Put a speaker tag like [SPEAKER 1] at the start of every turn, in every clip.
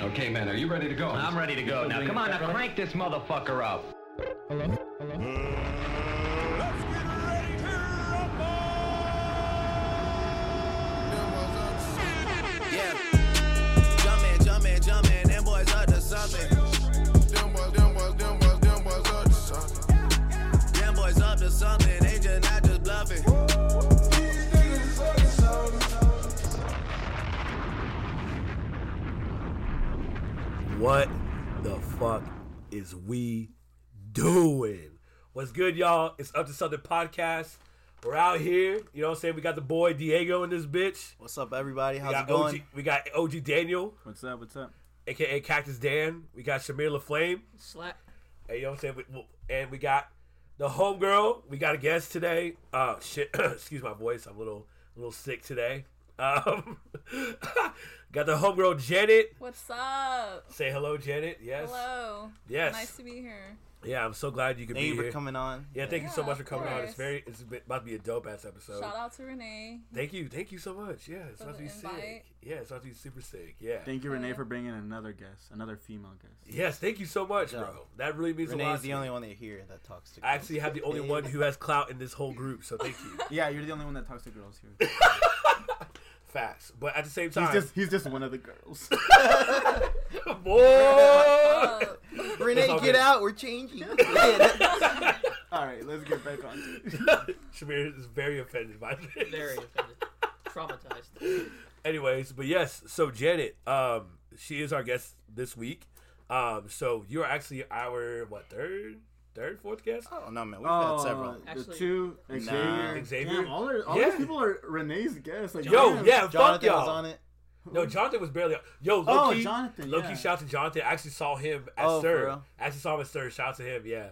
[SPEAKER 1] Okay, man, are you ready to go?
[SPEAKER 2] I'm ready to go now. Come on, now crank this motherfucker up.
[SPEAKER 3] Let's get ready to rumble!
[SPEAKER 4] Yeah. Jumpin', jumpin', jumpin', them boys up to something.
[SPEAKER 3] Them boys, them boys, them boys, them boys up to something.
[SPEAKER 4] Them boys up to something, they just not just bluffing.
[SPEAKER 3] These niggas is up to something.
[SPEAKER 5] What the fuck is we doing? What's good, y'all? It's Up to Something Podcast. We're out here. You know what I'm saying? We got the boy Diego in this bitch.
[SPEAKER 4] What's up, everybody?
[SPEAKER 5] We
[SPEAKER 4] How's it
[SPEAKER 5] got
[SPEAKER 4] going?
[SPEAKER 5] OG, we got OG Daniel,
[SPEAKER 6] What's up? What's up?
[SPEAKER 5] aka Cactus Dan. We got Shamir LaFlame.
[SPEAKER 7] Slap.
[SPEAKER 5] And you know what I'm saying? We- we- And we got the homegirl. We got a guest today. Uh, shit. Excuse my voice. I'm a little, a little sick today. Um, got the homegirl Janet.
[SPEAKER 7] What's up?
[SPEAKER 5] Say hello, Janet. Yes.
[SPEAKER 7] Hello.
[SPEAKER 5] Yes.
[SPEAKER 7] Nice to be here.
[SPEAKER 5] Yeah, I'm so glad you could
[SPEAKER 4] Thank
[SPEAKER 5] be
[SPEAKER 4] you
[SPEAKER 5] here.
[SPEAKER 4] for coming on.
[SPEAKER 5] Yeah, thank you
[SPEAKER 7] Yeah,
[SPEAKER 5] so much for
[SPEAKER 7] of
[SPEAKER 5] coming on. It's
[SPEAKER 7] course.
[SPEAKER 5] very, it's been- about to be a dope ass episode.
[SPEAKER 7] Shout out to Renee.
[SPEAKER 5] Thank you, thank you so much. Yeah, it's
[SPEAKER 7] For
[SPEAKER 5] about to
[SPEAKER 7] the
[SPEAKER 5] be sick.
[SPEAKER 7] invite.
[SPEAKER 5] Yeah, it's about to be super sick. Yeah.
[SPEAKER 6] Thank you, Renee, for bringing another guest, another female guest.
[SPEAKER 5] yes, thank you so much,
[SPEAKER 4] job.
[SPEAKER 5] bro. That really means a lot.
[SPEAKER 4] Renee's
[SPEAKER 5] to me.
[SPEAKER 4] the only one that here that talks to
[SPEAKER 5] I actually have the only one who has clout in this whole group, so thank you.
[SPEAKER 6] Yeah, you're the only one that talks to girls here.
[SPEAKER 5] Facts, but at the same
[SPEAKER 6] He's
[SPEAKER 5] time,
[SPEAKER 6] just he's just one of the girls.
[SPEAKER 5] boy.
[SPEAKER 7] Uh,
[SPEAKER 4] you. Renee,
[SPEAKER 5] all
[SPEAKER 4] get
[SPEAKER 5] good.
[SPEAKER 4] out. We're changing. Yeah, that-
[SPEAKER 6] All right, let's get back on. it.
[SPEAKER 5] Shamir is very offended by this.
[SPEAKER 7] Very offended. Traumatized.
[SPEAKER 5] Anyways, but yes, so Janet, um, she is our guest this week. Um, so you are actually our what third, third, fourth guest?
[SPEAKER 4] I don't know, man. We've
[SPEAKER 6] Oh,
[SPEAKER 4] had several.
[SPEAKER 6] the
[SPEAKER 7] Actually-
[SPEAKER 6] two Xavier.
[SPEAKER 5] Xavier?
[SPEAKER 6] Damn, all, are, all
[SPEAKER 5] Yeah.
[SPEAKER 6] these people are Renee's guests. Like,
[SPEAKER 5] Yo,
[SPEAKER 6] damn.
[SPEAKER 5] yeah, fuck
[SPEAKER 4] Jonathan
[SPEAKER 5] y'all.
[SPEAKER 4] was on it.
[SPEAKER 5] No, Jonathan was barely. On. Yo,
[SPEAKER 6] Oh,
[SPEAKER 5] Loki.
[SPEAKER 6] Jonathan,
[SPEAKER 5] Loki,
[SPEAKER 6] yeah.
[SPEAKER 5] shout to Jonathan. I actually saw him at
[SPEAKER 4] Oh, for
[SPEAKER 5] Sir.
[SPEAKER 4] real?
[SPEAKER 5] Actually saw him at Sir. Shout out to him. Yeah.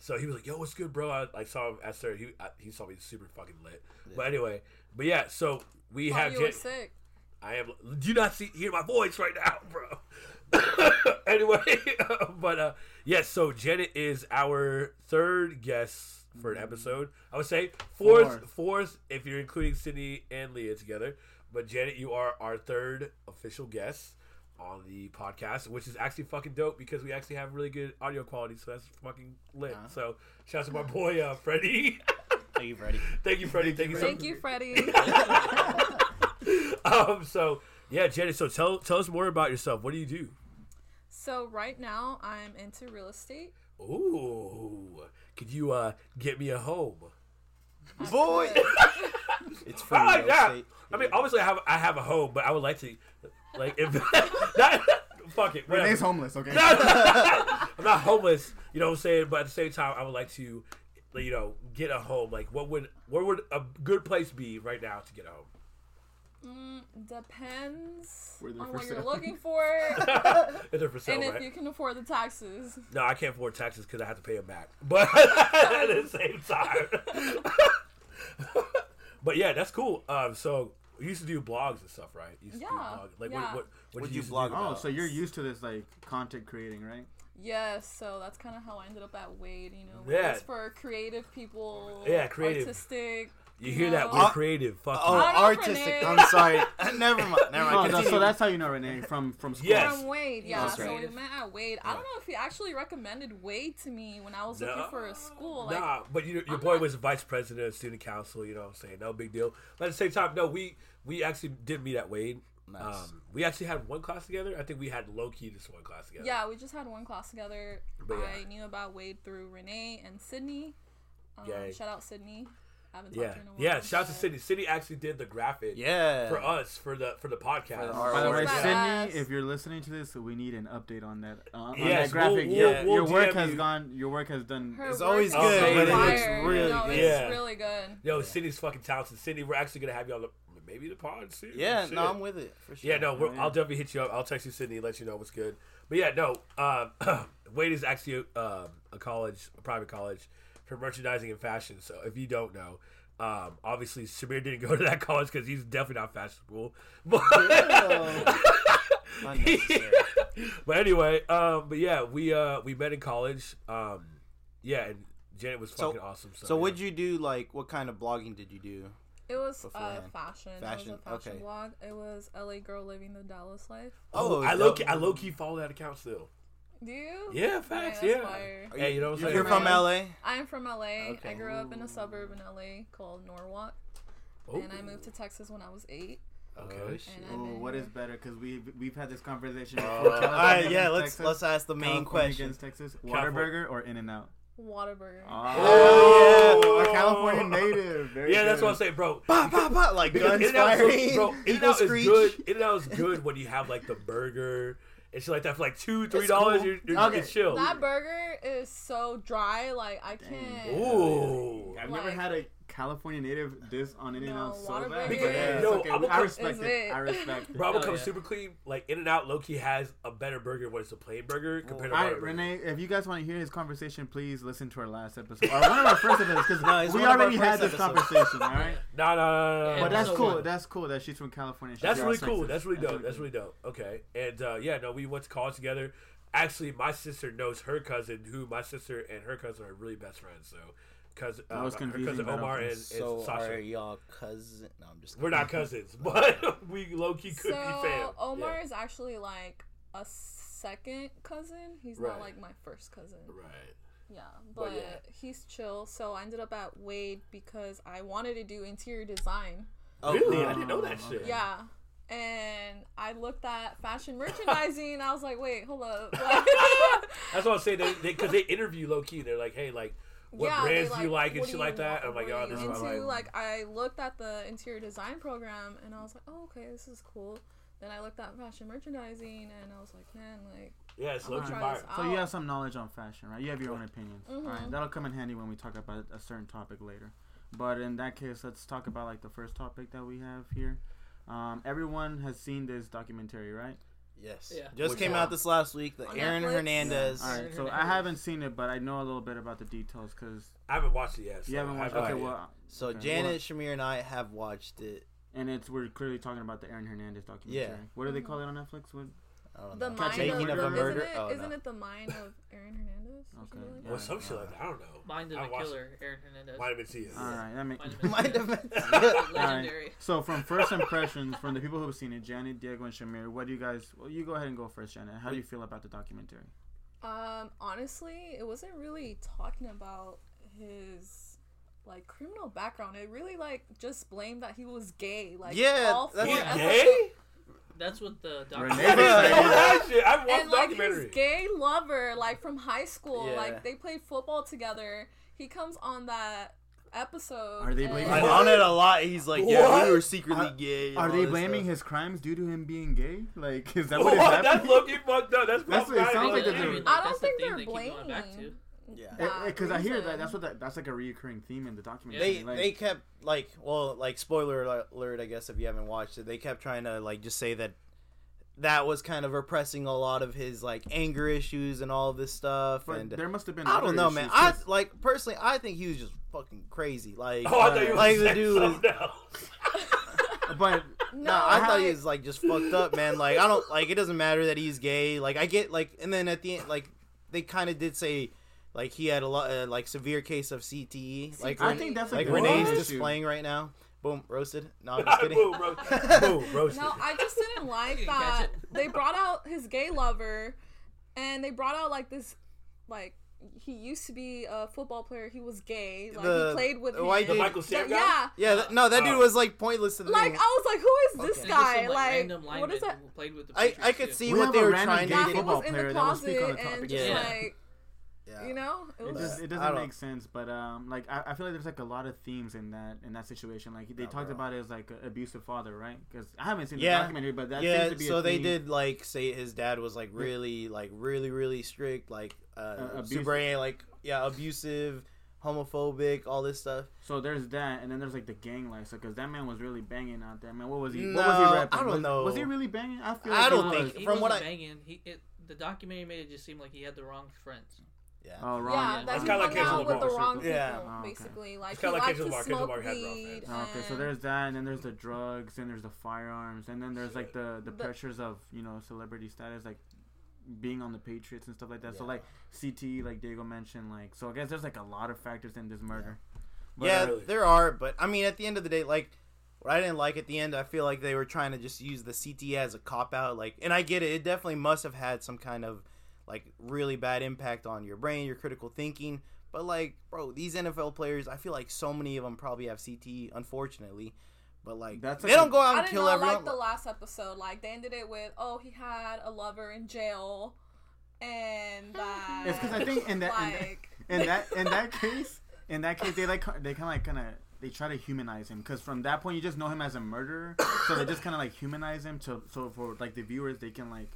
[SPEAKER 5] So he was like, "Yo, what's good, bro?" I like saw him at Sir. He I, he saw me super fucking lit. But anyway, but yeah. So we
[SPEAKER 7] Thought
[SPEAKER 5] have.
[SPEAKER 7] Oh, you were
[SPEAKER 5] Jan-
[SPEAKER 7] sick.
[SPEAKER 5] I am. Do you not see hear my voice right now, bro? anyway, but uh yes. So Janet is our third guest for an episode. I would say fourth, fourth,
[SPEAKER 6] Fourth.
[SPEAKER 5] if you're including Sydney and Leah together. But Janet, you are our third official guest on the podcast, which is actually fucking dope because we actually have really good audio quality. So that's fucking lit. So shout out to my boy uh, Freddie.
[SPEAKER 4] Thank you, Freddie.
[SPEAKER 5] Thank you, Freddie. Thank you so
[SPEAKER 7] Thank you, Freddie.
[SPEAKER 5] Um, so yeah, Janet. So tell tell us more about yourself. What do you do?
[SPEAKER 7] so right now I'm into real estate.
[SPEAKER 5] Ooh, could you uh get me a home?
[SPEAKER 4] Boy. it's free.
[SPEAKER 5] I like
[SPEAKER 4] real
[SPEAKER 5] that.
[SPEAKER 4] estate.
[SPEAKER 5] Oh, I mean, obviously, I have I have a home, but I would like to, like, if not, fuck it, whatever.
[SPEAKER 6] Renee's homeless. Okay.
[SPEAKER 5] I'm not homeless, you know what I'm saying? But at the same time, I would like to, like, you know, get a home. Like, what would where would a good place be right now to get a home?
[SPEAKER 7] Depends
[SPEAKER 6] Were there
[SPEAKER 7] on
[SPEAKER 6] for
[SPEAKER 7] what you're
[SPEAKER 6] sale?
[SPEAKER 7] looking for
[SPEAKER 5] If they're for sale,
[SPEAKER 7] and if
[SPEAKER 5] right?
[SPEAKER 7] you can afford the taxes.
[SPEAKER 5] No, I can't afford taxes because I have to pay them back. But at the same time, but yeah, that's cool. Um, so you used to do blogs and stuff, right? You used to do
[SPEAKER 7] Yeah,
[SPEAKER 5] blogs. Like
[SPEAKER 7] yeah.
[SPEAKER 5] what? What? What
[SPEAKER 4] What'd
[SPEAKER 5] did
[SPEAKER 4] you
[SPEAKER 5] you, used to
[SPEAKER 4] blog
[SPEAKER 5] do?
[SPEAKER 6] oh, so you're used to this like content creating, right?
[SPEAKER 7] Yes, so that's kind of how I ended up at Wade. You know,
[SPEAKER 5] Yeah.
[SPEAKER 7] it's for creative people.
[SPEAKER 5] Yeah, creative.
[SPEAKER 7] Artistic.
[SPEAKER 5] You hear that?
[SPEAKER 7] know.
[SPEAKER 5] We're creative. Fuck.
[SPEAKER 4] Oh,
[SPEAKER 5] you.
[SPEAKER 7] Uh, I don't know,
[SPEAKER 4] artistic.
[SPEAKER 7] Renee.
[SPEAKER 4] I'm sorry. never mind. Never mind.
[SPEAKER 6] Oh, that's, so
[SPEAKER 4] Continue.
[SPEAKER 6] that's how you know Renee from from school.
[SPEAKER 5] Yes.
[SPEAKER 7] From Wade, yeah.
[SPEAKER 4] That's
[SPEAKER 7] so
[SPEAKER 4] right.
[SPEAKER 7] we met at Wade. I don't know if he actually recommended Wade to me when I was
[SPEAKER 5] No.
[SPEAKER 7] looking for a school. Like,
[SPEAKER 5] nah, but you, your boy was vice president of student council. You know what I'm saying? No big deal. But at the same time, no, we we actually did meet at Wade.
[SPEAKER 4] Nice.
[SPEAKER 5] Um, we actually had one class together. I think we had low key this one class together.
[SPEAKER 7] yeah, we just had one class together.
[SPEAKER 5] But yeah.
[SPEAKER 7] I knew about Wade through Renee and Sydney. Um,
[SPEAKER 5] Yay.
[SPEAKER 7] shout out Sydney. I haven't talked
[SPEAKER 5] Yeah,
[SPEAKER 7] to her in a while.
[SPEAKER 5] yeah. Shout out to
[SPEAKER 7] but-
[SPEAKER 5] Sydney. Sydney actually did the graphic.
[SPEAKER 4] Yeah.
[SPEAKER 5] for us for the for the podcast.
[SPEAKER 4] For
[SPEAKER 6] By the
[SPEAKER 7] Oh,
[SPEAKER 4] Or
[SPEAKER 6] way,
[SPEAKER 4] is that
[SPEAKER 6] Sydney,
[SPEAKER 7] us?
[SPEAKER 6] if you're listening to this, we need an update on that. Uh, on
[SPEAKER 5] Yes,
[SPEAKER 6] that graphic,
[SPEAKER 5] we'll-
[SPEAKER 6] your,
[SPEAKER 5] we'll- we'll
[SPEAKER 6] your work
[SPEAKER 5] DM
[SPEAKER 6] has
[SPEAKER 5] you.
[SPEAKER 6] gone. Your work has done.
[SPEAKER 7] Her
[SPEAKER 4] It's
[SPEAKER 7] work
[SPEAKER 4] always
[SPEAKER 7] is
[SPEAKER 4] good,
[SPEAKER 7] on
[SPEAKER 5] but it
[SPEAKER 4] looks
[SPEAKER 7] fire.
[SPEAKER 4] really
[SPEAKER 7] no,
[SPEAKER 4] good.
[SPEAKER 5] Yeah.
[SPEAKER 7] It's really good.
[SPEAKER 5] Yo, Sydney's fucking talented. Sydney, we're actually gonna have you on the maybe the pod soon.
[SPEAKER 4] Yeah,
[SPEAKER 5] Shit.
[SPEAKER 4] no, I'm with it for sure.
[SPEAKER 5] Yeah, no, we're,
[SPEAKER 6] Oh, yeah.
[SPEAKER 5] I'll definitely hit you up. I'll text you Sydney, let you know what's good. But yeah, no, um, Wade is actually um, a college, a private college for merchandising and fashion. So if you don't know, um, obviously Shamir didn't go to that college because he's definitely not fashionable. But
[SPEAKER 4] Unnecessary.
[SPEAKER 5] but anyway, um, but yeah, we uh, we met in college. Um, yeah, and Janet was
[SPEAKER 4] So-
[SPEAKER 5] fucking awesome. So,
[SPEAKER 4] So
[SPEAKER 5] yeah.
[SPEAKER 4] what'd you do? Like, what kind of blogging did you do?
[SPEAKER 7] It was uh,
[SPEAKER 1] beforehand.
[SPEAKER 7] fashion. It
[SPEAKER 1] Fashion,
[SPEAKER 7] was a fashion
[SPEAKER 1] okay.
[SPEAKER 7] blog. It was LA girl living the Dallas life.
[SPEAKER 5] Oh,
[SPEAKER 1] Oh,
[SPEAKER 5] I
[SPEAKER 1] dope.
[SPEAKER 5] low key, I low key follow that account still.
[SPEAKER 7] Do you?
[SPEAKER 5] Yeah, facts.
[SPEAKER 7] that's
[SPEAKER 5] Yeah.
[SPEAKER 7] fire.
[SPEAKER 5] Hey, you know what I'm
[SPEAKER 1] You're,
[SPEAKER 5] saying?
[SPEAKER 1] you're from
[SPEAKER 7] Right.
[SPEAKER 1] LA.
[SPEAKER 7] I'm from LA. I
[SPEAKER 1] Okay.
[SPEAKER 7] grew up in a suburb in LA called Norwalk,
[SPEAKER 5] Oh,
[SPEAKER 7] and I moved to Texas when I was eight.
[SPEAKER 5] Okay.
[SPEAKER 7] And I've
[SPEAKER 6] Oh,
[SPEAKER 7] been
[SPEAKER 6] what
[SPEAKER 7] here.
[SPEAKER 6] is better? Because we we've had this conversation.
[SPEAKER 5] All
[SPEAKER 6] before.
[SPEAKER 5] right,
[SPEAKER 1] All right, yeah.
[SPEAKER 6] against
[SPEAKER 1] Let's
[SPEAKER 6] Texas.
[SPEAKER 1] let's ask the main
[SPEAKER 6] California
[SPEAKER 1] question.
[SPEAKER 6] against Texas:
[SPEAKER 5] California.
[SPEAKER 6] Whataburger or In-N-Out?
[SPEAKER 7] Whataburger?
[SPEAKER 1] Oh,
[SPEAKER 5] Oh.
[SPEAKER 1] yeah, a California native. Very
[SPEAKER 5] Yeah, that's
[SPEAKER 1] good.
[SPEAKER 5] what I'm saying, bro.
[SPEAKER 1] Bah, bah, bah, like
[SPEAKER 5] Because
[SPEAKER 1] guns
[SPEAKER 5] In-N-Out's
[SPEAKER 1] firing.
[SPEAKER 5] so- bro,
[SPEAKER 1] eagle
[SPEAKER 5] In-N-Out is
[SPEAKER 1] screech.
[SPEAKER 5] good. In-N-Out is good when you have like the burger and shit like that for like two, three dollars.
[SPEAKER 1] cool.
[SPEAKER 5] You're, you're okay.
[SPEAKER 1] Okay.
[SPEAKER 5] chill.
[SPEAKER 7] That burger is so dry. Like I can't.
[SPEAKER 5] Ooh.
[SPEAKER 6] I've never
[SPEAKER 7] Like-
[SPEAKER 6] had a California native diss on
[SPEAKER 7] No,
[SPEAKER 6] In-N-Out so
[SPEAKER 7] Whataburger
[SPEAKER 6] bad.
[SPEAKER 7] Because-
[SPEAKER 6] yeah,
[SPEAKER 5] yo,
[SPEAKER 6] it's okay.
[SPEAKER 5] I'ma
[SPEAKER 6] I
[SPEAKER 5] come-
[SPEAKER 6] respect
[SPEAKER 7] Is
[SPEAKER 6] it.
[SPEAKER 7] it?
[SPEAKER 6] I respect it.
[SPEAKER 5] Bro, I'm gonna
[SPEAKER 6] Hell
[SPEAKER 5] come
[SPEAKER 6] yeah.
[SPEAKER 5] super clean. Like In and Out, Loki has a better burger when it's a plain burger compared
[SPEAKER 6] All
[SPEAKER 5] to
[SPEAKER 6] right,
[SPEAKER 5] Whataburger.
[SPEAKER 6] Renee, if you guys want to hear his conversation, please listen to our last episode. Or one of our first episodes, because
[SPEAKER 1] No, it's
[SPEAKER 6] we
[SPEAKER 1] one of our
[SPEAKER 6] already had
[SPEAKER 1] first
[SPEAKER 6] this
[SPEAKER 1] episodes.
[SPEAKER 6] conversation, all right?
[SPEAKER 5] Nah, nah, nah, nah, nah.
[SPEAKER 6] But
[SPEAKER 5] nah.
[SPEAKER 6] that's
[SPEAKER 1] so
[SPEAKER 6] cool.
[SPEAKER 1] good.
[SPEAKER 6] That's cool that she's from California. She's
[SPEAKER 5] That's
[SPEAKER 6] from
[SPEAKER 5] really
[SPEAKER 6] Texas.
[SPEAKER 5] cool. That's really dope.
[SPEAKER 6] cool.
[SPEAKER 5] That's really dope. Okay, and uh, yeah, no, we went to college together. Actually, my sister knows her cousin, who my sister and her cousin are really best friends. So, cousin, uh,
[SPEAKER 6] was
[SPEAKER 5] her
[SPEAKER 6] confusing,
[SPEAKER 5] cousin
[SPEAKER 6] but I'm
[SPEAKER 5] Omar and, and
[SPEAKER 1] So
[SPEAKER 5] Sasha.
[SPEAKER 1] are y'all cousin? No, I'm just.
[SPEAKER 5] We're not cousins, but we low key could
[SPEAKER 7] so
[SPEAKER 5] be fam.
[SPEAKER 7] Omar
[SPEAKER 5] Yeah.
[SPEAKER 7] is actually like a second cousin. He's
[SPEAKER 5] Right.
[SPEAKER 7] not like my first cousin.
[SPEAKER 5] right.
[SPEAKER 7] Yeah,
[SPEAKER 5] But
[SPEAKER 7] but
[SPEAKER 5] yeah.
[SPEAKER 7] he's chill. So I ended up at Wade because I wanted to do interior design.
[SPEAKER 1] Oh,
[SPEAKER 5] really,
[SPEAKER 1] wow.
[SPEAKER 5] I didn't know that shit.
[SPEAKER 7] Yeah. And I looked at fashion merchandising. and I was like, wait, hold up. Like,
[SPEAKER 5] That's what I'm saying. They because they, interview low key. They're like, hey, like what
[SPEAKER 7] yeah, they
[SPEAKER 5] brands do you like and
[SPEAKER 7] what do
[SPEAKER 5] shit
[SPEAKER 7] you
[SPEAKER 5] like that.
[SPEAKER 7] want?
[SPEAKER 5] And I'm like,
[SPEAKER 7] What are
[SPEAKER 5] oh,
[SPEAKER 7] you
[SPEAKER 5] this is what I like.
[SPEAKER 7] into? like I looked at the interior design program and I was like, oh, okay, this is cool. Then I looked at fashion merchandising and I was like, man, like
[SPEAKER 5] Yeah, it's
[SPEAKER 7] I'm
[SPEAKER 5] low
[SPEAKER 7] gonna
[SPEAKER 5] key
[SPEAKER 7] try
[SPEAKER 5] fire.
[SPEAKER 7] this
[SPEAKER 6] So you
[SPEAKER 7] out.
[SPEAKER 6] have some knowledge on fashion, right? You have your own opinions. All right,
[SPEAKER 7] Mhm.
[SPEAKER 6] that'll come in handy when we talk about a certain topic later. But in that case, let's talk about like the first topic that we have here. Um, everyone has seen this documentary, right?
[SPEAKER 1] Yes.
[SPEAKER 8] Yeah.
[SPEAKER 1] Just
[SPEAKER 5] Which
[SPEAKER 1] came
[SPEAKER 5] one?
[SPEAKER 1] out this last week. The
[SPEAKER 7] On
[SPEAKER 1] Aaron
[SPEAKER 7] Netflix?
[SPEAKER 1] Hernandez.
[SPEAKER 6] All right.
[SPEAKER 8] Seen
[SPEAKER 6] So
[SPEAKER 8] it.
[SPEAKER 6] I haven't seen it, but I know a little bit about the details because
[SPEAKER 5] I haven't watched it yet. So
[SPEAKER 6] you haven't
[SPEAKER 5] I
[SPEAKER 6] watched.
[SPEAKER 5] have no
[SPEAKER 6] Okay,
[SPEAKER 5] idea.
[SPEAKER 6] well,
[SPEAKER 1] So
[SPEAKER 6] Okay.
[SPEAKER 1] Janet, Shamir, and I have watched it.
[SPEAKER 6] and it's we're clearly talking about the Aaron Hernandez documentary.
[SPEAKER 1] Yeah.
[SPEAKER 6] What do they call it on Netflix? What?
[SPEAKER 1] I don't
[SPEAKER 7] the
[SPEAKER 1] know.
[SPEAKER 7] mind
[SPEAKER 6] Making
[SPEAKER 7] of,
[SPEAKER 6] of a
[SPEAKER 7] isn't
[SPEAKER 6] murder?
[SPEAKER 7] It,
[SPEAKER 1] Oh,
[SPEAKER 7] not
[SPEAKER 1] no.
[SPEAKER 7] it the mind of Aaron Hernandez? or
[SPEAKER 6] Okay,
[SPEAKER 7] something like
[SPEAKER 6] yeah.
[SPEAKER 5] Well, some shit like that. I don't know.
[SPEAKER 8] Mind of
[SPEAKER 5] I
[SPEAKER 8] the
[SPEAKER 5] watched-
[SPEAKER 8] killer, Aaron Hernandez.
[SPEAKER 5] Might have been to you.
[SPEAKER 6] All right. That makes.
[SPEAKER 8] Mind of
[SPEAKER 1] Mind of
[SPEAKER 6] All right.
[SPEAKER 8] Legendary.
[SPEAKER 6] So from first impressions, from the people who've seen it, Janet, Diego, and Shamir, what do you guys? Well, you go ahead and go first, Janet. How do you feel about the documentary?
[SPEAKER 7] Um, honestly, it wasn't really talking about his like criminal background. It really like just blamed that he was gay. Like
[SPEAKER 1] Yeah,
[SPEAKER 7] all
[SPEAKER 1] that's-
[SPEAKER 7] four
[SPEAKER 5] He's
[SPEAKER 1] Yeah.
[SPEAKER 5] gay?
[SPEAKER 8] That's what the
[SPEAKER 5] I
[SPEAKER 6] Renee-
[SPEAKER 8] documentary.
[SPEAKER 5] didn't know that shit. I watched
[SPEAKER 7] and
[SPEAKER 5] the
[SPEAKER 7] like
[SPEAKER 5] documentary.
[SPEAKER 7] his gay lover, like from high school,
[SPEAKER 1] Yeah.
[SPEAKER 7] like they played football together. He comes on that episode.
[SPEAKER 6] Are they
[SPEAKER 7] and-
[SPEAKER 6] blaming
[SPEAKER 1] Like,
[SPEAKER 5] What?
[SPEAKER 1] on it a lot. He's like, yeah,
[SPEAKER 5] What?
[SPEAKER 1] we were secretly
[SPEAKER 6] Are-
[SPEAKER 1] gay. and
[SPEAKER 6] Are
[SPEAKER 1] all
[SPEAKER 6] they
[SPEAKER 1] this
[SPEAKER 6] blaming
[SPEAKER 1] stuff.
[SPEAKER 6] his crimes due to him being gay? Like, is that
[SPEAKER 5] What?
[SPEAKER 6] what is
[SPEAKER 5] That's
[SPEAKER 6] happening?
[SPEAKER 5] low key fucked up. That's, Oh,
[SPEAKER 6] That's
[SPEAKER 5] that's
[SPEAKER 6] what it sounds like
[SPEAKER 8] Like,
[SPEAKER 6] they're
[SPEAKER 8] I
[SPEAKER 6] doing.
[SPEAKER 8] mean,
[SPEAKER 7] I
[SPEAKER 8] that's
[SPEAKER 7] don't
[SPEAKER 8] the
[SPEAKER 7] think
[SPEAKER 8] thing
[SPEAKER 7] they're
[SPEAKER 8] they keep going back to.
[SPEAKER 7] blaming.
[SPEAKER 1] Yeah.
[SPEAKER 7] that
[SPEAKER 6] Because Eh, I hear that.
[SPEAKER 7] reason.
[SPEAKER 6] That's what that, that's like a reoccurring theme in the documentary.
[SPEAKER 1] They
[SPEAKER 6] like,
[SPEAKER 1] they kept like well like spoiler alert I guess if you haven't watched it they kept trying to like just say that that was kind of repressing a lot of his like anger issues and all this stuff
[SPEAKER 6] but
[SPEAKER 1] and
[SPEAKER 6] there must have been.
[SPEAKER 1] I
[SPEAKER 6] other
[SPEAKER 1] don't know man
[SPEAKER 6] issues,
[SPEAKER 1] I
[SPEAKER 6] 'cause-
[SPEAKER 1] like personally I think he was just fucking crazy like
[SPEAKER 5] Oh, I thought you were
[SPEAKER 1] like the
[SPEAKER 5] saying
[SPEAKER 1] dude is
[SPEAKER 5] something else.
[SPEAKER 6] but
[SPEAKER 7] No,
[SPEAKER 1] No, I thought he
[SPEAKER 7] I-
[SPEAKER 1] was like just fucked up, man. Like I don't like it doesn't matter that he's gay. Like I get like and then at the end like they kind of did say like he had a lot uh, like severe case of CTE. Like
[SPEAKER 6] I
[SPEAKER 1] Ren-
[SPEAKER 6] think that's a
[SPEAKER 1] like
[SPEAKER 6] grave
[SPEAKER 1] Renee's
[SPEAKER 6] issue.
[SPEAKER 1] displaying right now. Boom, roasted. No, I'm just kidding.
[SPEAKER 5] Boom, bro. Boom, roasted.
[SPEAKER 7] No, I just didn't like
[SPEAKER 8] You didn't catch
[SPEAKER 7] that
[SPEAKER 8] it.
[SPEAKER 7] they brought out his gay lover, and they brought out like this, like he used to be a football player. He was gay. Like
[SPEAKER 1] The-
[SPEAKER 7] he played with
[SPEAKER 1] the
[SPEAKER 7] him.
[SPEAKER 1] white dude. The
[SPEAKER 5] Michael Sam
[SPEAKER 7] Yeah,
[SPEAKER 5] guy?
[SPEAKER 7] yeah.
[SPEAKER 1] Yeah, that, no, that
[SPEAKER 5] Oh.
[SPEAKER 1] dude was like pointless to the
[SPEAKER 7] Like oh,
[SPEAKER 6] Mm.
[SPEAKER 1] thing.
[SPEAKER 7] I was like, who is this
[SPEAKER 8] And
[SPEAKER 1] Okay.
[SPEAKER 8] there's
[SPEAKER 7] guy?
[SPEAKER 8] some,
[SPEAKER 7] Like,
[SPEAKER 8] random
[SPEAKER 7] what is
[SPEAKER 8] linemen
[SPEAKER 7] that?
[SPEAKER 8] who played with the
[SPEAKER 1] I, I
[SPEAKER 8] Patriots,
[SPEAKER 1] could
[SPEAKER 8] too.
[SPEAKER 1] see
[SPEAKER 6] We
[SPEAKER 1] what
[SPEAKER 6] have
[SPEAKER 1] they
[SPEAKER 6] a
[SPEAKER 1] were
[SPEAKER 6] random
[SPEAKER 1] trying to
[SPEAKER 6] gay
[SPEAKER 7] Yeah, he
[SPEAKER 1] get.
[SPEAKER 6] football-
[SPEAKER 7] was in
[SPEAKER 6] player
[SPEAKER 7] the
[SPEAKER 6] that will speak on
[SPEAKER 7] closet,
[SPEAKER 6] the topic.
[SPEAKER 7] and just
[SPEAKER 1] Yeah.
[SPEAKER 7] like
[SPEAKER 1] Yeah.
[SPEAKER 7] you know, it
[SPEAKER 6] It
[SPEAKER 7] was
[SPEAKER 6] just it
[SPEAKER 1] I
[SPEAKER 6] doesn't
[SPEAKER 1] don't-
[SPEAKER 6] make sense, but um, like I, I feel like there's like a lot of themes in that in that situation. Like they talked
[SPEAKER 1] Oh, bro.
[SPEAKER 6] about it as like a abusive father, right? Because I haven't seen
[SPEAKER 1] Yeah.
[SPEAKER 6] the documentary, but that
[SPEAKER 1] yeah,
[SPEAKER 6] seems to be
[SPEAKER 1] so
[SPEAKER 6] a
[SPEAKER 1] they
[SPEAKER 6] theme.
[SPEAKER 1] did like say his dad was like really, like really, really strict, like uh,
[SPEAKER 6] abusive.
[SPEAKER 1] super, like yeah, abusive, homophobic, all this stuff.
[SPEAKER 6] So there's that, and then there's like the gang life, because that man was really banging out there. Man, what was he?
[SPEAKER 1] No,
[SPEAKER 6] what was he rapping?
[SPEAKER 1] I don't
[SPEAKER 6] was,
[SPEAKER 1] know.
[SPEAKER 6] Was he really banging? I feel.
[SPEAKER 1] I
[SPEAKER 6] Like he
[SPEAKER 1] don't
[SPEAKER 6] was.
[SPEAKER 1] think-
[SPEAKER 8] He
[SPEAKER 1] From
[SPEAKER 8] from
[SPEAKER 1] what
[SPEAKER 8] wasn't
[SPEAKER 1] I-
[SPEAKER 8] banging. He it, the documentary made it just seem like he had the wrong friends.
[SPEAKER 1] Yeah.
[SPEAKER 6] Oh, wrong.
[SPEAKER 7] yeah, that
[SPEAKER 5] It's
[SPEAKER 7] he
[SPEAKER 5] kinda like
[SPEAKER 7] hung
[SPEAKER 5] Kendrick
[SPEAKER 7] out with the
[SPEAKER 5] Lamar.
[SPEAKER 7] wrong people,
[SPEAKER 1] Yeah.
[SPEAKER 6] Oh, okay.
[SPEAKER 7] basically. Like
[SPEAKER 5] It's
[SPEAKER 7] he
[SPEAKER 5] kinda like
[SPEAKER 7] liked to
[SPEAKER 5] Kendrick Lamar. Kendrick
[SPEAKER 7] smoke
[SPEAKER 5] Lamar had rough
[SPEAKER 7] weed.
[SPEAKER 5] friends.
[SPEAKER 6] Oh, okay, so
[SPEAKER 7] and-
[SPEAKER 6] there's that, and then there's the drugs, and there's the firearms, and then there's like the the
[SPEAKER 7] But-
[SPEAKER 6] pressures of you know celebrity status, like being on the Patriots and stuff like that. So like CT, like Diego mentioned, like so I guess there's like a lot of factors in this murder. uh,
[SPEAKER 1] yeah,
[SPEAKER 5] Really.
[SPEAKER 1] there are, but I mean, at the end of the day, like What I didn't like at the end, I feel like they were trying to just use the CTA as a cop out. Like, and I get it; it definitely must have had some kind of like really bad impact on your brain, your critical thinking. But like, bro, these NFL players, I feel like so many of them probably have CTE, unfortunately. But like,
[SPEAKER 6] That's
[SPEAKER 1] they
[SPEAKER 6] a-
[SPEAKER 1] don't go out
[SPEAKER 7] I
[SPEAKER 1] and
[SPEAKER 7] did
[SPEAKER 1] kill
[SPEAKER 7] not
[SPEAKER 1] everyone.
[SPEAKER 7] like the last episode. Like they ended it with, "Oh, he had a lover in jail," and that.
[SPEAKER 6] It's 'cause I think in that- in that-
[SPEAKER 7] like
[SPEAKER 6] in that in that case, in that case, they like they kind of like kind of they try to humanize him because from that point you just know him as a murderer, so they just kind of like humanize him to so for like the viewers they can like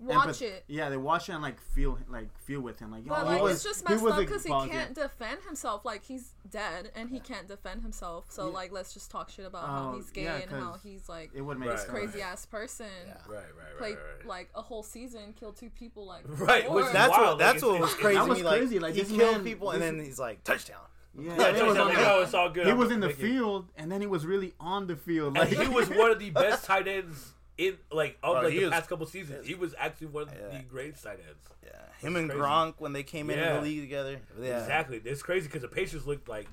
[SPEAKER 7] watch
[SPEAKER 6] empath-
[SPEAKER 7] it.
[SPEAKER 6] Yeah, they watch it and like feel like feel with him like yo,
[SPEAKER 7] But
[SPEAKER 6] he
[SPEAKER 7] like
[SPEAKER 6] was
[SPEAKER 7] it's just
[SPEAKER 6] he
[SPEAKER 7] messed
[SPEAKER 6] was
[SPEAKER 7] up because he
[SPEAKER 6] involved, yeah.
[SPEAKER 7] can't defend himself. Like he's dead and he can't defend himself. So like let's just talk shit about
[SPEAKER 6] Oh,
[SPEAKER 7] how he's gay
[SPEAKER 6] yeah,
[SPEAKER 7] and how
[SPEAKER 6] 'cause
[SPEAKER 7] he's like
[SPEAKER 6] It would make
[SPEAKER 5] Right.
[SPEAKER 6] sense.
[SPEAKER 7] crazy ass person.
[SPEAKER 5] Right, right, right,
[SPEAKER 7] Played
[SPEAKER 5] right.
[SPEAKER 7] like a whole season, killed two people. Like
[SPEAKER 5] Right, which
[SPEAKER 7] before.
[SPEAKER 1] that's
[SPEAKER 5] Wow,
[SPEAKER 1] what
[SPEAKER 5] like,
[SPEAKER 1] that's
[SPEAKER 5] it's-
[SPEAKER 1] what was
[SPEAKER 5] it's-
[SPEAKER 1] crazy.
[SPEAKER 6] That
[SPEAKER 1] to
[SPEAKER 6] was
[SPEAKER 1] me, like,
[SPEAKER 6] crazy, like,
[SPEAKER 1] he
[SPEAKER 6] this
[SPEAKER 1] killed
[SPEAKER 6] man-
[SPEAKER 1] people, and
[SPEAKER 6] this-
[SPEAKER 1] then he's like touchdown.
[SPEAKER 6] Yeah,
[SPEAKER 5] Yeah,
[SPEAKER 6] it was
[SPEAKER 5] so
[SPEAKER 6] on
[SPEAKER 5] like,
[SPEAKER 6] the-
[SPEAKER 5] oh, it's all good.
[SPEAKER 6] he
[SPEAKER 5] I'm
[SPEAKER 6] was in the
[SPEAKER 5] making-
[SPEAKER 6] field and then he was really on the field. Like
[SPEAKER 5] And he was one of the best tight ends in like of
[SPEAKER 1] Oh,
[SPEAKER 5] like
[SPEAKER 1] he
[SPEAKER 5] the
[SPEAKER 1] is-
[SPEAKER 5] past couple seasons. He was actually one of
[SPEAKER 1] Yeah.
[SPEAKER 5] the greatest tight ends.
[SPEAKER 1] Yeah, him and
[SPEAKER 5] crazy.
[SPEAKER 1] Gronk when they came into
[SPEAKER 5] Yeah.
[SPEAKER 1] the league together. Yeah,
[SPEAKER 5] Exactly. It's crazy because the Patriots looked like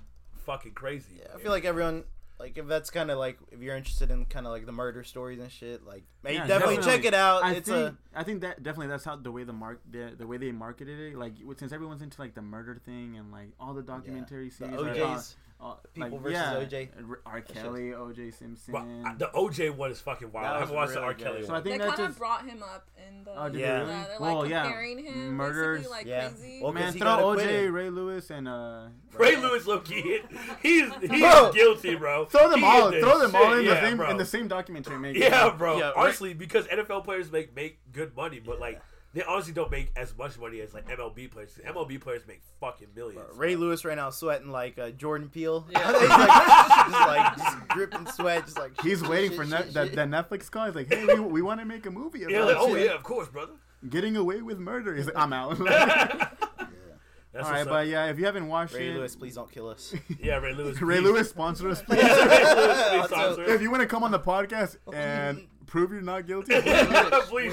[SPEAKER 5] fucking crazy.
[SPEAKER 1] Yeah, I feel like everyone like if that's kind of like if you're interested in kind of like the murder stories and shit, like hey,
[SPEAKER 6] Yeah,
[SPEAKER 1] definitely, check
[SPEAKER 6] definitely.
[SPEAKER 1] it out.
[SPEAKER 6] I
[SPEAKER 1] it's
[SPEAKER 6] think
[SPEAKER 1] a
[SPEAKER 6] I think that definitely that's how the way the mark the, the way they marketed it like w- since everyone's into like the murder thing and like all the documentary
[SPEAKER 1] the
[SPEAKER 6] series are about-
[SPEAKER 1] OJ's.
[SPEAKER 6] uh,
[SPEAKER 1] People
[SPEAKER 6] like,
[SPEAKER 1] versus
[SPEAKER 6] yeah,
[SPEAKER 1] OJ.
[SPEAKER 6] R- R. Kelly, OJ Simpson.
[SPEAKER 5] Well, I- the OJ one is fucking wild.
[SPEAKER 1] That
[SPEAKER 5] I
[SPEAKER 1] was
[SPEAKER 5] haven't watched the
[SPEAKER 1] really
[SPEAKER 5] R.
[SPEAKER 1] good.
[SPEAKER 5] Kelly
[SPEAKER 1] So
[SPEAKER 6] so I
[SPEAKER 5] one.
[SPEAKER 7] they
[SPEAKER 6] think
[SPEAKER 7] kind
[SPEAKER 6] that
[SPEAKER 7] of
[SPEAKER 6] just
[SPEAKER 7] brought him up in the
[SPEAKER 6] Oh, did
[SPEAKER 1] they
[SPEAKER 7] yeah.
[SPEAKER 1] really?
[SPEAKER 7] they're like
[SPEAKER 6] Well, yeah.
[SPEAKER 7] comparing him
[SPEAKER 6] Murders.
[SPEAKER 7] basically like
[SPEAKER 1] Yeah.
[SPEAKER 7] crazy.
[SPEAKER 1] Well, 'cause
[SPEAKER 6] man
[SPEAKER 1] he
[SPEAKER 6] throw
[SPEAKER 1] got
[SPEAKER 6] OJ,
[SPEAKER 1] acquitted.
[SPEAKER 6] Ray Lewis, and uh,
[SPEAKER 5] Ray Lewis, low key, he's he's
[SPEAKER 1] Bro.
[SPEAKER 5] guilty, bro.
[SPEAKER 6] throw them
[SPEAKER 5] He
[SPEAKER 6] all,
[SPEAKER 5] is the
[SPEAKER 6] throw them all
[SPEAKER 5] shit.
[SPEAKER 6] in the
[SPEAKER 5] Yeah,
[SPEAKER 6] same
[SPEAKER 5] bro.
[SPEAKER 6] in the same documentary. Make
[SPEAKER 5] Yeah, bro.
[SPEAKER 1] Yeah, right.
[SPEAKER 5] honestly, because NFL players make make good money, but like they honestly don't make as much money as like MLB players. MLB players make fucking millions.
[SPEAKER 1] Ray Lewis right now sweating like uh, Jordan Peele.
[SPEAKER 8] Yeah.
[SPEAKER 1] he's like, just like just dripping sweat, just like
[SPEAKER 6] He's waiting for
[SPEAKER 1] shit,
[SPEAKER 6] net,
[SPEAKER 1] shit,
[SPEAKER 6] that,
[SPEAKER 1] shit.
[SPEAKER 6] that Netflix call. He's like, "Hey, we, we want to make a movie about
[SPEAKER 5] Yeah, like, oh
[SPEAKER 6] you.
[SPEAKER 5] yeah, of course, brother.
[SPEAKER 6] getting away with murder." He's like, "I'm out."
[SPEAKER 5] That's
[SPEAKER 6] All right,
[SPEAKER 5] what's up.
[SPEAKER 6] but yeah, if you haven't watched
[SPEAKER 1] Ray
[SPEAKER 6] it,
[SPEAKER 1] Lewis, please don't kill us.
[SPEAKER 5] yeah, Ray Lewis.
[SPEAKER 6] Ray
[SPEAKER 5] please.
[SPEAKER 6] Lewis sponsor us, please.
[SPEAKER 5] Ray Lewis, please
[SPEAKER 1] Also-
[SPEAKER 5] sponsor us.
[SPEAKER 6] if you want to come on the podcast and prove you're not guilty,
[SPEAKER 5] please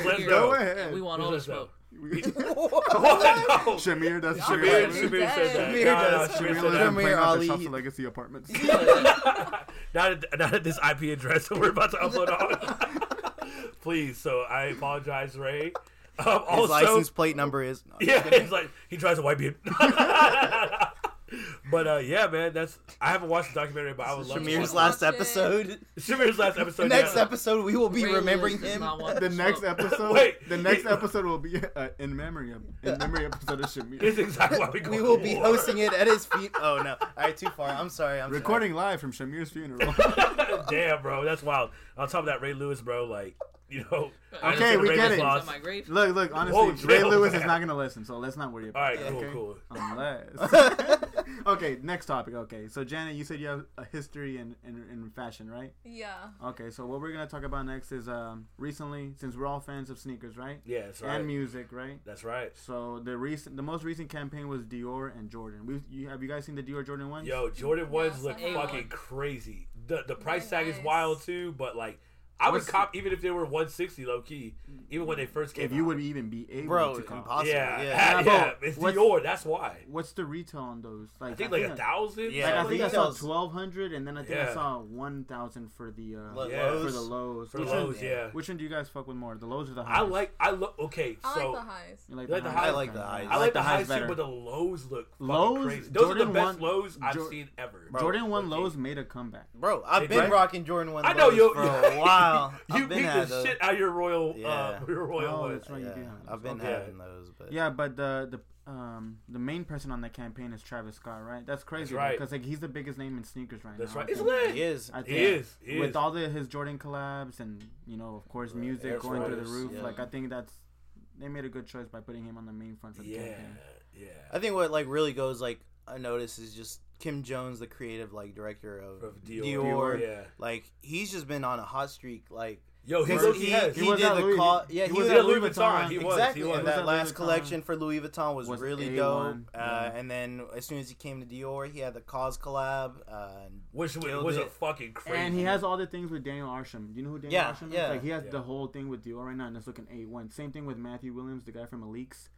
[SPEAKER 5] let us
[SPEAKER 6] go
[SPEAKER 5] know.
[SPEAKER 6] ahead.
[SPEAKER 8] We want all the
[SPEAKER 5] Let's go.
[SPEAKER 8] smoke.
[SPEAKER 5] What? Oh, No.
[SPEAKER 6] Shamir, that's
[SPEAKER 5] Shamir,
[SPEAKER 7] He's
[SPEAKER 6] Shamir.
[SPEAKER 5] Shamir said that.
[SPEAKER 1] Shamir
[SPEAKER 5] No, no,
[SPEAKER 1] does.
[SPEAKER 5] Shamir said
[SPEAKER 6] Shamir lives
[SPEAKER 5] that.
[SPEAKER 6] in plain
[SPEAKER 1] Ali,
[SPEAKER 6] Shops
[SPEAKER 1] he-
[SPEAKER 6] of Legacy Apartments.
[SPEAKER 5] not at, not at this IP address that we're about to upload on. Please, so I apologize, Ray. Um, also,
[SPEAKER 1] His license plate number is. No, I'm just
[SPEAKER 5] yeah,
[SPEAKER 1] kidding.
[SPEAKER 5] he's like he tries to wipe you. but uh, yeah, man, that's I haven't watched the documentary, but I would love
[SPEAKER 1] Shamir's
[SPEAKER 5] to watch
[SPEAKER 1] last
[SPEAKER 7] Watch it.
[SPEAKER 1] episode.
[SPEAKER 5] it. Shamir's last episode.
[SPEAKER 1] Next
[SPEAKER 5] yeah.
[SPEAKER 1] episode, we will be
[SPEAKER 8] Ray
[SPEAKER 1] remembering
[SPEAKER 8] Lewis does
[SPEAKER 1] him.
[SPEAKER 8] not want
[SPEAKER 6] The next
[SPEAKER 8] smoke.
[SPEAKER 6] episode,
[SPEAKER 5] Wait.
[SPEAKER 6] the next episode will be uh, in memory of in memory episode of
[SPEAKER 5] This
[SPEAKER 6] Shamir.
[SPEAKER 5] is exactly why we go
[SPEAKER 1] We
[SPEAKER 5] to
[SPEAKER 1] will be
[SPEAKER 5] war.
[SPEAKER 1] hosting it at his feet. Oh no! All right, too far. I'm sorry. I'm sorry.
[SPEAKER 6] Recording live from Shamir's funeral.
[SPEAKER 5] Damn, bro, that's wild. On top of that, Ray Lewis, bro, like you know. I
[SPEAKER 6] Okay,
[SPEAKER 5] understand
[SPEAKER 6] we
[SPEAKER 5] Ray
[SPEAKER 6] get
[SPEAKER 5] Lewis
[SPEAKER 6] it.
[SPEAKER 8] On
[SPEAKER 5] lost.
[SPEAKER 8] my grave.
[SPEAKER 6] look, look. Honestly,
[SPEAKER 5] Whoa,
[SPEAKER 6] Ray
[SPEAKER 5] chill,
[SPEAKER 6] Lewis
[SPEAKER 5] man.
[SPEAKER 6] is not gonna listen, so let's not worry about.
[SPEAKER 5] All right,
[SPEAKER 6] it,
[SPEAKER 5] cool, cool.
[SPEAKER 6] okay? Unless. okay, next topic. Okay, so Janet, you said you have a history in, in, in fashion, right?
[SPEAKER 7] yeah.
[SPEAKER 6] Okay, so what we're gonna talk about next is um recently, since we're all fans of sneakers, right?
[SPEAKER 5] Yeah, that's
[SPEAKER 6] And
[SPEAKER 5] right.
[SPEAKER 6] music, right?
[SPEAKER 5] That's right.
[SPEAKER 6] So the recent, the most recent campaign was Dior and Jordan. We you, have you guys seen the Dior Jordan one?
[SPEAKER 5] Yo, Jordan ones
[SPEAKER 7] Yes,
[SPEAKER 5] look
[SPEAKER 7] I have.
[SPEAKER 5] fucking crazy. The the price
[SPEAKER 7] They're
[SPEAKER 5] tag is
[SPEAKER 7] nice.
[SPEAKER 5] wild too, but like I would
[SPEAKER 6] What's-
[SPEAKER 5] cop even if they were 160 low key, even when they
[SPEAKER 7] Mm.
[SPEAKER 5] first came.
[SPEAKER 6] If you
[SPEAKER 5] out.
[SPEAKER 6] would even be able
[SPEAKER 1] bro.
[SPEAKER 6] to call.
[SPEAKER 1] Impossible.
[SPEAKER 5] yeah,
[SPEAKER 1] Yeah.
[SPEAKER 5] yeah,
[SPEAKER 6] Yeah,
[SPEAKER 5] yeah,
[SPEAKER 6] but
[SPEAKER 5] it's
[SPEAKER 6] what's-
[SPEAKER 5] Dior. That's why.
[SPEAKER 6] What's the retail on those? Like
[SPEAKER 5] I think like a thousand.
[SPEAKER 1] Yeah.
[SPEAKER 6] Like, I
[SPEAKER 1] Well,
[SPEAKER 6] think
[SPEAKER 1] he
[SPEAKER 6] I saw
[SPEAKER 1] knows.
[SPEAKER 6] twelve hundred, and then I think I
[SPEAKER 5] Yeah.
[SPEAKER 6] saw one thousand for the uh,
[SPEAKER 1] Lo-
[SPEAKER 5] Yeah.
[SPEAKER 6] for
[SPEAKER 1] Lowe's.
[SPEAKER 6] the lows.
[SPEAKER 5] for
[SPEAKER 6] which,
[SPEAKER 5] lows.
[SPEAKER 6] One,
[SPEAKER 5] Yeah,
[SPEAKER 6] which one do you guys fuck with more? The lows or the highs?
[SPEAKER 5] I like. I love. Okay,
[SPEAKER 7] I
[SPEAKER 5] so
[SPEAKER 7] like the highs.
[SPEAKER 6] You like
[SPEAKER 5] You like
[SPEAKER 6] the
[SPEAKER 5] the
[SPEAKER 6] highs?
[SPEAKER 5] highs? I
[SPEAKER 1] like
[SPEAKER 6] Okay.
[SPEAKER 1] the highs.
[SPEAKER 5] I like the highs too,
[SPEAKER 6] better.
[SPEAKER 5] but the lows look fucking
[SPEAKER 6] Lows,
[SPEAKER 5] crazy. Those are the
[SPEAKER 6] Jordan
[SPEAKER 5] best
[SPEAKER 6] one-
[SPEAKER 5] lows I've
[SPEAKER 6] Jor-
[SPEAKER 5] seen ever.
[SPEAKER 6] Jordan one
[SPEAKER 5] Low-key.
[SPEAKER 6] lows made a comeback.
[SPEAKER 1] Bro, I've
[SPEAKER 5] Hey,
[SPEAKER 1] been
[SPEAKER 5] right?
[SPEAKER 1] rocking Jordan one.
[SPEAKER 5] I know you
[SPEAKER 1] for a while.
[SPEAKER 5] You
[SPEAKER 1] I've been
[SPEAKER 5] beat
[SPEAKER 1] had
[SPEAKER 5] the
[SPEAKER 1] those.
[SPEAKER 5] shit out of your royal, uh,
[SPEAKER 1] Yeah.
[SPEAKER 5] your royal
[SPEAKER 6] Oh,
[SPEAKER 5] ones.
[SPEAKER 6] that's right. You do
[SPEAKER 1] Yeah,
[SPEAKER 6] have those.
[SPEAKER 1] I've been
[SPEAKER 5] Okay.
[SPEAKER 1] having those, but
[SPEAKER 6] Yeah, but the the um the main person on that campaign is Travis Scott, right? That's crazy,
[SPEAKER 5] right.
[SPEAKER 6] because like he's the biggest name in sneakers right
[SPEAKER 5] That's
[SPEAKER 6] now.
[SPEAKER 5] right.
[SPEAKER 6] I
[SPEAKER 5] It's
[SPEAKER 6] think.
[SPEAKER 5] lit.
[SPEAKER 1] he is.
[SPEAKER 6] I
[SPEAKER 5] He
[SPEAKER 6] think
[SPEAKER 5] is. He
[SPEAKER 6] with
[SPEAKER 5] is.
[SPEAKER 6] all the his Jordan collabs and you know of course music
[SPEAKER 5] Air
[SPEAKER 6] going through the
[SPEAKER 5] Force,
[SPEAKER 6] roof.
[SPEAKER 1] yeah.
[SPEAKER 6] Like I think that's they made a good choice by putting him on the main front of the
[SPEAKER 5] yeah,
[SPEAKER 6] campaign.
[SPEAKER 5] yeah.
[SPEAKER 1] I think what like really goes like I notice is just Kim Jones, the creative like director of,
[SPEAKER 5] Of
[SPEAKER 1] Dior.
[SPEAKER 5] Dior. yeah.
[SPEAKER 1] Like he's just been on a hot streak. Like
[SPEAKER 5] Yo, he
[SPEAKER 1] Cause
[SPEAKER 5] low
[SPEAKER 1] he,
[SPEAKER 5] has.
[SPEAKER 1] he
[SPEAKER 6] was
[SPEAKER 1] did
[SPEAKER 6] at
[SPEAKER 1] the
[SPEAKER 6] Louis-
[SPEAKER 1] call.
[SPEAKER 6] he
[SPEAKER 1] Yeah, he
[SPEAKER 6] was
[SPEAKER 1] was
[SPEAKER 5] at
[SPEAKER 1] at
[SPEAKER 5] Louis
[SPEAKER 1] Louis
[SPEAKER 5] Vuitton.
[SPEAKER 1] Vuitton.
[SPEAKER 5] He
[SPEAKER 1] exactly.
[SPEAKER 5] was, he was.
[SPEAKER 1] And
[SPEAKER 6] He was
[SPEAKER 1] that
[SPEAKER 6] at Louis
[SPEAKER 1] last
[SPEAKER 6] Vuitton.
[SPEAKER 1] collection for Louis Vuitton was,
[SPEAKER 6] Was
[SPEAKER 1] really
[SPEAKER 6] A1,
[SPEAKER 1] dope. Uh,
[SPEAKER 6] yeah.
[SPEAKER 1] and then as soon as he came to Dior, he had the Cause collab. Uh, and
[SPEAKER 5] Which was,
[SPEAKER 1] killed
[SPEAKER 5] was a
[SPEAKER 1] it.
[SPEAKER 5] fucking crazy.
[SPEAKER 6] And he has all the things with Daniel Arsham. Do you know who Daniel
[SPEAKER 1] Yeah,
[SPEAKER 6] Arsham is?
[SPEAKER 1] yeah.
[SPEAKER 6] like he has
[SPEAKER 5] Yeah.
[SPEAKER 6] the whole thing with Dior right now, and it's looking a one. Same thing with Matthew Williams, the guy from Elix.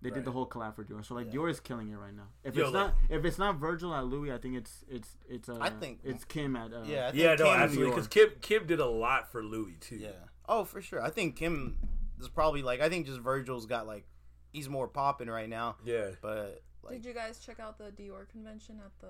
[SPEAKER 6] They
[SPEAKER 5] Right.
[SPEAKER 6] did the whole collab for Dior. So like Dior is killing it right now. If
[SPEAKER 5] Yo,
[SPEAKER 6] it's
[SPEAKER 5] like-
[SPEAKER 6] not if it's not Virgil at Louis, I think it's it's it's uh,
[SPEAKER 1] I think-
[SPEAKER 6] it's Kim at uh,
[SPEAKER 1] Yeah, I think
[SPEAKER 5] Yeah, no,
[SPEAKER 1] Kim-
[SPEAKER 5] absolutely. Because Kim Kim did a lot for Louis too.
[SPEAKER 1] Yeah. Oh, for sure. I think Kim is probably like I think just Virgil's got like he's more popping right now.
[SPEAKER 5] Yeah.
[SPEAKER 1] But like
[SPEAKER 7] Did you guys check out the Dior convention at the?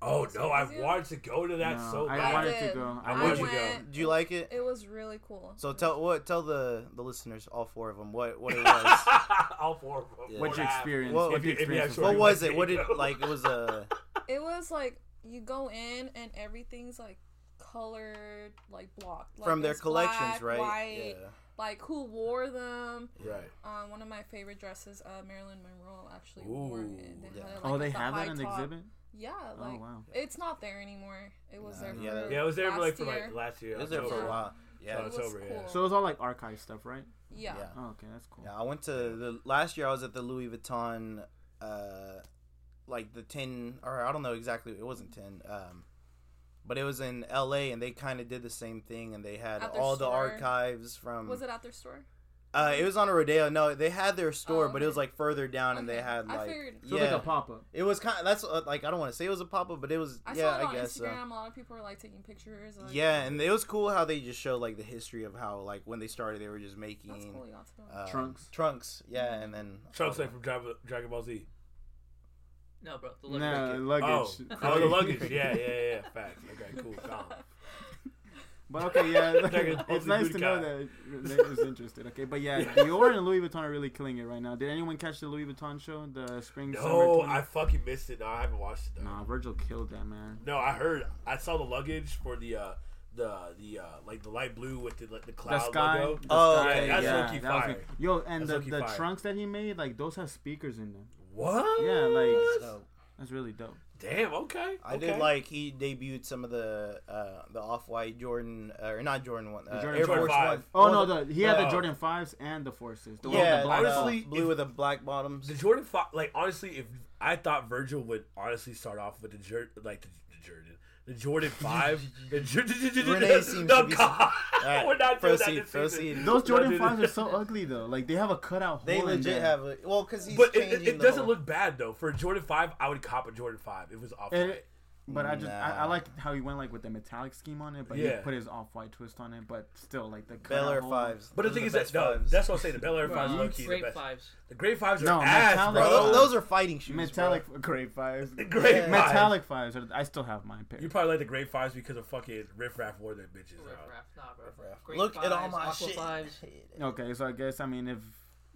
[SPEAKER 5] Oh
[SPEAKER 7] Las
[SPEAKER 5] no, I
[SPEAKER 7] Vegas Museum?
[SPEAKER 5] wanted to go to that
[SPEAKER 6] No,
[SPEAKER 5] so
[SPEAKER 6] I
[SPEAKER 5] bad.
[SPEAKER 6] wanted to
[SPEAKER 7] did.
[SPEAKER 6] go. I
[SPEAKER 7] I,
[SPEAKER 5] wanted
[SPEAKER 7] went.
[SPEAKER 5] to go.
[SPEAKER 1] do you like it?
[SPEAKER 7] It was really cool.
[SPEAKER 1] So tell what tell the the listeners all four of them what what it was.
[SPEAKER 5] All four of them.
[SPEAKER 1] Yeah.
[SPEAKER 6] What's your
[SPEAKER 5] Wow.
[SPEAKER 6] experience?
[SPEAKER 1] Well,
[SPEAKER 6] What's
[SPEAKER 5] if
[SPEAKER 6] your
[SPEAKER 5] you- if you
[SPEAKER 6] experience?
[SPEAKER 5] actually-
[SPEAKER 1] what was it? What
[SPEAKER 5] There you
[SPEAKER 1] did
[SPEAKER 5] go.
[SPEAKER 1] like it was uh, a
[SPEAKER 7] it was like you go in and everything's like colored, like blocked like,
[SPEAKER 1] from their
[SPEAKER 7] it's
[SPEAKER 1] collections, right?
[SPEAKER 7] black, White,
[SPEAKER 1] Yeah.
[SPEAKER 7] like who wore them.
[SPEAKER 5] Right.
[SPEAKER 7] Um, one of my favorite dresses, uh, Marilyn Monroe actually wore
[SPEAKER 5] Ooh.
[SPEAKER 7] it.
[SPEAKER 1] Yeah.
[SPEAKER 7] had it,
[SPEAKER 6] Oh,
[SPEAKER 7] like,
[SPEAKER 6] they
[SPEAKER 7] with the
[SPEAKER 6] have
[SPEAKER 7] high
[SPEAKER 6] that in the
[SPEAKER 7] top.
[SPEAKER 6] exhibit. Oh,
[SPEAKER 7] Yeah, like
[SPEAKER 6] wow.
[SPEAKER 7] it's not there anymore. It was there.
[SPEAKER 1] Yeah,
[SPEAKER 7] for
[SPEAKER 5] Yeah, I was there for, like
[SPEAKER 7] last
[SPEAKER 5] for
[SPEAKER 7] year.
[SPEAKER 5] like last year.
[SPEAKER 1] It was there for a
[SPEAKER 5] October.
[SPEAKER 1] while.
[SPEAKER 5] So
[SPEAKER 1] Yeah.
[SPEAKER 5] it's
[SPEAKER 7] It was
[SPEAKER 5] over. Yeah.
[SPEAKER 7] cool.
[SPEAKER 6] So it was all like archive stuff, right?
[SPEAKER 7] Yeah.
[SPEAKER 1] Yeah.
[SPEAKER 6] Oh, okay, that's cool.
[SPEAKER 1] Yeah, I went to the last year. I was at the Louis Vuitton, uh, like the ten or I don't know exactly. It wasn't ten, um, but it was in L.A. and they kind of did the same thing. And they had
[SPEAKER 7] At their
[SPEAKER 1] all the
[SPEAKER 7] store?
[SPEAKER 1] archives from.
[SPEAKER 7] Was it at their store?
[SPEAKER 1] Uh, it was on a rodeo. No, they had their store,
[SPEAKER 7] Oh,
[SPEAKER 1] but it was
[SPEAKER 7] okay.
[SPEAKER 1] like further down, and they
[SPEAKER 7] Okay.
[SPEAKER 1] had
[SPEAKER 7] I
[SPEAKER 1] like
[SPEAKER 7] figured-
[SPEAKER 6] So
[SPEAKER 1] yeah,
[SPEAKER 6] it's like a pop up.
[SPEAKER 1] it was kind. Of, that's uh, like I don't want to say it was a pop up, but it was
[SPEAKER 7] I
[SPEAKER 1] yeah,
[SPEAKER 7] saw it
[SPEAKER 1] I
[SPEAKER 7] on
[SPEAKER 1] guess. so.
[SPEAKER 7] Instagram. A lot of people were like taking pictures. Like,
[SPEAKER 1] Yeah, and it was cool how they just showed like the history of how like when they started, they were just making
[SPEAKER 7] That's cool. Mm-hmm. You got to go.
[SPEAKER 1] um,
[SPEAKER 6] Trunks.
[SPEAKER 1] trunks. Yeah, and then
[SPEAKER 5] Trunks like from Dragon Dragon Ball Z.
[SPEAKER 8] No, bro. The look
[SPEAKER 6] No
[SPEAKER 5] Oh,
[SPEAKER 6] luggage.
[SPEAKER 5] oh, the luggage. Yeah, yeah, yeah. Facts. Okay, cool. Calm.
[SPEAKER 6] But okay, yeah,
[SPEAKER 5] Dragon Ball
[SPEAKER 6] it's
[SPEAKER 5] Z
[SPEAKER 6] nice to know
[SPEAKER 5] Budokai.
[SPEAKER 6] that that is interested. Okay, but yeah, Dior and Louis Vuitton are really killing it right now. Did anyone catch the Louis Vuitton show? The spring
[SPEAKER 5] No,
[SPEAKER 6] summer.
[SPEAKER 5] I
[SPEAKER 6] 20?
[SPEAKER 5] fucking missed it. No, I haven't watched it though.
[SPEAKER 6] Nah, Virgil killed that man.
[SPEAKER 5] No, I heard. I saw the luggage for the uh the the uh like the light blue with the like, the
[SPEAKER 6] The
[SPEAKER 5] cloud
[SPEAKER 6] sky.
[SPEAKER 5] logo.
[SPEAKER 6] the
[SPEAKER 1] Oh,
[SPEAKER 6] sky,
[SPEAKER 1] okay, that's
[SPEAKER 5] low-key
[SPEAKER 6] that was
[SPEAKER 5] fire.
[SPEAKER 6] good. Yo, and
[SPEAKER 5] That's low-key
[SPEAKER 6] the, the
[SPEAKER 5] fire.
[SPEAKER 6] trunks that he made, like those have speakers in them.
[SPEAKER 5] What?
[SPEAKER 6] Yeah, like-
[SPEAKER 1] So,
[SPEAKER 6] That's really dope.
[SPEAKER 5] damn. Okay.
[SPEAKER 1] I
[SPEAKER 5] okay.
[SPEAKER 1] did like he debuted some of the uh, the off white Jordan uh, or not Jordan one uh,
[SPEAKER 6] Jordan
[SPEAKER 1] Air
[SPEAKER 5] Jordan
[SPEAKER 1] Force
[SPEAKER 5] five.
[SPEAKER 1] One.
[SPEAKER 6] Oh
[SPEAKER 1] Well,
[SPEAKER 6] no, the, he had
[SPEAKER 5] no.
[SPEAKER 6] the Jordan fives and the forces. The one with
[SPEAKER 1] yeah,
[SPEAKER 6] the black
[SPEAKER 5] the-
[SPEAKER 6] ball.
[SPEAKER 1] honestly, blue
[SPEAKER 5] if-
[SPEAKER 1] with the black bottoms.
[SPEAKER 5] the Jordan. Five, like honestly, if I thought Virgil would honestly start off with the Jordan, like the, the Jordan. The Jordan Five, the Jordan.
[SPEAKER 1] Renee seems
[SPEAKER 5] no,
[SPEAKER 1] to be-
[SPEAKER 5] God.
[SPEAKER 1] Alright,
[SPEAKER 5] We're not doing
[SPEAKER 1] proceed,
[SPEAKER 5] that this
[SPEAKER 1] proceed.
[SPEAKER 5] season.
[SPEAKER 6] Those Jordan
[SPEAKER 5] No,
[SPEAKER 6] fives
[SPEAKER 5] dude.
[SPEAKER 6] are so ugly though. Like they have a cutout
[SPEAKER 1] They
[SPEAKER 6] hole. in
[SPEAKER 1] legit
[SPEAKER 6] them.
[SPEAKER 1] have a well because he's
[SPEAKER 5] But it,
[SPEAKER 1] changing.
[SPEAKER 5] it, it
[SPEAKER 1] the
[SPEAKER 5] doesn't
[SPEAKER 1] whole-
[SPEAKER 5] look bad though. For a Jordan Five, I would cop a Jordan Five. It was off.
[SPEAKER 6] It- But I just I, I
[SPEAKER 1] Nah.
[SPEAKER 6] like how he went like with the metallic scheme on it, but
[SPEAKER 5] Yeah.
[SPEAKER 6] he put his off white twist on it. But still, like the
[SPEAKER 1] Bel
[SPEAKER 6] cutout
[SPEAKER 1] Air
[SPEAKER 6] hole-
[SPEAKER 1] fives.
[SPEAKER 5] But the
[SPEAKER 1] Those
[SPEAKER 5] thing
[SPEAKER 1] are
[SPEAKER 5] is that no,
[SPEAKER 1] best
[SPEAKER 5] that's what I'm saying. The Bel Air Five,
[SPEAKER 8] bro,
[SPEAKER 5] low key, the
[SPEAKER 8] great
[SPEAKER 5] best.
[SPEAKER 8] fives.
[SPEAKER 5] The grade fives are
[SPEAKER 6] No,
[SPEAKER 5] ass,
[SPEAKER 6] metallic-
[SPEAKER 1] Bro,
[SPEAKER 5] bro.
[SPEAKER 1] tho- those are fighting shoes.
[SPEAKER 6] metallic grade fives.
[SPEAKER 5] grade
[SPEAKER 1] Yeah.
[SPEAKER 5] fives.
[SPEAKER 6] metallic fives. Are, I still have my pair.
[SPEAKER 5] You probably like the grade fives because of fucking riff raff more than bitches.
[SPEAKER 8] Riff
[SPEAKER 5] Out.
[SPEAKER 8] raff, nah, bro.
[SPEAKER 1] raff.
[SPEAKER 8] Great
[SPEAKER 1] Look at all
[SPEAKER 8] fives,
[SPEAKER 1] my
[SPEAKER 8] aqua
[SPEAKER 1] shit.
[SPEAKER 8] fives.
[SPEAKER 6] okay, so I guess I mean if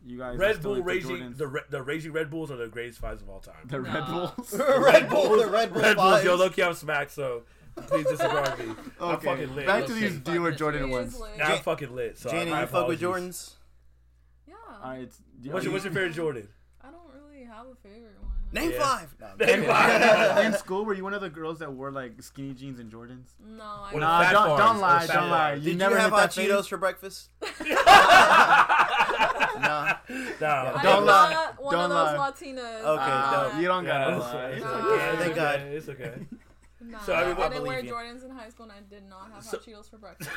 [SPEAKER 6] you guys are
[SPEAKER 5] Red
[SPEAKER 6] still
[SPEAKER 5] Bull
[SPEAKER 6] into
[SPEAKER 5] raging
[SPEAKER 6] Jordans-
[SPEAKER 5] the, re- the raging Red Bulls are the greatest fives of all time.
[SPEAKER 6] the Red
[SPEAKER 8] Nah.
[SPEAKER 6] Bulls.
[SPEAKER 1] Red Bull, the Red Bull
[SPEAKER 5] Red Bulls,
[SPEAKER 1] fives.
[SPEAKER 5] yo, look, I'm smacked. So please disregard me. I'm
[SPEAKER 6] okay,
[SPEAKER 5] fucking lit.
[SPEAKER 6] back to these
[SPEAKER 8] Fuck
[SPEAKER 6] Dior
[SPEAKER 8] this
[SPEAKER 6] Jordan
[SPEAKER 7] It
[SPEAKER 6] ones.
[SPEAKER 7] is lit.
[SPEAKER 5] Now I'm
[SPEAKER 1] Jan-
[SPEAKER 5] fucking lit. So
[SPEAKER 1] Janet,
[SPEAKER 5] I, my
[SPEAKER 1] you fuck with
[SPEAKER 5] apologies.
[SPEAKER 1] Jordans?
[SPEAKER 7] Yeah.
[SPEAKER 6] All right, it's-
[SPEAKER 5] What's your, what's your favorite Jordan?
[SPEAKER 7] I don't really have a favorite one.
[SPEAKER 1] Name
[SPEAKER 5] Yeah.
[SPEAKER 1] five. No, I'm
[SPEAKER 5] Name
[SPEAKER 1] kidding.
[SPEAKER 5] five.
[SPEAKER 6] in school, were you one of the girls that wore like skinny jeans and Jordans?
[SPEAKER 7] No, I
[SPEAKER 5] What
[SPEAKER 6] Nah,
[SPEAKER 5] fat
[SPEAKER 6] don't,
[SPEAKER 5] farms.
[SPEAKER 6] don't lie,
[SPEAKER 5] Those fat
[SPEAKER 6] don't lie.
[SPEAKER 5] farms.
[SPEAKER 6] You
[SPEAKER 1] Did you
[SPEAKER 6] never
[SPEAKER 1] have
[SPEAKER 6] hit
[SPEAKER 1] hot
[SPEAKER 6] that
[SPEAKER 1] Cheetos
[SPEAKER 6] phase.
[SPEAKER 1] for breakfast? nah.
[SPEAKER 5] Nah,
[SPEAKER 7] I'm
[SPEAKER 1] Don't
[SPEAKER 7] not
[SPEAKER 6] lie.
[SPEAKER 7] One
[SPEAKER 6] Don't
[SPEAKER 7] of those
[SPEAKER 6] lie.
[SPEAKER 7] Latinas.
[SPEAKER 1] Okay,
[SPEAKER 6] Uh,
[SPEAKER 1] dope.
[SPEAKER 6] you don't
[SPEAKER 5] Yeah,
[SPEAKER 6] gotta
[SPEAKER 5] it's,
[SPEAKER 6] lie.
[SPEAKER 5] it's
[SPEAKER 7] Nah.
[SPEAKER 5] okay.
[SPEAKER 7] Thank
[SPEAKER 5] it's
[SPEAKER 1] God.
[SPEAKER 5] okay, It's okay.
[SPEAKER 7] Nah,
[SPEAKER 5] So, I mean,
[SPEAKER 7] I,
[SPEAKER 5] I
[SPEAKER 7] didn't wear
[SPEAKER 1] believe you.
[SPEAKER 7] Jordans in high school, and I did not have
[SPEAKER 5] So-
[SPEAKER 7] hot Cheetos for breakfast.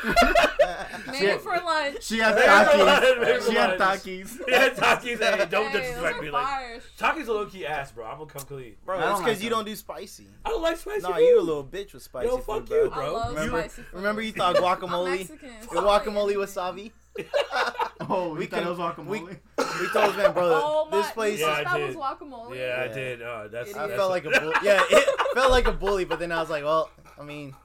[SPEAKER 7] Maybe
[SPEAKER 6] Shit.
[SPEAKER 7] for lunch.
[SPEAKER 6] She had
[SPEAKER 5] Everyone-
[SPEAKER 6] Takis. She had
[SPEAKER 5] everyone-
[SPEAKER 6] Takis.
[SPEAKER 5] Yeah, Taki's. Hey, don't
[SPEAKER 7] Hey,
[SPEAKER 5] disrespect
[SPEAKER 7] those
[SPEAKER 5] me.
[SPEAKER 7] are
[SPEAKER 5] Like
[SPEAKER 7] fires.
[SPEAKER 5] Taki's a low key ass, bro. I'm gonna come clean.
[SPEAKER 1] Bro,
[SPEAKER 6] I don't
[SPEAKER 1] it's because
[SPEAKER 6] like
[SPEAKER 1] you
[SPEAKER 6] them.
[SPEAKER 1] don't do spicy.
[SPEAKER 5] I don't like spicy.
[SPEAKER 1] Nah,
[SPEAKER 5] food.
[SPEAKER 1] you a little bitch with spicy
[SPEAKER 5] Yo,
[SPEAKER 1] food,
[SPEAKER 5] fuck
[SPEAKER 1] bro.
[SPEAKER 5] you,
[SPEAKER 7] I
[SPEAKER 5] bro.
[SPEAKER 7] love
[SPEAKER 1] Remember-
[SPEAKER 7] spicy food.
[SPEAKER 1] Remember you thought
[SPEAKER 7] I'm
[SPEAKER 1] guacamole?
[SPEAKER 7] Mexican,
[SPEAKER 1] Your
[SPEAKER 7] sorry.
[SPEAKER 1] guacamole wasabi?
[SPEAKER 6] Oh, we,
[SPEAKER 1] We
[SPEAKER 6] thought it
[SPEAKER 1] can-
[SPEAKER 6] was guacamole.
[SPEAKER 1] we- We told his man, bro,
[SPEAKER 7] Oh my!
[SPEAKER 1] this place.
[SPEAKER 7] you
[SPEAKER 5] Yeah, I
[SPEAKER 7] thought that
[SPEAKER 5] did.
[SPEAKER 7] was
[SPEAKER 6] Oh,
[SPEAKER 7] guacamole.
[SPEAKER 5] Yeah, I
[SPEAKER 1] Yeah.
[SPEAKER 5] did. Uh, that's,
[SPEAKER 1] I
[SPEAKER 5] that's-
[SPEAKER 1] felt like a bully. Yeah, it felt like a bully, but then I was like, well, I mean,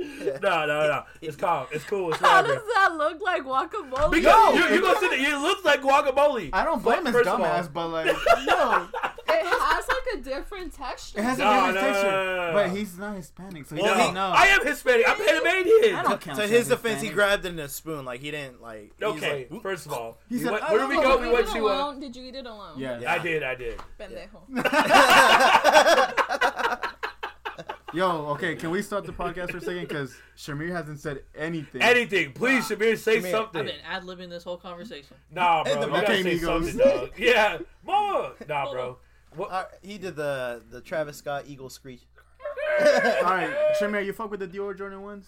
[SPEAKER 5] no, no, no. It's calm. It's cool. It's
[SPEAKER 7] How does
[SPEAKER 5] whatever.
[SPEAKER 7] that look like guacamole?
[SPEAKER 5] Because you, you gonna sit there. You look like guacamole.
[SPEAKER 6] I don't blame his
[SPEAKER 5] First of all-
[SPEAKER 6] dumbass, but like, no,
[SPEAKER 7] it has like a different texture.
[SPEAKER 6] it has
[SPEAKER 5] No,
[SPEAKER 6] a different
[SPEAKER 5] no, no,
[SPEAKER 6] texture.
[SPEAKER 5] no, no, no.
[SPEAKER 6] But he's not Hispanic, so he
[SPEAKER 5] No,
[SPEAKER 6] doesn't know.
[SPEAKER 5] I am Hispanic. I'm Panamanian.
[SPEAKER 6] I don't count
[SPEAKER 1] to
[SPEAKER 6] you
[SPEAKER 1] his
[SPEAKER 6] as
[SPEAKER 1] defense, he
[SPEAKER 6] Hispanic.
[SPEAKER 1] grabbed it in a spoon. Like, he didn't, like. he was
[SPEAKER 5] Okay,
[SPEAKER 1] like, "Whoop."
[SPEAKER 5] first of all,
[SPEAKER 6] He
[SPEAKER 5] we
[SPEAKER 6] said,
[SPEAKER 5] went-
[SPEAKER 6] I
[SPEAKER 5] where do we
[SPEAKER 6] don't
[SPEAKER 5] go?
[SPEAKER 6] know.
[SPEAKER 5] We
[SPEAKER 7] Did
[SPEAKER 5] went
[SPEAKER 7] you eat it
[SPEAKER 5] to. Uh,
[SPEAKER 7] alone? Did you eat it alone?
[SPEAKER 6] Yeah.
[SPEAKER 5] I did. I did.
[SPEAKER 7] Pendejo.
[SPEAKER 6] Yo, okay, can we stop the podcast for a second? Because Shamir hasn't said anything.
[SPEAKER 5] Anything, please, Shamir, say
[SPEAKER 1] Come here.
[SPEAKER 5] something.
[SPEAKER 8] I've been ad libbing this whole conversation.
[SPEAKER 5] Nah, bro,
[SPEAKER 1] the
[SPEAKER 5] you gotta
[SPEAKER 6] Okay,
[SPEAKER 5] say
[SPEAKER 6] Migos.
[SPEAKER 5] something, dog. Yeah, mama. Nah, bro. What?
[SPEAKER 1] Uh, he did the the Travis Scott Eagle screech.
[SPEAKER 6] All right, Shamir, you fuck with the Dior Jordan ones?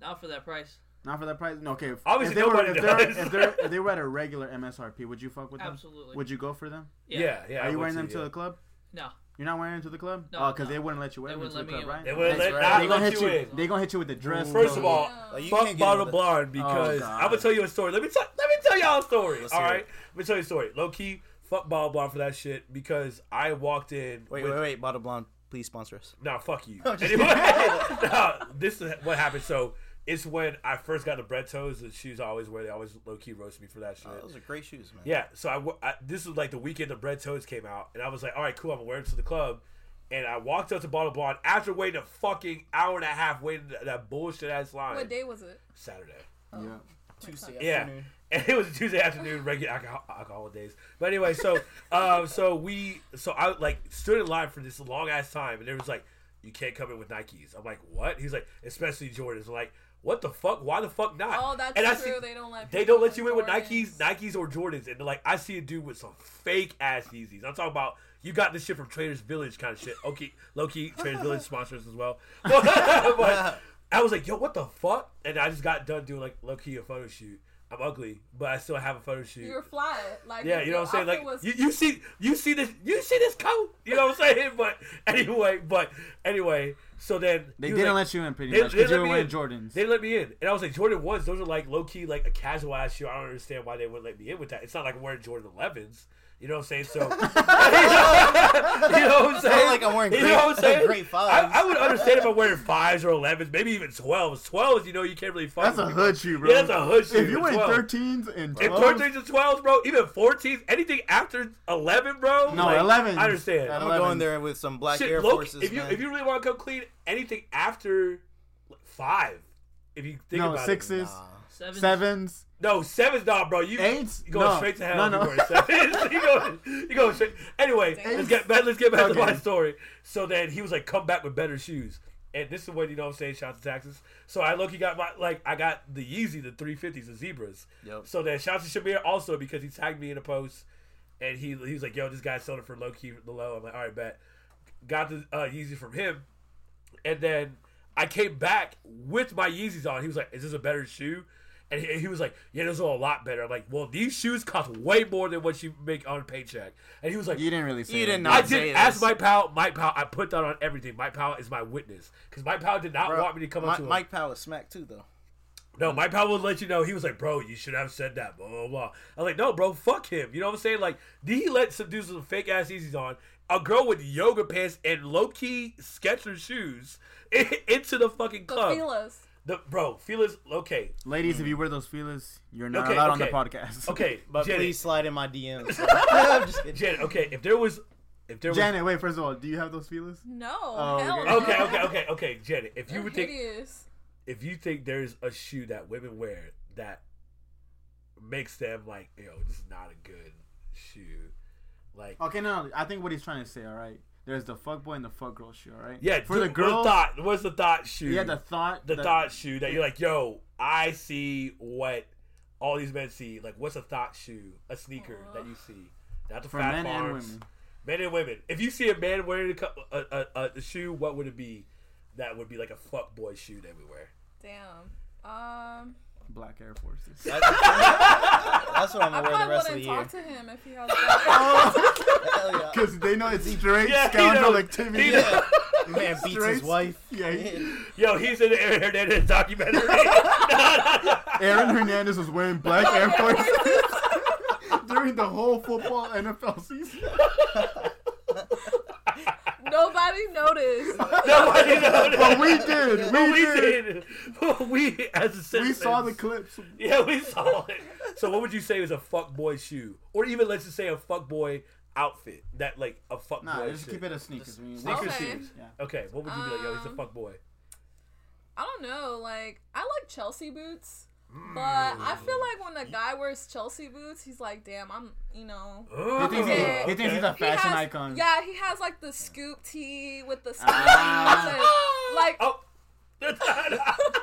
[SPEAKER 8] Not for that price.
[SPEAKER 6] Not for that price. No, okay. If,
[SPEAKER 5] Obviously
[SPEAKER 6] if they were
[SPEAKER 5] nobody
[SPEAKER 6] if, they're,
[SPEAKER 5] does.
[SPEAKER 6] if, they're, if they were at a regular MSRP, would you fuck with them?
[SPEAKER 8] Absolutely.
[SPEAKER 6] Would you go for them?
[SPEAKER 5] Yeah, yeah. I
[SPEAKER 6] Are you
[SPEAKER 5] would
[SPEAKER 6] wearing
[SPEAKER 5] see,
[SPEAKER 6] them to
[SPEAKER 5] yeah.
[SPEAKER 6] the club?
[SPEAKER 8] No.
[SPEAKER 6] You're not wearing them to the club?
[SPEAKER 8] No,
[SPEAKER 6] oh, because
[SPEAKER 8] no.
[SPEAKER 6] they wouldn't let you wear
[SPEAKER 8] They
[SPEAKER 6] them to the
[SPEAKER 8] wouldn't let
[SPEAKER 6] club,
[SPEAKER 8] me
[SPEAKER 6] right?
[SPEAKER 8] in.
[SPEAKER 5] They wouldn't
[SPEAKER 1] That's
[SPEAKER 5] let,
[SPEAKER 1] right.
[SPEAKER 5] not
[SPEAKER 6] They gonna
[SPEAKER 5] let
[SPEAKER 6] hit
[SPEAKER 5] you in.
[SPEAKER 6] They gonna hit you with the dress.
[SPEAKER 5] First
[SPEAKER 6] code.
[SPEAKER 5] of all,
[SPEAKER 1] Like, you
[SPEAKER 5] fuck
[SPEAKER 1] can't get Oh,
[SPEAKER 5] Bottle
[SPEAKER 1] into that.
[SPEAKER 5] Blonde because
[SPEAKER 6] God.
[SPEAKER 5] I'm gonna tell you a story. Let me tell let me tell y'all a story.
[SPEAKER 1] Let's
[SPEAKER 5] all
[SPEAKER 1] hear
[SPEAKER 5] right,
[SPEAKER 1] it.
[SPEAKER 5] let me tell you a story. Low key, fuck Bottle Blonde for that shit because I walked in.
[SPEAKER 1] Wait,
[SPEAKER 5] with-
[SPEAKER 1] wait, wait. Bottle Blonde, please sponsor us.
[SPEAKER 5] Nah, fuck you. Anyway, nah, this is what happened. So it's when I first got the bread toes. The shoes I always wear. They always low key roast me for that shit.
[SPEAKER 1] Oh, Those are great shoes, man.
[SPEAKER 5] Yeah, so I, wa- I this was like the weekend the Bread Toes came out, and I was like, all right, cool, I'm wearing it to the club, and I walked up to Bottle Blonde after waiting a fucking hour and a half waiting that, that bullshit ass line.
[SPEAKER 7] What day was it?
[SPEAKER 5] Saturday.
[SPEAKER 6] yeah.
[SPEAKER 1] Tuesday
[SPEAKER 5] Yeah, and it was a Tuesday afternoon, regular alcohol, alcohol days. But anyway, so um, so we so I like stood in line for this long ass time, and there was like, you can't come in with Nikes. I'm like, what? He's like, especially Jordans. I'm like, what the fuck? Why the fuck not?
[SPEAKER 7] Oh, that's
[SPEAKER 5] And I
[SPEAKER 7] true.
[SPEAKER 5] see-
[SPEAKER 7] they don't let
[SPEAKER 5] they don't let you
[SPEAKER 7] people
[SPEAKER 5] in with
[SPEAKER 7] Jordans.
[SPEAKER 5] Nikes, Nikes or Jordans, and like I see a dude with some fake ass Yeezys. I'm talking about you got this shit from Trader's Village kind of shit. Okay, low key Trader's Village sponsors as well. But I was like, yo, what the fuck? And I just got done doing like low key a photo shoot. I'm ugly, but I still have a photo shoot.
[SPEAKER 7] You're fly. Like
[SPEAKER 5] yeah, you know
[SPEAKER 7] your
[SPEAKER 5] what I'm saying. Like
[SPEAKER 7] outfit was-
[SPEAKER 5] you, you see, you see this, you see this coat. You know what I'm saying. But anyway, but anyway, so then
[SPEAKER 6] They
[SPEAKER 5] he was
[SPEAKER 6] didn't
[SPEAKER 5] like-
[SPEAKER 6] let you in pretty
[SPEAKER 5] they-
[SPEAKER 6] much
[SPEAKER 5] they
[SPEAKER 6] because you
[SPEAKER 5] let
[SPEAKER 6] were
[SPEAKER 5] me
[SPEAKER 6] wearing
[SPEAKER 5] in.
[SPEAKER 6] Jordans.
[SPEAKER 5] they let me in, and I was like, Jordan ones, those are like low key, like a casual ass shoe. I don't understand why they wouldn't let me in with that. It's not like I'm wearing Jordan Elevens. You know what I'm saying? So, you know what I'm
[SPEAKER 1] I
[SPEAKER 5] saying?
[SPEAKER 1] feel like I'm wearing
[SPEAKER 5] you
[SPEAKER 1] great,
[SPEAKER 5] know what I'm saying?
[SPEAKER 1] great fives.
[SPEAKER 5] I, I would understand if I'm wearing fives or elevens, maybe even twelves. Twelves, you know, you can't really fuck.
[SPEAKER 6] That's
[SPEAKER 5] with
[SPEAKER 6] a
[SPEAKER 5] people.
[SPEAKER 6] hood shoe, bro.
[SPEAKER 5] Yeah, that's a hood shoe.
[SPEAKER 6] If you
[SPEAKER 5] a
[SPEAKER 6] went
[SPEAKER 5] 12.
[SPEAKER 6] 13s
[SPEAKER 5] And
[SPEAKER 6] and 12s,
[SPEAKER 5] 13s and 12s, bro, even 14s, anything after 11, bro.
[SPEAKER 6] No,
[SPEAKER 5] like,
[SPEAKER 6] 11s.
[SPEAKER 5] I understand.
[SPEAKER 1] I'm gonna go in there with some black Air
[SPEAKER 5] Shit, low,
[SPEAKER 1] Forces.
[SPEAKER 5] if you
[SPEAKER 1] man.
[SPEAKER 5] if you really want to come clean, anything after like, five, if you think
[SPEAKER 6] no
[SPEAKER 5] about it.
[SPEAKER 6] sixes,
[SPEAKER 8] Seven.
[SPEAKER 6] sevens.
[SPEAKER 5] No, sevens, nah, bro. You
[SPEAKER 6] Eights?
[SPEAKER 5] you going
[SPEAKER 6] No.
[SPEAKER 5] straight to hell.
[SPEAKER 6] No,
[SPEAKER 5] No,
[SPEAKER 6] no.
[SPEAKER 5] no. sevens. you going you going straight. Anyway, let's
[SPEAKER 6] Eights?
[SPEAKER 5] get back. Let's get back to my
[SPEAKER 6] Okay.
[SPEAKER 5] story. So then he was like, "Come back with better shoes." And this is what you know. what I'm saying, shout out to taxes. So I look, he got my like, I got the Yeezy, the 350s, the zebras.
[SPEAKER 1] Yep.
[SPEAKER 5] So then shout out to Shamir also because he tagged me in a post, and he he was like, "Yo, this guy's selling it for low key the low." I'm like, "All right, bet." Got the uh, Yeezy from him, and then I came back with my Yeezys on. He was like, "Is this a better shoe?" And he, he was like, "Yeah, those are a lot better." I'm like, "Well, these shoes cost way more than what you make on a paycheck." And he was like,
[SPEAKER 6] You didn't really say
[SPEAKER 1] You
[SPEAKER 6] that.
[SPEAKER 1] did
[SPEAKER 5] I
[SPEAKER 1] not. say
[SPEAKER 5] did ask
[SPEAKER 1] this.
[SPEAKER 5] Mike Powell. Mike Powell, I put that on everything. Mike Powell is my witness because Mike Powell did not
[SPEAKER 1] Bro,
[SPEAKER 5] want me to come
[SPEAKER 1] Mi-
[SPEAKER 5] up to him.
[SPEAKER 1] Mike Powell is smack too, though.
[SPEAKER 5] No, Mike Powell would let you know. He was like, "Bro, you should have said that." Blah blah blah. I'm like, "No, bro, fuck him." You know what I'm saying? Like, did he let some dudes with some fake ass Yeezys on, a girl with yoga pants and low key Skechers shoes into the fucking
[SPEAKER 7] the
[SPEAKER 5] club?
[SPEAKER 7] Fila's.
[SPEAKER 5] The bro, Felix. Okay,
[SPEAKER 6] Ladies, if you wear those feelers, you're not
[SPEAKER 5] Mm. Okay,
[SPEAKER 6] allowed
[SPEAKER 5] okay.
[SPEAKER 6] on the podcast.
[SPEAKER 5] okay,
[SPEAKER 1] But
[SPEAKER 5] Janet,
[SPEAKER 1] please slide in my DMs. I'm just kidding.
[SPEAKER 5] Janet. Okay, if there was, if there was,
[SPEAKER 6] Janet, wait. First of all, do you have those feelers?
[SPEAKER 7] No.
[SPEAKER 6] Oh,
[SPEAKER 7] hell
[SPEAKER 6] okay.
[SPEAKER 7] no.
[SPEAKER 5] okay, okay, okay, okay, Janet. If
[SPEAKER 7] They're
[SPEAKER 5] you would think,
[SPEAKER 7] hideous.
[SPEAKER 5] if you think there's a shoe that women wear that makes them like, yo, this is not a good shoe, like.
[SPEAKER 6] Okay, no. I think what he's trying to say. All right, there's the fuck boy and the fuck girl shoe. All right.
[SPEAKER 5] Yeah,
[SPEAKER 6] For
[SPEAKER 5] dude,
[SPEAKER 6] the
[SPEAKER 5] what
[SPEAKER 6] girl,
[SPEAKER 5] thought. What's the thought shoe?
[SPEAKER 6] yeah, the thought,
[SPEAKER 5] the thought shoe that you're like, yo, I see what all these men see. Like, what's a thought shoe? A sneaker that you see, not the
[SPEAKER 6] for
[SPEAKER 5] fat
[SPEAKER 6] men
[SPEAKER 5] farms.
[SPEAKER 6] and women.
[SPEAKER 5] Men and women. If you see a man wearing a, cou- a, a, a, a shoe, what would it be? That would be like a fuck boy shoe that we wear.
[SPEAKER 7] Damn. Um,
[SPEAKER 6] Black Air Forces.
[SPEAKER 1] That's what I'm gonna wear
[SPEAKER 7] I
[SPEAKER 1] the
[SPEAKER 7] probably
[SPEAKER 1] rest of the
[SPEAKER 7] wouldn't
[SPEAKER 1] year.
[SPEAKER 7] talk to him if he has. That.
[SPEAKER 1] Hell yeah.
[SPEAKER 6] Because they know it's straight
[SPEAKER 5] Yeah, he
[SPEAKER 6] scoundrel
[SPEAKER 5] knows.
[SPEAKER 6] activity.
[SPEAKER 5] He
[SPEAKER 6] Yeah.
[SPEAKER 1] Man beats his
[SPEAKER 6] Straight-
[SPEAKER 1] wife.
[SPEAKER 6] Yeah, he-
[SPEAKER 5] Yo, he's in the Aaron Hernandez documentary.
[SPEAKER 6] Aaron Hernandez was wearing black Air Forces during the whole football NFL season.
[SPEAKER 7] Nobody noticed.
[SPEAKER 5] Nobody knows.
[SPEAKER 6] But we did. We,
[SPEAKER 5] we
[SPEAKER 6] did.
[SPEAKER 5] did. we as a
[SPEAKER 6] We saw the
[SPEAKER 5] citizens-
[SPEAKER 6] clips.
[SPEAKER 5] Yeah, we saw it. So what would you say is a fuckboy shoe? Or even let's just say a fuckboy outfit. That like a fuckboy
[SPEAKER 6] Nah,
[SPEAKER 5] boy
[SPEAKER 6] just keep it a sneakers. I mean,
[SPEAKER 5] sneaker
[SPEAKER 7] Okay.
[SPEAKER 5] shoes.
[SPEAKER 6] Yeah.
[SPEAKER 5] Okay, what would you be like, yo, it's a
[SPEAKER 7] Um,
[SPEAKER 5] fuckboy.
[SPEAKER 7] I don't know. Like, I like Chelsea boots,
[SPEAKER 6] Mm.
[SPEAKER 7] but I feel like when a guy wears Chelsea boots, he's like, damn, I'm, you know.
[SPEAKER 6] He thinks, he's,
[SPEAKER 7] Okay.
[SPEAKER 6] he thinks he's a
[SPEAKER 7] He
[SPEAKER 6] fashion
[SPEAKER 7] has-
[SPEAKER 6] icon.
[SPEAKER 7] Yeah, he has like the scoop tee with the scoop.
[SPEAKER 6] Ah.
[SPEAKER 7] like,
[SPEAKER 5] Oh that's not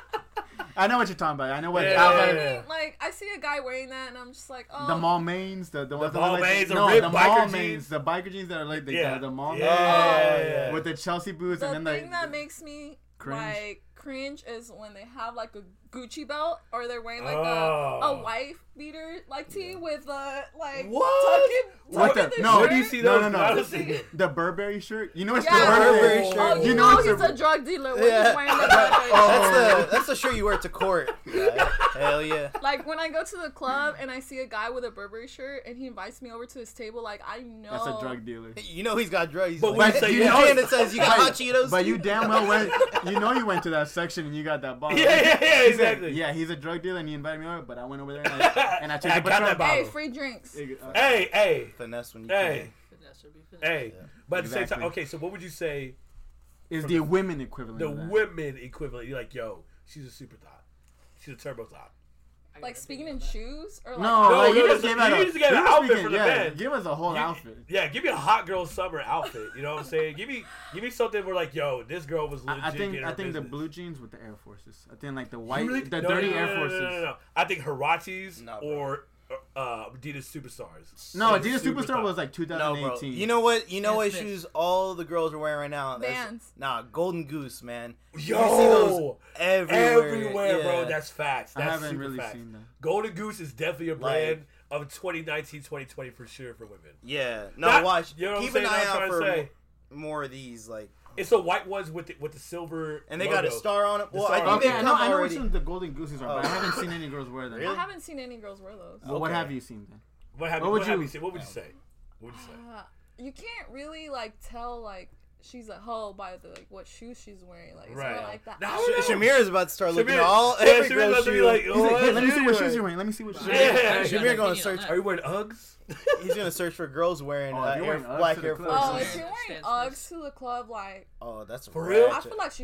[SPEAKER 6] I know what you're talking about. I know what.
[SPEAKER 5] Yeah.
[SPEAKER 7] you know
[SPEAKER 6] how
[SPEAKER 7] what I
[SPEAKER 6] about-
[SPEAKER 5] yeah.
[SPEAKER 7] mean? Like, I see a guy wearing that, and I'm just like, oh,
[SPEAKER 6] Oh. The mall mains, the the ones that
[SPEAKER 5] mall
[SPEAKER 6] look like-
[SPEAKER 5] mains, the
[SPEAKER 6] no,
[SPEAKER 5] ripped
[SPEAKER 6] the
[SPEAKER 5] biker
[SPEAKER 6] mall
[SPEAKER 5] jeans.
[SPEAKER 6] mains, the biker jeans that are like the
[SPEAKER 5] Yeah.
[SPEAKER 6] the, the mall
[SPEAKER 5] Yeah,
[SPEAKER 6] mains
[SPEAKER 5] yeah.
[SPEAKER 6] with the Chelsea boots
[SPEAKER 7] the
[SPEAKER 6] and then
[SPEAKER 7] thing
[SPEAKER 6] the
[SPEAKER 7] that makes me
[SPEAKER 6] Cringe.
[SPEAKER 7] like cringe is when they have like a Gucci belt, or they're wearing like a,
[SPEAKER 5] Oh.
[SPEAKER 7] a wife beater like tee with the like
[SPEAKER 5] What?
[SPEAKER 7] tuck in-
[SPEAKER 6] What
[SPEAKER 7] tuck
[SPEAKER 6] the-
[SPEAKER 7] in
[SPEAKER 6] no,
[SPEAKER 5] Where
[SPEAKER 7] shirt.
[SPEAKER 5] do you see
[SPEAKER 6] No,
[SPEAKER 5] those?
[SPEAKER 6] no, no.
[SPEAKER 5] I don't see them.
[SPEAKER 6] The Burberry shirt. You know it's
[SPEAKER 7] Yeah.
[SPEAKER 6] the Burberry
[SPEAKER 1] Oh.
[SPEAKER 6] shirt.
[SPEAKER 7] Oh, you,
[SPEAKER 6] You know
[SPEAKER 7] know,
[SPEAKER 6] it's
[SPEAKER 7] he's
[SPEAKER 6] a- Oh.
[SPEAKER 7] a, drug dealer when
[SPEAKER 1] Yeah.
[SPEAKER 7] he's wearing the Burberry
[SPEAKER 5] Oh.
[SPEAKER 7] shirt.
[SPEAKER 1] That's the that's the shirt you wear to court. Yeah, hell yeah.
[SPEAKER 7] Like when I go to the club and I see a guy with a Burberry shirt and he invites me over to his table, like I know
[SPEAKER 6] That's a drug dealer.
[SPEAKER 1] You know he's got drugs.
[SPEAKER 5] But
[SPEAKER 1] like,
[SPEAKER 5] when you say
[SPEAKER 1] you know,
[SPEAKER 5] no, it's-
[SPEAKER 1] and it says you got hot
[SPEAKER 6] But-
[SPEAKER 1] Cheetos.
[SPEAKER 6] But you damn well went. You know you went to that section and you got that bottle.
[SPEAKER 5] Yeah, yeah, yeah,
[SPEAKER 6] He said,
[SPEAKER 5] exactly.
[SPEAKER 6] yeah, he's a drug dealer and he invited me over, but I went over there and I, and I took
[SPEAKER 5] I
[SPEAKER 6] the
[SPEAKER 5] got that bottle.
[SPEAKER 7] Hey,
[SPEAKER 5] Bravo.
[SPEAKER 7] free drinks.
[SPEAKER 5] Hey, hey,
[SPEAKER 1] finesse when you
[SPEAKER 5] hey,
[SPEAKER 8] Finesse or be finesse.
[SPEAKER 5] hey. But at the same
[SPEAKER 6] Exactly.
[SPEAKER 5] time, okay. So what would you say
[SPEAKER 6] Is the women equivalent?
[SPEAKER 5] the
[SPEAKER 6] of that.
[SPEAKER 5] women equivalent? You're like, yo, she's a super thought. She's a turbo thought.
[SPEAKER 8] I gotta
[SPEAKER 7] Like speaking
[SPEAKER 8] dig
[SPEAKER 7] in
[SPEAKER 8] that.
[SPEAKER 7] shoes or like
[SPEAKER 6] No,
[SPEAKER 5] No,
[SPEAKER 6] like,
[SPEAKER 5] no,
[SPEAKER 6] you just
[SPEAKER 5] no,
[SPEAKER 6] gave
[SPEAKER 5] you
[SPEAKER 6] out a,
[SPEAKER 5] just gave an
[SPEAKER 6] you
[SPEAKER 5] outfit
[SPEAKER 6] speaking-
[SPEAKER 5] for the
[SPEAKER 6] yeah,
[SPEAKER 5] band.
[SPEAKER 6] Give us a whole
[SPEAKER 5] You-
[SPEAKER 6] outfit.
[SPEAKER 5] Yeah, give me a hot girl summer outfit. You know what I'm saying? give me, give me something where like, yo, this girl was legit.
[SPEAKER 6] I, I think
[SPEAKER 5] getting
[SPEAKER 6] I
[SPEAKER 5] her
[SPEAKER 6] think the
[SPEAKER 5] business.
[SPEAKER 6] blue jeans with the Air Forces. I think like the
[SPEAKER 5] You
[SPEAKER 6] white,
[SPEAKER 5] really-
[SPEAKER 6] the
[SPEAKER 5] no,
[SPEAKER 6] dirty
[SPEAKER 5] no, no,
[SPEAKER 6] Air
[SPEAKER 5] no, no,
[SPEAKER 6] Forces.
[SPEAKER 5] No, no, no. I think Hirachis
[SPEAKER 1] Nah, bro.
[SPEAKER 5] or uh, Adidas Superstars.
[SPEAKER 6] No, Adidas
[SPEAKER 5] Super
[SPEAKER 6] Superstar
[SPEAKER 5] Thought.
[SPEAKER 6] was like
[SPEAKER 1] No, bro.
[SPEAKER 6] 2018.
[SPEAKER 1] You know what? You know what
[SPEAKER 8] Yes, miss.
[SPEAKER 1] shoes all the girls are wearing right now? That's-
[SPEAKER 7] Vans.
[SPEAKER 1] Nah, Golden Goose, man. You
[SPEAKER 5] Yo,
[SPEAKER 1] see those everywhere,
[SPEAKER 5] everywhere,
[SPEAKER 1] yeah.
[SPEAKER 5] bro. That's facts.
[SPEAKER 6] I
[SPEAKER 5] That's
[SPEAKER 6] haven't
[SPEAKER 5] super
[SPEAKER 6] really
[SPEAKER 5] facts.
[SPEAKER 6] seen that.
[SPEAKER 5] Golden Goose is definitely a brand of 2019, 2020 for sure for women.
[SPEAKER 1] Yeah. No,
[SPEAKER 5] Not-
[SPEAKER 1] watch.
[SPEAKER 5] you know what I'm
[SPEAKER 1] Keep an
[SPEAKER 5] saying?
[SPEAKER 1] eye
[SPEAKER 5] I'm
[SPEAKER 1] out
[SPEAKER 5] trying to
[SPEAKER 1] for
[SPEAKER 5] say.
[SPEAKER 1] mo- more of these, like,
[SPEAKER 5] It's the white ones with the, with the silver.
[SPEAKER 1] and they
[SPEAKER 5] logo.
[SPEAKER 1] got a star on it.
[SPEAKER 5] The
[SPEAKER 1] Well,
[SPEAKER 5] star
[SPEAKER 1] I
[SPEAKER 5] on
[SPEAKER 1] think they
[SPEAKER 5] it.
[SPEAKER 6] Okay, I
[SPEAKER 1] come
[SPEAKER 6] know, I know which
[SPEAKER 1] already.
[SPEAKER 6] ones the Golden Gooses are, but I
[SPEAKER 1] Oh.
[SPEAKER 6] haven't seen any girls wear them.
[SPEAKER 7] I haven't seen any girls wear those.
[SPEAKER 6] But what
[SPEAKER 5] Okay.
[SPEAKER 6] have you seen then?
[SPEAKER 5] What, have, what,
[SPEAKER 6] What would
[SPEAKER 5] would have
[SPEAKER 6] you-
[SPEAKER 5] you say? What would you say? What would you say?
[SPEAKER 7] Uh, you can't really like tell like she's a hoe by the like what shoes she's wearing. Like it's
[SPEAKER 5] Right.
[SPEAKER 7] more like that.
[SPEAKER 5] Nah,
[SPEAKER 7] I don't
[SPEAKER 5] sh-
[SPEAKER 7] know.
[SPEAKER 5] Shamir-
[SPEAKER 1] Shamira's about to start looking at
[SPEAKER 5] Shamir-
[SPEAKER 1] all
[SPEAKER 5] yeah,
[SPEAKER 1] every
[SPEAKER 5] Shamir's
[SPEAKER 1] girl
[SPEAKER 5] about to be
[SPEAKER 1] shoe.
[SPEAKER 5] like,
[SPEAKER 1] Like,
[SPEAKER 5] oh,
[SPEAKER 6] He's like, hey,
[SPEAKER 5] what
[SPEAKER 6] let me
[SPEAKER 5] you
[SPEAKER 6] see what
[SPEAKER 5] wearing?"
[SPEAKER 6] shoes you're wearing. Let me see what shoes.
[SPEAKER 5] Yeah,
[SPEAKER 6] you're wearing.
[SPEAKER 8] I got
[SPEAKER 1] Shamir
[SPEAKER 8] an
[SPEAKER 1] gonna
[SPEAKER 8] opinion on
[SPEAKER 1] search-
[SPEAKER 8] that.
[SPEAKER 5] Are you wearing Uggs?
[SPEAKER 1] He's gonna search for girls wearing,
[SPEAKER 6] Oh,
[SPEAKER 1] uh,
[SPEAKER 6] if you're
[SPEAKER 1] Air,
[SPEAKER 6] wearing Uggs
[SPEAKER 1] black
[SPEAKER 6] to the
[SPEAKER 1] Air
[SPEAKER 6] club,
[SPEAKER 1] Force.
[SPEAKER 7] Oh,
[SPEAKER 8] it's
[SPEAKER 7] if you're wearing
[SPEAKER 8] Stands
[SPEAKER 7] Uggs
[SPEAKER 8] first.
[SPEAKER 7] to the club, like
[SPEAKER 1] oh, that's
[SPEAKER 5] For real?
[SPEAKER 7] I feel like she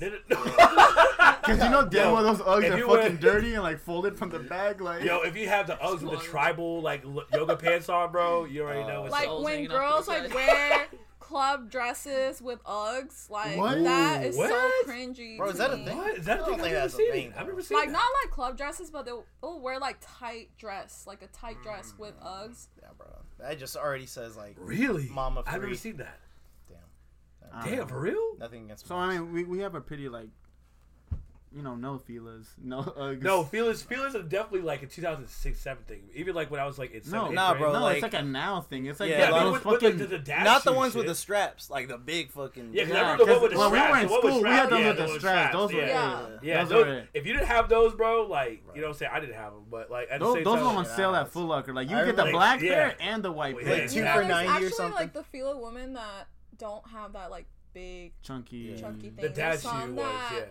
[SPEAKER 5] No, no,
[SPEAKER 6] Because you know damn
[SPEAKER 5] Yo,
[SPEAKER 6] well those Uggs
[SPEAKER 5] if
[SPEAKER 6] are
[SPEAKER 5] you
[SPEAKER 6] fucking
[SPEAKER 5] wear-
[SPEAKER 6] dirty and like folded from the bag. Like,
[SPEAKER 5] Yo, if you have the Uggs with the tribal like l- yoga pants on, bro, you already know what's
[SPEAKER 7] Like
[SPEAKER 5] up.
[SPEAKER 8] Soles
[SPEAKER 7] when
[SPEAKER 8] hanging off to the
[SPEAKER 7] girls like
[SPEAKER 8] side.
[SPEAKER 7] wear club dresses with Uggs, like
[SPEAKER 6] What?
[SPEAKER 7] that is
[SPEAKER 5] What?
[SPEAKER 7] so cringy.
[SPEAKER 1] Bro,
[SPEAKER 7] to
[SPEAKER 1] is that a
[SPEAKER 7] me.
[SPEAKER 1] thing?
[SPEAKER 5] What? Is that a
[SPEAKER 1] I
[SPEAKER 5] thing?
[SPEAKER 1] don't
[SPEAKER 5] I've
[SPEAKER 1] think
[SPEAKER 5] never
[SPEAKER 1] that's a
[SPEAKER 5] seen
[SPEAKER 1] thing,
[SPEAKER 5] it. I've never
[SPEAKER 1] bro.
[SPEAKER 5] seen
[SPEAKER 7] Like
[SPEAKER 5] that.
[SPEAKER 7] not like club dresses, but they'll, they'll wear like tight dress, like a tight dress with Uggs.
[SPEAKER 1] Yeah, bro. That just already says like
[SPEAKER 5] Really?
[SPEAKER 1] Mama
[SPEAKER 5] I've never
[SPEAKER 1] free.
[SPEAKER 5] seen that.
[SPEAKER 6] I don't
[SPEAKER 5] Damn,
[SPEAKER 6] know.
[SPEAKER 5] for real?
[SPEAKER 1] nothing against.
[SPEAKER 6] So I mean, we, we have a pretty like, you know, no feelers, no Uggs.
[SPEAKER 5] No, feelings feelings are definitely like a 2006 7 thing. Even like when I was like in
[SPEAKER 6] no,
[SPEAKER 5] seventh, eighth
[SPEAKER 1] Nah,
[SPEAKER 5] grade.
[SPEAKER 1] bro,
[SPEAKER 6] No, it's
[SPEAKER 1] like-
[SPEAKER 6] like a now thing. It's like
[SPEAKER 1] Yeah,
[SPEAKER 5] Yeah,
[SPEAKER 6] yeah,
[SPEAKER 5] but
[SPEAKER 1] those
[SPEAKER 5] with, with,
[SPEAKER 6] fucking.
[SPEAKER 5] like, the, the dash
[SPEAKER 1] not the
[SPEAKER 5] shoe
[SPEAKER 1] ones with the
[SPEAKER 5] shit.
[SPEAKER 1] straps, like the big fucking.
[SPEAKER 5] Yeah, 'cause
[SPEAKER 6] Yeah,
[SPEAKER 5] I remember the one
[SPEAKER 6] 'cause
[SPEAKER 5] with the
[SPEAKER 6] when we
[SPEAKER 5] straps.
[SPEAKER 6] were in
[SPEAKER 5] the one with
[SPEAKER 6] school, we had
[SPEAKER 5] straps.
[SPEAKER 6] those
[SPEAKER 5] yeah,
[SPEAKER 6] with
[SPEAKER 5] the
[SPEAKER 6] the
[SPEAKER 5] one with
[SPEAKER 6] straps. Those were-
[SPEAKER 5] yeah.
[SPEAKER 7] Yeah.
[SPEAKER 5] Yeah,
[SPEAKER 6] Those
[SPEAKER 5] those-
[SPEAKER 6] were it.
[SPEAKER 5] if you didn't have those, bro, like you know what I'm saying, I didn't have them, but like at the
[SPEAKER 6] Those,
[SPEAKER 5] same
[SPEAKER 6] those
[SPEAKER 5] time,
[SPEAKER 6] were on sale
[SPEAKER 1] yeah,
[SPEAKER 6] at Foot Locker. Like you
[SPEAKER 1] I
[SPEAKER 6] get the
[SPEAKER 1] remember-
[SPEAKER 6] black
[SPEAKER 5] yeah.
[SPEAKER 6] pair and the white
[SPEAKER 5] Wait,
[SPEAKER 6] pair.
[SPEAKER 5] yeah.
[SPEAKER 1] two
[SPEAKER 5] Yeah,
[SPEAKER 1] for
[SPEAKER 7] There's
[SPEAKER 1] ninety
[SPEAKER 7] actually
[SPEAKER 1] or something.
[SPEAKER 7] like the feel of women that don't have that like big
[SPEAKER 6] Chunky.
[SPEAKER 7] chunky
[SPEAKER 5] Mm. the
[SPEAKER 7] thing.
[SPEAKER 5] dash
[SPEAKER 7] There's
[SPEAKER 5] shoe
[SPEAKER 7] some
[SPEAKER 5] was
[SPEAKER 7] that
[SPEAKER 5] yeah.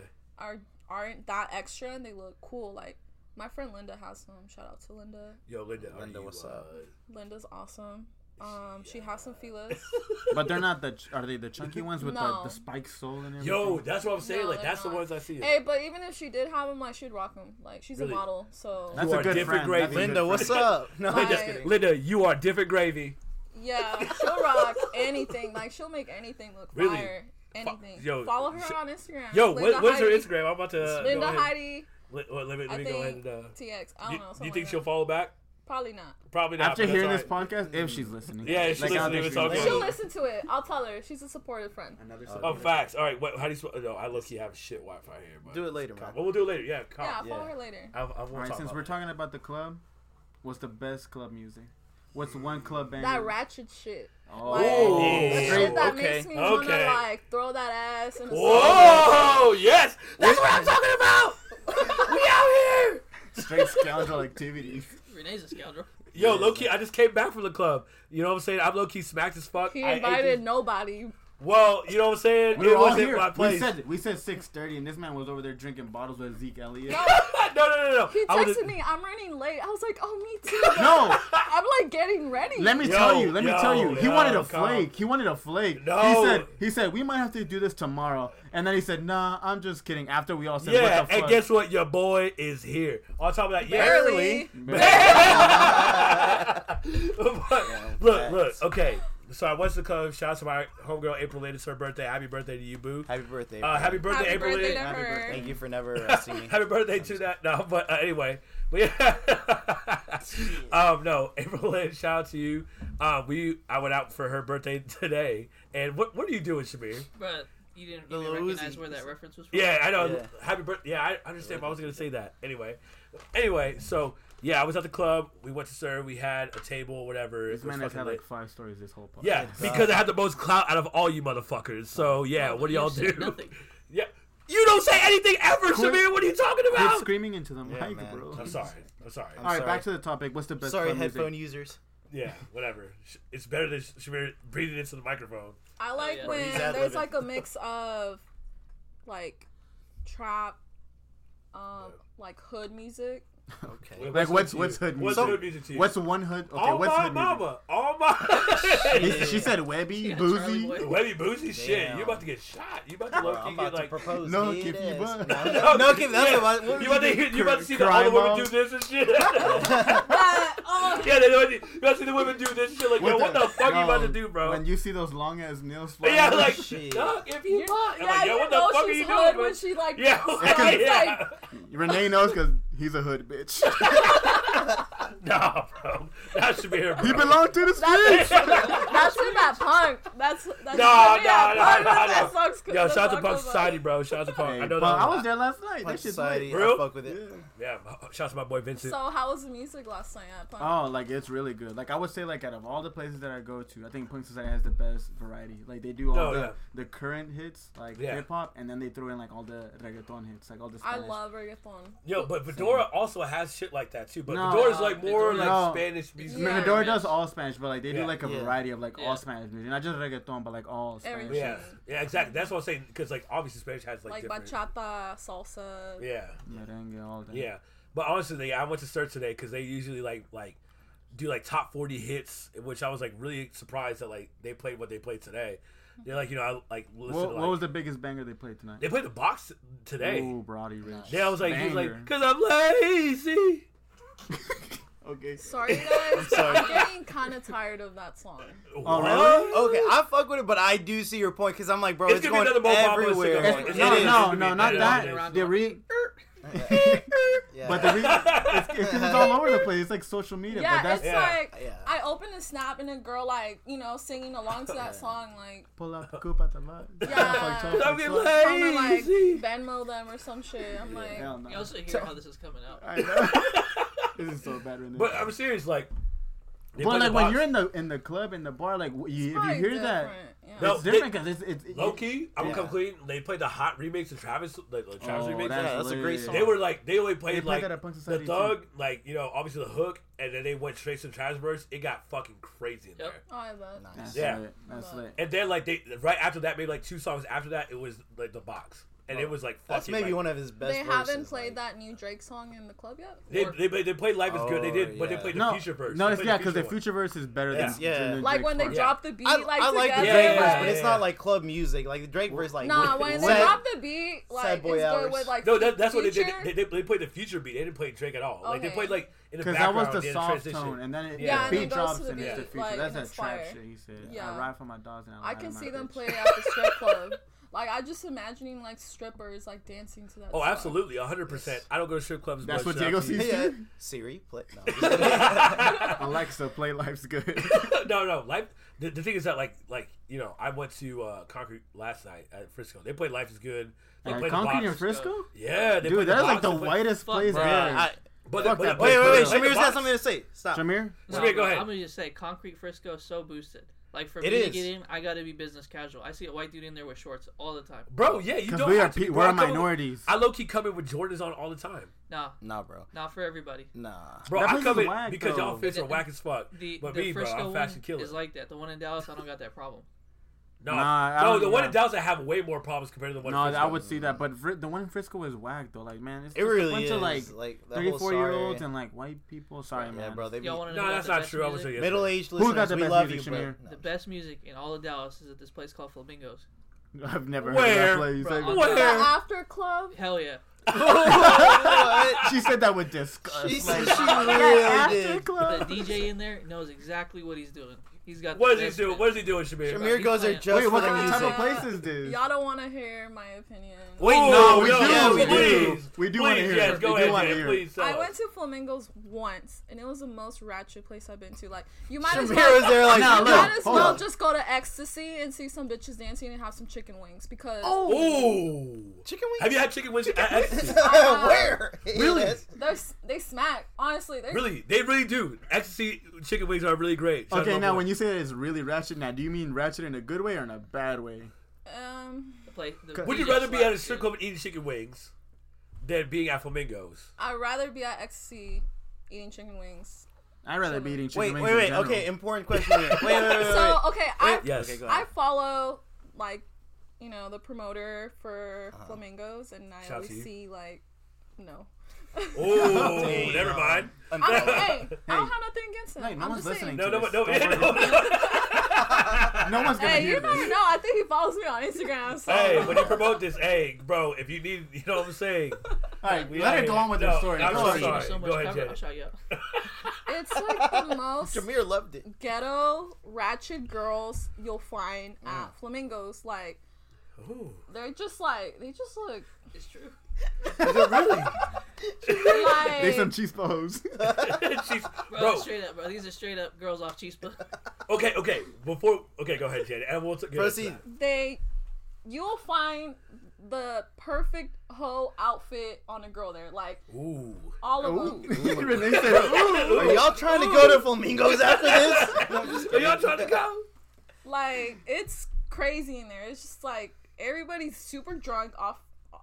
[SPEAKER 7] are aren't that extra and they look cool. Like my friend Linda has some. Shout out to Linda.
[SPEAKER 5] Yo, Linda, are
[SPEAKER 1] Linda,
[SPEAKER 5] you,
[SPEAKER 1] what's
[SPEAKER 5] uh,
[SPEAKER 1] up?
[SPEAKER 7] Linda's awesome. Um, she has some feelers.
[SPEAKER 6] But they're not the. ch- Are they the chunky ones with
[SPEAKER 7] No.
[SPEAKER 6] the, the spike sole and everything?
[SPEAKER 5] Yo, that's what I'm saying.
[SPEAKER 7] No,
[SPEAKER 5] like
[SPEAKER 7] they're
[SPEAKER 5] that's the
[SPEAKER 7] not.
[SPEAKER 5] ones I see.
[SPEAKER 7] hey, but even if she did have them, like she'd rock them. Like she's
[SPEAKER 5] Really?
[SPEAKER 7] a model, so
[SPEAKER 6] that's
[SPEAKER 5] You
[SPEAKER 6] a
[SPEAKER 5] are
[SPEAKER 6] good
[SPEAKER 5] different
[SPEAKER 6] friend.
[SPEAKER 5] grade.
[SPEAKER 6] That's a good
[SPEAKER 1] Linda, what's
[SPEAKER 6] friend.
[SPEAKER 1] up? No, I'm just
[SPEAKER 7] Like-
[SPEAKER 1] kidding.
[SPEAKER 5] Linda, you are different gravy.
[SPEAKER 7] yeah, she'll rock anything. Like she'll make anything look
[SPEAKER 5] Really?
[SPEAKER 7] fire. Anything.
[SPEAKER 5] yo,
[SPEAKER 7] Follow her
[SPEAKER 5] sh-
[SPEAKER 7] on Instagram.
[SPEAKER 5] Yo, what,
[SPEAKER 7] Linda
[SPEAKER 5] what's her
[SPEAKER 7] Heidi.
[SPEAKER 5] Instagram? I'm about to. Uh, go
[SPEAKER 7] Linda
[SPEAKER 5] ahead.
[SPEAKER 7] Heidi.
[SPEAKER 5] Let, let, let me, let
[SPEAKER 7] I
[SPEAKER 5] me go ahead
[SPEAKER 7] think
[SPEAKER 5] and. Uh,
[SPEAKER 7] TX. I don't
[SPEAKER 5] you,
[SPEAKER 7] know.
[SPEAKER 5] you
[SPEAKER 7] something
[SPEAKER 5] think
[SPEAKER 7] like
[SPEAKER 5] she'll
[SPEAKER 7] that.
[SPEAKER 5] follow back?
[SPEAKER 7] Probably not.
[SPEAKER 5] Probably not.
[SPEAKER 6] After
[SPEAKER 5] but
[SPEAKER 6] hearing
[SPEAKER 5] that's
[SPEAKER 6] this
[SPEAKER 5] all right.
[SPEAKER 6] podcast, if she's listening,
[SPEAKER 5] Yeah, if she's
[SPEAKER 6] I don't
[SPEAKER 5] listening,
[SPEAKER 6] think
[SPEAKER 5] it's all
[SPEAKER 6] she's
[SPEAKER 5] good.
[SPEAKER 7] She'll
[SPEAKER 6] listening.
[SPEAKER 7] listen to it. I'll tell her. She's a supportive friend.
[SPEAKER 6] Another
[SPEAKER 5] Oh,
[SPEAKER 6] subject.
[SPEAKER 5] facts. All right. What, how do you? Sp- no, I look. You have shit Wi-Fi here. But
[SPEAKER 1] Do it later, man.
[SPEAKER 5] Well, we'll do it later. Yeah. Calm.
[SPEAKER 7] Yeah, I'll follow
[SPEAKER 1] Yeah.
[SPEAKER 7] her later.
[SPEAKER 5] I, I won't
[SPEAKER 6] All right,
[SPEAKER 5] talk
[SPEAKER 6] since
[SPEAKER 5] about
[SPEAKER 6] we're
[SPEAKER 5] it.
[SPEAKER 6] talking about the club, what's the best club music? What's one club band?
[SPEAKER 7] That ratchet shit.
[SPEAKER 6] Oh,
[SPEAKER 7] Like,
[SPEAKER 5] Ooh.
[SPEAKER 7] the
[SPEAKER 5] Straight-
[SPEAKER 7] shit that
[SPEAKER 1] okay,
[SPEAKER 7] makes me
[SPEAKER 5] okay.
[SPEAKER 7] wanna like throw that ass in a
[SPEAKER 5] Whoa! Yes, that's what I'm talking about. we out here.
[SPEAKER 6] straight scoundrel activities.
[SPEAKER 8] Renee's a scoundrel.
[SPEAKER 5] Yo, low key, I just came back from the club. You know what I'm saying? I'm low key smacked as fuck.
[SPEAKER 7] He
[SPEAKER 5] I ate
[SPEAKER 7] invited
[SPEAKER 5] this-
[SPEAKER 7] nobody.
[SPEAKER 5] Well, you know what I'm saying?
[SPEAKER 6] We were
[SPEAKER 5] it
[SPEAKER 6] all
[SPEAKER 5] wasn't
[SPEAKER 6] here.
[SPEAKER 5] my
[SPEAKER 6] We
[SPEAKER 5] place.
[SPEAKER 6] said we said six thirty, and this man was over there drinking bottles with Zeke Elliott.
[SPEAKER 5] no, no, no, no.
[SPEAKER 7] He
[SPEAKER 5] I was-
[SPEAKER 7] texted me, I'm running late. I was like, oh, me too.
[SPEAKER 6] No,
[SPEAKER 7] I'm like getting ready.
[SPEAKER 6] let me
[SPEAKER 5] Yo,
[SPEAKER 6] tell you. Let me
[SPEAKER 5] yo,
[SPEAKER 6] tell you. He
[SPEAKER 5] yo,
[SPEAKER 6] wanted a
[SPEAKER 5] calm.
[SPEAKER 6] flake. He wanted a flake.
[SPEAKER 5] No.
[SPEAKER 6] He said. He said we might have to do this tomorrow, and then he said, "Nah, I'm just kidding." After we all said,
[SPEAKER 5] Yeah,
[SPEAKER 6] "What the
[SPEAKER 5] and
[SPEAKER 6] fuck?"
[SPEAKER 5] guess what? Your boy is here. On top of that, yeah.
[SPEAKER 7] Barely.
[SPEAKER 5] But look, look, okay. So I went to the club. Shout out to my homegirl April Lynn. It's her birthday. Happy birthday to you, boo.
[SPEAKER 1] Happy birthday.
[SPEAKER 5] Uh,
[SPEAKER 1] bro.
[SPEAKER 5] happy birthday,
[SPEAKER 7] Happy
[SPEAKER 5] April
[SPEAKER 7] birthday
[SPEAKER 5] Lynn.
[SPEAKER 7] to
[SPEAKER 6] Happy
[SPEAKER 7] her.
[SPEAKER 6] birthday.
[SPEAKER 1] Thank you for never uh, seeing me.
[SPEAKER 5] Happy birthday to that. No, but uh, anyway, but yeah. um, no, April Lynn, shout out to Um, you. Uh, we I went out for her birthday today, and what what are you doing, Shamir?
[SPEAKER 8] But you didn't
[SPEAKER 1] The
[SPEAKER 8] even
[SPEAKER 1] Lil
[SPEAKER 8] recognize
[SPEAKER 1] Uzi.
[SPEAKER 8] where that reference was from.
[SPEAKER 5] Yeah, I know.
[SPEAKER 1] Yeah.
[SPEAKER 5] Happy birthday. Yeah, I understand. But I was gonna say that anyway. Anyway, so yeah, I was at the club. We went to serve. We had a table, whatever.
[SPEAKER 6] This
[SPEAKER 5] It was
[SPEAKER 6] man has
[SPEAKER 5] fucking
[SPEAKER 6] had
[SPEAKER 5] lit.
[SPEAKER 6] like five stories this whole podcast.
[SPEAKER 5] Yeah, because I had the most clout out of all you motherfuckers. So
[SPEAKER 6] Oh,
[SPEAKER 5] yeah, what do
[SPEAKER 8] You
[SPEAKER 5] y'all do?
[SPEAKER 8] said Nothing.
[SPEAKER 5] Yeah, you don't say anything ever,
[SPEAKER 6] Quit-
[SPEAKER 5] Samir. What are you talking
[SPEAKER 6] Quit
[SPEAKER 5] about?
[SPEAKER 6] screaming into the
[SPEAKER 1] Yeah,
[SPEAKER 6] mic,
[SPEAKER 1] man.
[SPEAKER 6] bro.
[SPEAKER 5] I'm sorry. I'm sorry.
[SPEAKER 6] All right,
[SPEAKER 1] Sorry.
[SPEAKER 6] back to the topic. What's the best?
[SPEAKER 1] Sorry,
[SPEAKER 6] club music?
[SPEAKER 1] headphone users.
[SPEAKER 5] Yeah, whatever. Sh- It's better than Shamir breathing into the microphone.
[SPEAKER 7] I like
[SPEAKER 8] yeah.
[SPEAKER 1] He's
[SPEAKER 7] when
[SPEAKER 1] ad-libbing.
[SPEAKER 7] there's like a mix of like trap, um, like hood music.
[SPEAKER 1] Okay.
[SPEAKER 6] Like, what's-
[SPEAKER 5] to
[SPEAKER 6] what's
[SPEAKER 5] you?
[SPEAKER 6] hood
[SPEAKER 5] What's
[SPEAKER 6] music?
[SPEAKER 5] hood music to you?
[SPEAKER 6] What's one hood? Okay,
[SPEAKER 5] all
[SPEAKER 6] what's
[SPEAKER 5] my
[SPEAKER 6] hood music?
[SPEAKER 5] mama? All my.
[SPEAKER 6] He- She said Webby,
[SPEAKER 8] Yeah, Charlie
[SPEAKER 6] Boozy.
[SPEAKER 8] Boy.
[SPEAKER 5] Webby boozy shit.
[SPEAKER 1] Damn.
[SPEAKER 5] You about to get shot. You about to
[SPEAKER 1] Bro,
[SPEAKER 5] low
[SPEAKER 1] I'm
[SPEAKER 5] key
[SPEAKER 1] about
[SPEAKER 5] get
[SPEAKER 1] to
[SPEAKER 5] like.
[SPEAKER 1] propose.
[SPEAKER 6] No,
[SPEAKER 1] Here
[SPEAKER 6] give
[SPEAKER 1] it
[SPEAKER 6] you
[SPEAKER 1] is.
[SPEAKER 6] butt.
[SPEAKER 1] No, no, give that's
[SPEAKER 5] Yeah.
[SPEAKER 1] what I- what
[SPEAKER 5] you about to
[SPEAKER 1] did
[SPEAKER 5] hear, you about to see the
[SPEAKER 6] Crime
[SPEAKER 5] other women do
[SPEAKER 6] off.
[SPEAKER 5] this and shit.
[SPEAKER 7] But, oh,
[SPEAKER 5] yeah, they know, you about to see the women do this and shit. Like, yo, what the fuck you about to
[SPEAKER 6] no,
[SPEAKER 5] do, bro?
[SPEAKER 6] When you see those long ass nails,
[SPEAKER 5] But yeah,
[SPEAKER 6] flying,
[SPEAKER 5] like,
[SPEAKER 1] Shit.
[SPEAKER 5] dog, if you
[SPEAKER 7] you,
[SPEAKER 5] butt.
[SPEAKER 7] yeah,
[SPEAKER 5] like, yo,
[SPEAKER 7] you
[SPEAKER 5] what
[SPEAKER 7] know
[SPEAKER 5] the fuck are
[SPEAKER 7] she's
[SPEAKER 5] you
[SPEAKER 7] hood
[SPEAKER 5] doing, bro?
[SPEAKER 7] when she like
[SPEAKER 5] Yeah,
[SPEAKER 7] smiles,
[SPEAKER 5] yeah.
[SPEAKER 7] like,
[SPEAKER 6] Renee knows because he's a hood bitch.
[SPEAKER 5] Nah, bro. That should be her, bro.
[SPEAKER 6] he belongs to the streets.
[SPEAKER 7] That's in that punk. That's that's no,
[SPEAKER 5] Nah, nah,
[SPEAKER 7] in that
[SPEAKER 5] nah, nah,
[SPEAKER 7] punk. That's
[SPEAKER 5] nah.
[SPEAKER 7] that sucks.
[SPEAKER 5] Yo, shout out to Punk Society, bro. Shout out to Punk. I know
[SPEAKER 6] But
[SPEAKER 5] that.
[SPEAKER 6] I was there last night.
[SPEAKER 1] Punk
[SPEAKER 6] That shit's lit.
[SPEAKER 1] Society, I
[SPEAKER 5] Real?
[SPEAKER 1] fuck with it.
[SPEAKER 5] Yeah, uh, shout out to my boy Vincent.
[SPEAKER 7] So how was the music last night at punk?
[SPEAKER 6] Oh, like it's really good. Like I would say, like out of all the places that I go to, I think Punk Society has the best variety. Like they do all
[SPEAKER 5] Oh,
[SPEAKER 6] the,
[SPEAKER 5] yeah.
[SPEAKER 6] the current hits, like
[SPEAKER 5] Yeah.
[SPEAKER 6] hip hop, and then they throw in like all the reggaeton hits, like all the.
[SPEAKER 7] I
[SPEAKER 6] Spanish.
[SPEAKER 7] love reggaeton.
[SPEAKER 5] Yo, but Fedora also has shit like that too. But
[SPEAKER 6] No,
[SPEAKER 5] Fedora's
[SPEAKER 8] uh,
[SPEAKER 5] like more
[SPEAKER 8] Fedora-
[SPEAKER 5] like
[SPEAKER 6] No.
[SPEAKER 5] Spanish music.
[SPEAKER 7] Yeah.
[SPEAKER 6] Medora does all Spanish, but like they
[SPEAKER 5] Yeah.
[SPEAKER 6] do like a
[SPEAKER 1] Yeah.
[SPEAKER 6] variety of like
[SPEAKER 8] Yeah.
[SPEAKER 6] all Spanish music, not just reggaeton, but like all Spanish.
[SPEAKER 7] Everything.
[SPEAKER 5] Yeah, yeah, exactly. That's what I'm saying. Because like obviously Spanish has like,
[SPEAKER 7] Like,
[SPEAKER 5] different.
[SPEAKER 7] bachata, salsa.
[SPEAKER 5] Yeah,
[SPEAKER 6] merengue, all that.
[SPEAKER 5] yeah. But honestly, I went to search today because they usually like like do like top 40 hits, which I was like really surprised that like they played what they played today. They're like you know I like listen.
[SPEAKER 6] What,
[SPEAKER 5] to,
[SPEAKER 6] what
[SPEAKER 5] like,
[SPEAKER 6] was the biggest banger they played tonight?
[SPEAKER 5] They played the box today.
[SPEAKER 6] Ooh, Brody Rich.
[SPEAKER 5] Yeah, I was like, he was
[SPEAKER 6] Banger.
[SPEAKER 5] like, cause I'm lazy.
[SPEAKER 6] Okay.
[SPEAKER 7] Sorry guys,
[SPEAKER 1] sorry.
[SPEAKER 7] I'm getting kind of tired of that song.
[SPEAKER 6] Oh,
[SPEAKER 5] What?
[SPEAKER 6] really?
[SPEAKER 1] Okay, I fuck with it, but I do see your point because I'm like, bro,
[SPEAKER 5] It's
[SPEAKER 1] it's,
[SPEAKER 5] gonna be
[SPEAKER 1] going
[SPEAKER 5] another Mo Bamba
[SPEAKER 1] everywhere.
[SPEAKER 5] single. It's-
[SPEAKER 1] It
[SPEAKER 6] no,
[SPEAKER 5] is.
[SPEAKER 6] no,
[SPEAKER 5] It's
[SPEAKER 6] no,
[SPEAKER 5] gonna
[SPEAKER 6] not
[SPEAKER 5] be
[SPEAKER 6] that.
[SPEAKER 5] better.
[SPEAKER 6] The re-
[SPEAKER 8] Er.
[SPEAKER 1] Yeah.
[SPEAKER 6] but the re- it's because it's all over the place. It's like social media.
[SPEAKER 7] Yeah,
[SPEAKER 6] but that's
[SPEAKER 7] it's
[SPEAKER 5] Yeah.
[SPEAKER 7] like
[SPEAKER 1] Yeah.
[SPEAKER 7] I opened a snap and a girl like you know singing along to that song like
[SPEAKER 6] pull up, coop at the lot.
[SPEAKER 7] Yeah.
[SPEAKER 5] I'm getting
[SPEAKER 6] Fuck, fuck, fuck.
[SPEAKER 7] trying to like
[SPEAKER 5] lazy.
[SPEAKER 7] Venmo them or some shit. I'm like,
[SPEAKER 6] Hell no.
[SPEAKER 8] You also hear how this is coming out.
[SPEAKER 6] I know. this is so bad right now.
[SPEAKER 5] But I'm serious, like. they
[SPEAKER 6] But
[SPEAKER 5] played
[SPEAKER 6] like
[SPEAKER 5] the
[SPEAKER 6] when
[SPEAKER 5] box-
[SPEAKER 6] you're in the in the club in the bar, like w- you, if you
[SPEAKER 7] probably
[SPEAKER 6] hear that,
[SPEAKER 7] different, yeah.
[SPEAKER 5] No,
[SPEAKER 6] it's different because it's, it's it-
[SPEAKER 5] Low key, I'm gonna
[SPEAKER 6] Yeah.
[SPEAKER 5] come clean. They played the hot remix of Travis, like the Travis
[SPEAKER 6] Oh,
[SPEAKER 5] remix.
[SPEAKER 1] that's Yeah, a great
[SPEAKER 6] lit.
[SPEAKER 1] song.
[SPEAKER 5] They were like, they only
[SPEAKER 6] They
[SPEAKER 5] played
[SPEAKER 6] played
[SPEAKER 5] like
[SPEAKER 6] that at Punk
[SPEAKER 5] the
[SPEAKER 6] Society, too.
[SPEAKER 5] thug, like you know, obviously the hook, and then they went straight to Travis verse. It got fucking crazy
[SPEAKER 8] Yep.
[SPEAKER 5] in there.
[SPEAKER 7] Oh, I bet.
[SPEAKER 6] That's
[SPEAKER 5] Yeah.
[SPEAKER 6] lit. That's lit.
[SPEAKER 5] And then like they right after that, maybe like two songs after that, it was like the box, and it was like fucking.
[SPEAKER 1] That's maybe
[SPEAKER 5] like,
[SPEAKER 1] one of his best.
[SPEAKER 7] They haven't
[SPEAKER 1] verses,
[SPEAKER 7] played
[SPEAKER 1] like-
[SPEAKER 7] that new Drake song in the club yet.
[SPEAKER 5] They, they, they, they played Life is Good. They
[SPEAKER 1] Oh,
[SPEAKER 5] did, but they
[SPEAKER 1] yeah.
[SPEAKER 5] played the
[SPEAKER 6] No,
[SPEAKER 5] Future verse.
[SPEAKER 6] no,
[SPEAKER 5] They
[SPEAKER 6] it's
[SPEAKER 5] played
[SPEAKER 6] yeah,
[SPEAKER 5] the
[SPEAKER 6] because the
[SPEAKER 5] one.
[SPEAKER 6] future verse is better
[SPEAKER 5] Yeah.
[SPEAKER 6] than
[SPEAKER 1] Yeah.
[SPEAKER 6] than the
[SPEAKER 7] Like
[SPEAKER 6] Drake
[SPEAKER 7] when they
[SPEAKER 6] part.
[SPEAKER 7] drop the beat,
[SPEAKER 1] I,
[SPEAKER 7] like
[SPEAKER 1] I like the
[SPEAKER 7] together.
[SPEAKER 1] Drake verse, but
[SPEAKER 5] Yeah,
[SPEAKER 1] it's
[SPEAKER 5] yeah.
[SPEAKER 1] not like club music. Like the Drake verse, like
[SPEAKER 7] Nah,
[SPEAKER 1] with-
[SPEAKER 7] when they
[SPEAKER 1] with-
[SPEAKER 7] drop the beat, like
[SPEAKER 1] Sad
[SPEAKER 7] it's
[SPEAKER 1] Boy
[SPEAKER 7] good
[SPEAKER 1] Hours.
[SPEAKER 7] with like
[SPEAKER 5] No, that, that's what they did.
[SPEAKER 7] Future.
[SPEAKER 5] They, they, they played the future beat. They didn't play Drake at all. Like they
[SPEAKER 7] Okay.
[SPEAKER 5] played like in the
[SPEAKER 6] Because that
[SPEAKER 5] background.
[SPEAKER 6] was the
[SPEAKER 5] in
[SPEAKER 6] soft
[SPEAKER 5] transition.
[SPEAKER 6] tone, and then it,
[SPEAKER 5] Yeah,
[SPEAKER 6] yeah,
[SPEAKER 5] and
[SPEAKER 6] the
[SPEAKER 5] then
[SPEAKER 6] beat
[SPEAKER 7] it goes
[SPEAKER 6] drops
[SPEAKER 7] to the
[SPEAKER 6] and it's the
[SPEAKER 7] beat,
[SPEAKER 6] future.
[SPEAKER 7] like,
[SPEAKER 6] That's
[SPEAKER 7] and
[SPEAKER 6] that trap
[SPEAKER 7] inspired.
[SPEAKER 6] shit he said. I
[SPEAKER 7] Yeah.
[SPEAKER 6] ride for my dogs and I,
[SPEAKER 7] I
[SPEAKER 6] ride
[SPEAKER 7] can
[SPEAKER 6] my
[SPEAKER 7] see them
[SPEAKER 6] bitch.
[SPEAKER 7] play it at the strip club. Like I just imagining like strippers like dancing to that.
[SPEAKER 5] Oh,
[SPEAKER 7] song.
[SPEAKER 5] absolutely, hundred percent. I don't go to strip clubs.
[SPEAKER 6] That's
[SPEAKER 5] but
[SPEAKER 6] what
[SPEAKER 5] shout
[SPEAKER 6] Diego
[SPEAKER 5] out to you.
[SPEAKER 6] sees.
[SPEAKER 1] yeah. Siri, play. No.
[SPEAKER 6] Alexa, play Life's Good.
[SPEAKER 5] no, no. Life. The, the thing is that like like you know I went to uh, Concrete last night at Frisco. They played Life is Good. They
[SPEAKER 6] Like,
[SPEAKER 5] played the
[SPEAKER 6] Concord and
[SPEAKER 5] box.
[SPEAKER 6] Frisco?
[SPEAKER 5] Yeah, they
[SPEAKER 6] Dude,
[SPEAKER 5] played
[SPEAKER 6] that is
[SPEAKER 5] box,
[SPEAKER 6] like the
[SPEAKER 5] they played-
[SPEAKER 6] whitest
[SPEAKER 8] Fuck,
[SPEAKER 6] place
[SPEAKER 8] bro.
[SPEAKER 6] there.
[SPEAKER 1] I-
[SPEAKER 5] But,
[SPEAKER 6] Fuck
[SPEAKER 5] but,
[SPEAKER 6] that
[SPEAKER 5] but,
[SPEAKER 1] wait, wait,
[SPEAKER 5] but-
[SPEAKER 1] wait.
[SPEAKER 5] but-
[SPEAKER 1] Shamir's
[SPEAKER 5] but-
[SPEAKER 1] got something to say. Stop.
[SPEAKER 6] Jameer?
[SPEAKER 8] No,
[SPEAKER 5] Samir, go
[SPEAKER 8] but
[SPEAKER 5] ahead.
[SPEAKER 8] I'm gonna just say, Concrete Frisco is so boosted. Like for
[SPEAKER 1] It
[SPEAKER 8] me
[SPEAKER 1] is.
[SPEAKER 8] to get in, I gotta be business casual. I see a white dude in there with shorts all the time.
[SPEAKER 5] Bro, yeah, you
[SPEAKER 6] Because
[SPEAKER 5] don't.
[SPEAKER 6] we are
[SPEAKER 5] have to be-
[SPEAKER 6] pe-
[SPEAKER 5] bro,
[SPEAKER 6] we're
[SPEAKER 5] I come-
[SPEAKER 6] minorities.
[SPEAKER 5] I low key come in with Jordans on all the time,
[SPEAKER 8] Nah,
[SPEAKER 1] Nah, bro.
[SPEAKER 8] not for everybody.
[SPEAKER 1] Nah.
[SPEAKER 5] bro.
[SPEAKER 6] That
[SPEAKER 5] I
[SPEAKER 6] place
[SPEAKER 5] come
[SPEAKER 6] is
[SPEAKER 5] in
[SPEAKER 6] whack,
[SPEAKER 5] because y'all
[SPEAKER 6] though.
[SPEAKER 5] fits
[SPEAKER 8] The-
[SPEAKER 5] are whack as fuck.
[SPEAKER 8] The,
[SPEAKER 5] but
[SPEAKER 8] the
[SPEAKER 5] me, bro,
[SPEAKER 8] Frisco
[SPEAKER 5] I'm
[SPEAKER 8] one
[SPEAKER 5] fashion killer.
[SPEAKER 8] is like that. The one in Dallas, I don't got that problem.
[SPEAKER 5] No,
[SPEAKER 6] Nah, I
[SPEAKER 5] no,
[SPEAKER 6] don't-
[SPEAKER 5] the one in
[SPEAKER 6] yeah.
[SPEAKER 5] Dallas I have way more problems compared to the one.
[SPEAKER 6] No,
[SPEAKER 5] in
[SPEAKER 6] I
[SPEAKER 5] Frisco.
[SPEAKER 6] would see that, but Fri- the one in Frisco is whack though. Like, man, it's
[SPEAKER 1] It
[SPEAKER 6] just
[SPEAKER 1] really
[SPEAKER 6] a bunch of like
[SPEAKER 1] is. Like, that whole
[SPEAKER 6] 34 year olds
[SPEAKER 1] sorry.
[SPEAKER 6] and like white people. Sorry,
[SPEAKER 1] yeah,
[SPEAKER 6] man.
[SPEAKER 1] bro. They be
[SPEAKER 8] Y'all wanna know
[SPEAKER 5] No,
[SPEAKER 8] about
[SPEAKER 5] that's
[SPEAKER 8] the
[SPEAKER 5] not
[SPEAKER 8] best
[SPEAKER 5] true. I was
[SPEAKER 8] music?
[SPEAKER 5] saying
[SPEAKER 1] middle aged
[SPEAKER 6] Who got
[SPEAKER 1] listeners.
[SPEAKER 6] the
[SPEAKER 1] We
[SPEAKER 6] best
[SPEAKER 1] love you,
[SPEAKER 6] music,
[SPEAKER 1] bro.
[SPEAKER 6] Shamir?
[SPEAKER 1] No.
[SPEAKER 8] The best music in all of Dallas is at this place called Flamingos.
[SPEAKER 6] I've never
[SPEAKER 5] Where?
[SPEAKER 6] heard of that place.
[SPEAKER 8] Bro,
[SPEAKER 6] Like,
[SPEAKER 8] I'm-
[SPEAKER 7] The
[SPEAKER 5] Where?
[SPEAKER 7] after club.
[SPEAKER 8] Hell yeah.
[SPEAKER 1] what?
[SPEAKER 6] She said that with disgust.
[SPEAKER 1] She,
[SPEAKER 6] like,
[SPEAKER 1] she really did.
[SPEAKER 8] The DJ in there knows exactly what he's doing. He's got.
[SPEAKER 5] What
[SPEAKER 8] the
[SPEAKER 5] is
[SPEAKER 8] best
[SPEAKER 5] he doing?
[SPEAKER 8] band.
[SPEAKER 5] What is he doing, Shamir?
[SPEAKER 1] Shamir goes there just
[SPEAKER 6] Wait,
[SPEAKER 1] for
[SPEAKER 6] what
[SPEAKER 1] the
[SPEAKER 6] kind of
[SPEAKER 1] music.
[SPEAKER 6] type of places did?
[SPEAKER 7] Y'all don't want to hear my opinion.
[SPEAKER 5] Wait,
[SPEAKER 6] no, we
[SPEAKER 1] do, we
[SPEAKER 6] do.
[SPEAKER 5] Please,
[SPEAKER 6] We do
[SPEAKER 5] please,
[SPEAKER 6] wanna hear
[SPEAKER 5] Yes,
[SPEAKER 6] it.
[SPEAKER 5] go
[SPEAKER 6] We do
[SPEAKER 5] ahead,
[SPEAKER 6] wanna
[SPEAKER 5] Jan,
[SPEAKER 6] hear it.
[SPEAKER 5] please. tell
[SPEAKER 7] I
[SPEAKER 5] us.
[SPEAKER 7] went to Flamingos once, and it was the most ratchet place I've been to. Like, you might as
[SPEAKER 1] Shamir
[SPEAKER 7] well,
[SPEAKER 1] was there like,
[SPEAKER 6] Nah,
[SPEAKER 7] you
[SPEAKER 6] look,
[SPEAKER 7] might as
[SPEAKER 6] hold
[SPEAKER 7] well
[SPEAKER 6] on.
[SPEAKER 7] just go to Ecstasy and see some bitches dancing and have some chicken wings because
[SPEAKER 1] Oh.
[SPEAKER 5] Ooh.
[SPEAKER 1] chicken wings.
[SPEAKER 5] Have you had chicken wings? at Ecstasy?
[SPEAKER 1] Where?
[SPEAKER 5] Really?
[SPEAKER 1] Yes.
[SPEAKER 7] they're s- they smack. Honestly, they're
[SPEAKER 5] Really, they really do. Ecstasy chicken wings are really great. Shout out
[SPEAKER 6] Okay,
[SPEAKER 5] my
[SPEAKER 6] now
[SPEAKER 5] boy.
[SPEAKER 6] when you say that it's really ratchet, now do you mean ratchet in a good way or in a bad way?
[SPEAKER 7] um.
[SPEAKER 8] The play- the
[SPEAKER 5] would you
[SPEAKER 8] DJ
[SPEAKER 5] rather be at a
[SPEAKER 8] slaps you.
[SPEAKER 5] strip club and eating chicken wings than being at flamingos?
[SPEAKER 7] I'd rather be at Ecstasy eating chicken wings.
[SPEAKER 6] I'd rather be eating chicken
[SPEAKER 1] Wait, wait,
[SPEAKER 6] wings.
[SPEAKER 1] wait.
[SPEAKER 6] in general.
[SPEAKER 1] Okay, important question. Here. Wait, wait, wait, wait.
[SPEAKER 7] So okay, I
[SPEAKER 1] Wait,
[SPEAKER 5] Yes.
[SPEAKER 1] Okay, go ahead.
[SPEAKER 7] I follow like you know the promoter for
[SPEAKER 6] Uh-huh.
[SPEAKER 7] Flamingos, and I
[SPEAKER 5] Shout out
[SPEAKER 7] always
[SPEAKER 5] to you.
[SPEAKER 7] see like no.
[SPEAKER 5] Oh, never mind.
[SPEAKER 7] I mean, hey, I don't have nothing against him.
[SPEAKER 6] Hey, no
[SPEAKER 7] I'm
[SPEAKER 6] one's
[SPEAKER 7] just
[SPEAKER 6] listening.
[SPEAKER 5] No,
[SPEAKER 7] saying.
[SPEAKER 6] to
[SPEAKER 5] no, no,
[SPEAKER 6] this. Don't
[SPEAKER 5] yeah,
[SPEAKER 6] worry.
[SPEAKER 5] no, no.
[SPEAKER 6] No one's gonna
[SPEAKER 7] Hey,
[SPEAKER 6] hear
[SPEAKER 7] you never
[SPEAKER 6] this.
[SPEAKER 7] know. I think he follows me on Instagram. So
[SPEAKER 5] Hey, when you promote this, hey, bro, if you need, you know what I'm saying.
[SPEAKER 6] All right,
[SPEAKER 5] We
[SPEAKER 6] let
[SPEAKER 5] out
[SPEAKER 6] her go
[SPEAKER 5] here.
[SPEAKER 6] on with
[SPEAKER 5] No,
[SPEAKER 6] her story.
[SPEAKER 5] I'm
[SPEAKER 6] Go
[SPEAKER 5] so
[SPEAKER 6] on.
[SPEAKER 8] Give me
[SPEAKER 5] sorry.
[SPEAKER 8] So much
[SPEAKER 5] Go ahead,
[SPEAKER 8] cover.
[SPEAKER 5] Janet.
[SPEAKER 8] I'll shout you out.
[SPEAKER 7] it's like the most
[SPEAKER 1] Shamir loved it.
[SPEAKER 7] ghetto ratchet girls you'll find
[SPEAKER 6] Mm.
[SPEAKER 7] at Flamingos. Like
[SPEAKER 5] Ooh.
[SPEAKER 7] they're just like they just look
[SPEAKER 8] It's true.
[SPEAKER 7] like
[SPEAKER 6] They some cheese bows.
[SPEAKER 5] She's-
[SPEAKER 8] Bro,
[SPEAKER 5] bro,
[SPEAKER 8] straight up, bro. These are straight up girls off Chispa.
[SPEAKER 5] okay, okay. Before, okay, go ahead, Janet, and we'll t- get into
[SPEAKER 1] Proceed.
[SPEAKER 5] that.
[SPEAKER 7] they you'll find the perfect hoe outfit on a girl there. Like
[SPEAKER 5] Ooh.
[SPEAKER 7] all of
[SPEAKER 6] Ooh.
[SPEAKER 7] them.
[SPEAKER 6] Renee said, ooh.
[SPEAKER 1] Are y'all trying to go to flamingos after this? No, I'm just
[SPEAKER 5] Are y'all
[SPEAKER 1] kidding.
[SPEAKER 5] trying to go?
[SPEAKER 7] Like it's crazy in there. It's just like everybody's super drunk off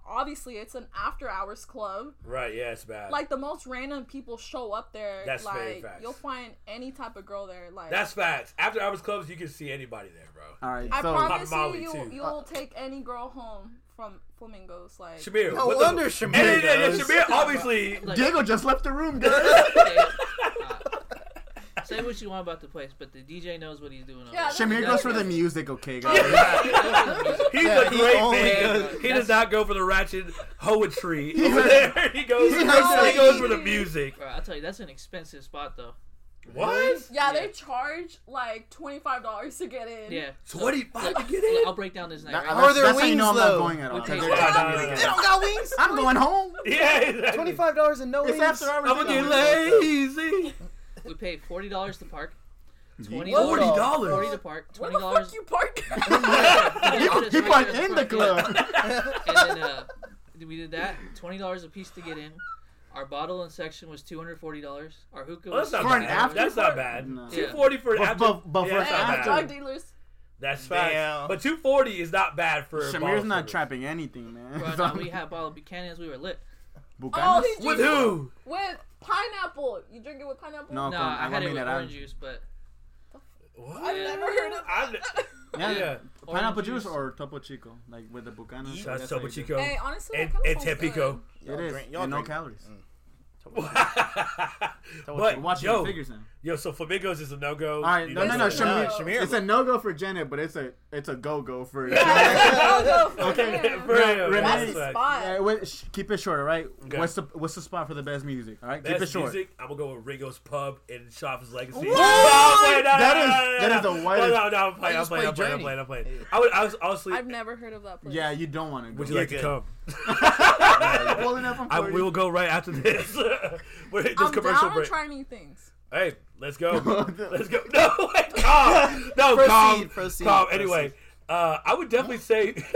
[SPEAKER 7] obviously it's an after hours club.
[SPEAKER 5] Right, yeah, it's bad.
[SPEAKER 7] Like the most random people show up there.
[SPEAKER 5] That's
[SPEAKER 7] like
[SPEAKER 5] very facts.
[SPEAKER 7] you'll find any type of girl there. Like
[SPEAKER 5] That's facts. After hours clubs, you can see anybody there, bro.
[SPEAKER 6] All right,
[SPEAKER 7] I
[SPEAKER 6] so
[SPEAKER 7] promise
[SPEAKER 5] Pop Molly,
[SPEAKER 7] you,
[SPEAKER 5] too.
[SPEAKER 7] you you'll take any girl home from flamingos. Like
[SPEAKER 5] Shamir.
[SPEAKER 1] No
[SPEAKER 5] what the-
[SPEAKER 1] wonder Shamir.
[SPEAKER 5] And, and, and,
[SPEAKER 1] does.
[SPEAKER 5] Shamir, obviously.
[SPEAKER 8] Like,
[SPEAKER 6] Diego just left the room, guys.
[SPEAKER 8] okay, uh, say what you want about the place, but the DJ knows what he's doing.
[SPEAKER 7] Yeah,
[SPEAKER 8] Yeah,
[SPEAKER 6] Shamir goes for the music, okay, guys.
[SPEAKER 5] He's
[SPEAKER 1] Yeah,
[SPEAKER 5] a
[SPEAKER 1] he
[SPEAKER 5] great
[SPEAKER 1] only
[SPEAKER 5] man.
[SPEAKER 1] goes-
[SPEAKER 5] he does not go for the ratchet poetry.
[SPEAKER 6] He
[SPEAKER 5] Over
[SPEAKER 6] heard-
[SPEAKER 5] there, he goes. He,
[SPEAKER 6] he heard
[SPEAKER 1] something.
[SPEAKER 5] goes for the music.
[SPEAKER 8] Bro, I tell you, that's an expensive spot though.
[SPEAKER 5] What?
[SPEAKER 7] Yeah, they charge like twenty five dollars to get in.
[SPEAKER 8] Yeah. So
[SPEAKER 5] Twenty five to get
[SPEAKER 8] look,
[SPEAKER 5] in?
[SPEAKER 8] I'll break down this night.
[SPEAKER 6] That-
[SPEAKER 8] Right?
[SPEAKER 1] Are there
[SPEAKER 6] that's how you know I'm
[SPEAKER 1] wings,
[SPEAKER 6] not
[SPEAKER 1] though?
[SPEAKER 6] going at all. 'cause they're
[SPEAKER 8] Yeah,
[SPEAKER 6] charging me to
[SPEAKER 5] no,
[SPEAKER 6] get
[SPEAKER 1] They
[SPEAKER 6] in.
[SPEAKER 1] don't got wings.
[SPEAKER 6] I'm going home.
[SPEAKER 5] Yeah. exactly.
[SPEAKER 1] Twenty-five dollars and no
[SPEAKER 6] It's
[SPEAKER 1] wings.
[SPEAKER 6] after hours.
[SPEAKER 5] I'm gonna
[SPEAKER 6] They
[SPEAKER 5] get
[SPEAKER 6] got
[SPEAKER 5] lazy.
[SPEAKER 8] We paid forty dollars to park.
[SPEAKER 6] wings.
[SPEAKER 8] Twenty
[SPEAKER 1] What
[SPEAKER 8] dollars.
[SPEAKER 1] the-
[SPEAKER 8] Forty to park.
[SPEAKER 7] Where
[SPEAKER 8] Twenty
[SPEAKER 7] the fuck
[SPEAKER 8] dollars.
[SPEAKER 7] you park?
[SPEAKER 6] He parked in the club.
[SPEAKER 8] And then uh, we did that. Twenty dollars a piece to get in. Our bottle and section was two hundred forty dollars. Our hookah
[SPEAKER 5] Well,
[SPEAKER 8] was
[SPEAKER 5] that's not
[SPEAKER 6] For an
[SPEAKER 5] bad.
[SPEAKER 6] after
[SPEAKER 5] that's
[SPEAKER 6] party?
[SPEAKER 5] not bad.
[SPEAKER 6] No.
[SPEAKER 5] Two forty for an
[SPEAKER 6] But-
[SPEAKER 5] after.
[SPEAKER 6] but- but for
[SPEAKER 5] yeah, that's
[SPEAKER 6] an
[SPEAKER 5] not
[SPEAKER 7] Hey,
[SPEAKER 5] bad.
[SPEAKER 7] drug dealers.
[SPEAKER 5] That's facts.
[SPEAKER 1] Damn.
[SPEAKER 5] But two forty is not bad for. a bottle
[SPEAKER 6] Shamir's
[SPEAKER 5] service.
[SPEAKER 6] not trapping anything, man.
[SPEAKER 8] Bro,
[SPEAKER 6] So-
[SPEAKER 8] no, we had bottle Buchanan's. We were lit.
[SPEAKER 7] Oh,
[SPEAKER 6] Bucanas?
[SPEAKER 7] he
[SPEAKER 5] With
[SPEAKER 7] drinks
[SPEAKER 5] who?
[SPEAKER 7] with pineapple. You drink it with pineapple?
[SPEAKER 6] No.
[SPEAKER 8] No,
[SPEAKER 6] come on,
[SPEAKER 8] I
[SPEAKER 6] I
[SPEAKER 8] had it
[SPEAKER 6] mean
[SPEAKER 8] with
[SPEAKER 6] that I'm-
[SPEAKER 8] orange juice, but
[SPEAKER 5] What?
[SPEAKER 7] I've never heard of
[SPEAKER 5] I've-
[SPEAKER 6] Yeah,
[SPEAKER 5] Yeah.
[SPEAKER 6] pineapple
[SPEAKER 8] Orange
[SPEAKER 6] juice
[SPEAKER 8] juice.
[SPEAKER 6] or Topo Chico, like with the Bucanas.
[SPEAKER 5] Shout out to
[SPEAKER 6] how
[SPEAKER 5] Topo
[SPEAKER 6] you do it.
[SPEAKER 5] Chico
[SPEAKER 7] Hey, um, honestly,
[SPEAKER 5] and,
[SPEAKER 7] that kinda
[SPEAKER 5] and
[SPEAKER 7] sounds
[SPEAKER 5] Tempico.
[SPEAKER 7] good.
[SPEAKER 6] It is.
[SPEAKER 1] drink- y'all
[SPEAKER 6] and no
[SPEAKER 1] drink.
[SPEAKER 6] calories.
[SPEAKER 5] Mm. but
[SPEAKER 6] We're watching
[SPEAKER 5] yo,
[SPEAKER 6] the figures now.
[SPEAKER 5] yo, so flamingos is a no go.
[SPEAKER 6] All right, no, no, no,
[SPEAKER 7] It's a
[SPEAKER 6] Shamir.
[SPEAKER 7] no.
[SPEAKER 1] Shamir
[SPEAKER 6] It's a
[SPEAKER 1] looked-
[SPEAKER 6] no go for Janet, but it's a it's a go go for.
[SPEAKER 7] I'll go for
[SPEAKER 5] Okay,
[SPEAKER 7] him.
[SPEAKER 5] for real.
[SPEAKER 6] Renee-
[SPEAKER 7] That's
[SPEAKER 5] that's
[SPEAKER 7] his
[SPEAKER 5] facts.
[SPEAKER 7] spot.
[SPEAKER 6] Yeah, wait, sh- keep it short, all right?
[SPEAKER 5] Okay.
[SPEAKER 6] What's the what's the spot for the best music? All right, keep it
[SPEAKER 5] Best
[SPEAKER 6] short.
[SPEAKER 5] music, I'm gonna go with Ringo's Pub and Shop's Legacy.
[SPEAKER 6] What? That
[SPEAKER 5] That
[SPEAKER 6] is- that is the
[SPEAKER 5] No,
[SPEAKER 6] widest-
[SPEAKER 5] no, no, I'm playing,
[SPEAKER 1] I
[SPEAKER 5] I'm
[SPEAKER 1] just
[SPEAKER 5] playing, I'm
[SPEAKER 1] played
[SPEAKER 5] playing, I'm
[SPEAKER 1] Journey.
[SPEAKER 5] playing, I'm playing. I would, I was honestly.
[SPEAKER 7] I've never heard of that place.
[SPEAKER 6] Yeah, you don't want to.
[SPEAKER 5] Would you like to
[SPEAKER 1] You're
[SPEAKER 5] come?
[SPEAKER 6] pulling up on
[SPEAKER 5] I
[SPEAKER 6] 40.
[SPEAKER 5] will go right after this. We're hitting this
[SPEAKER 7] I'm
[SPEAKER 5] commercial
[SPEAKER 7] down to
[SPEAKER 5] break.
[SPEAKER 7] try new things.
[SPEAKER 5] Hey, let's go. let's go. No, wait, calm. No,
[SPEAKER 1] Proceed,
[SPEAKER 5] calm.
[SPEAKER 1] proceed,
[SPEAKER 5] Calm.
[SPEAKER 1] proceed.
[SPEAKER 5] Anyway, uh, I would definitely say.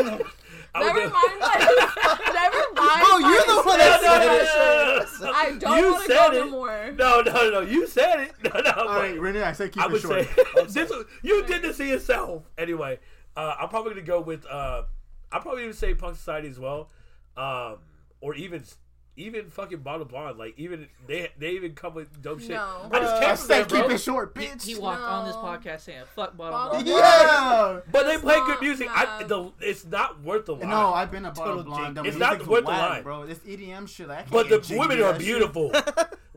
[SPEAKER 5] I would
[SPEAKER 7] Never
[SPEAKER 5] de-
[SPEAKER 7] mind. my- Never mind.
[SPEAKER 1] Oh, you're the one
[SPEAKER 7] my
[SPEAKER 1] that said
[SPEAKER 5] No, no,
[SPEAKER 1] it.
[SPEAKER 5] no, no, no, no.
[SPEAKER 7] I don't
[SPEAKER 5] You
[SPEAKER 7] want to
[SPEAKER 5] said
[SPEAKER 7] go
[SPEAKER 5] it.
[SPEAKER 7] no more.
[SPEAKER 5] No, no, no. You said it. No, no.
[SPEAKER 6] All right, Renee, I said keep
[SPEAKER 5] I
[SPEAKER 6] it
[SPEAKER 5] would
[SPEAKER 6] short.
[SPEAKER 5] say this. Was, you did this to yourself. Anyway, uh, I'm probably gonna go with. Uh, I'm probably gonna say Punk Society as well, um, or even even fucking Bottle Blonde. Like even they they even come with dope shit.
[SPEAKER 7] No.
[SPEAKER 5] I just came
[SPEAKER 6] Uh, I
[SPEAKER 5] from there,
[SPEAKER 6] said keep
[SPEAKER 5] bro.
[SPEAKER 6] it short, bitch.
[SPEAKER 8] he walked on this
[SPEAKER 7] No.
[SPEAKER 8] podcast saying "fuck
[SPEAKER 7] Bottle
[SPEAKER 8] bottle."
[SPEAKER 7] Blonde.
[SPEAKER 6] yeah.
[SPEAKER 5] But they
[SPEAKER 7] It's
[SPEAKER 5] play good
[SPEAKER 7] not,
[SPEAKER 5] music. I,
[SPEAKER 7] um,
[SPEAKER 5] the, it's not worth the line.
[SPEAKER 6] No, I've been a bottle
[SPEAKER 1] Total
[SPEAKER 6] blonde. The
[SPEAKER 5] It's not
[SPEAKER 6] music's
[SPEAKER 5] worth the
[SPEAKER 6] whack,
[SPEAKER 5] line.
[SPEAKER 6] bro. This EDM shit. I can't
[SPEAKER 5] but
[SPEAKER 6] get
[SPEAKER 5] the
[SPEAKER 6] jiggy
[SPEAKER 5] women
[SPEAKER 6] to
[SPEAKER 5] are
[SPEAKER 6] that shit.
[SPEAKER 5] beautiful.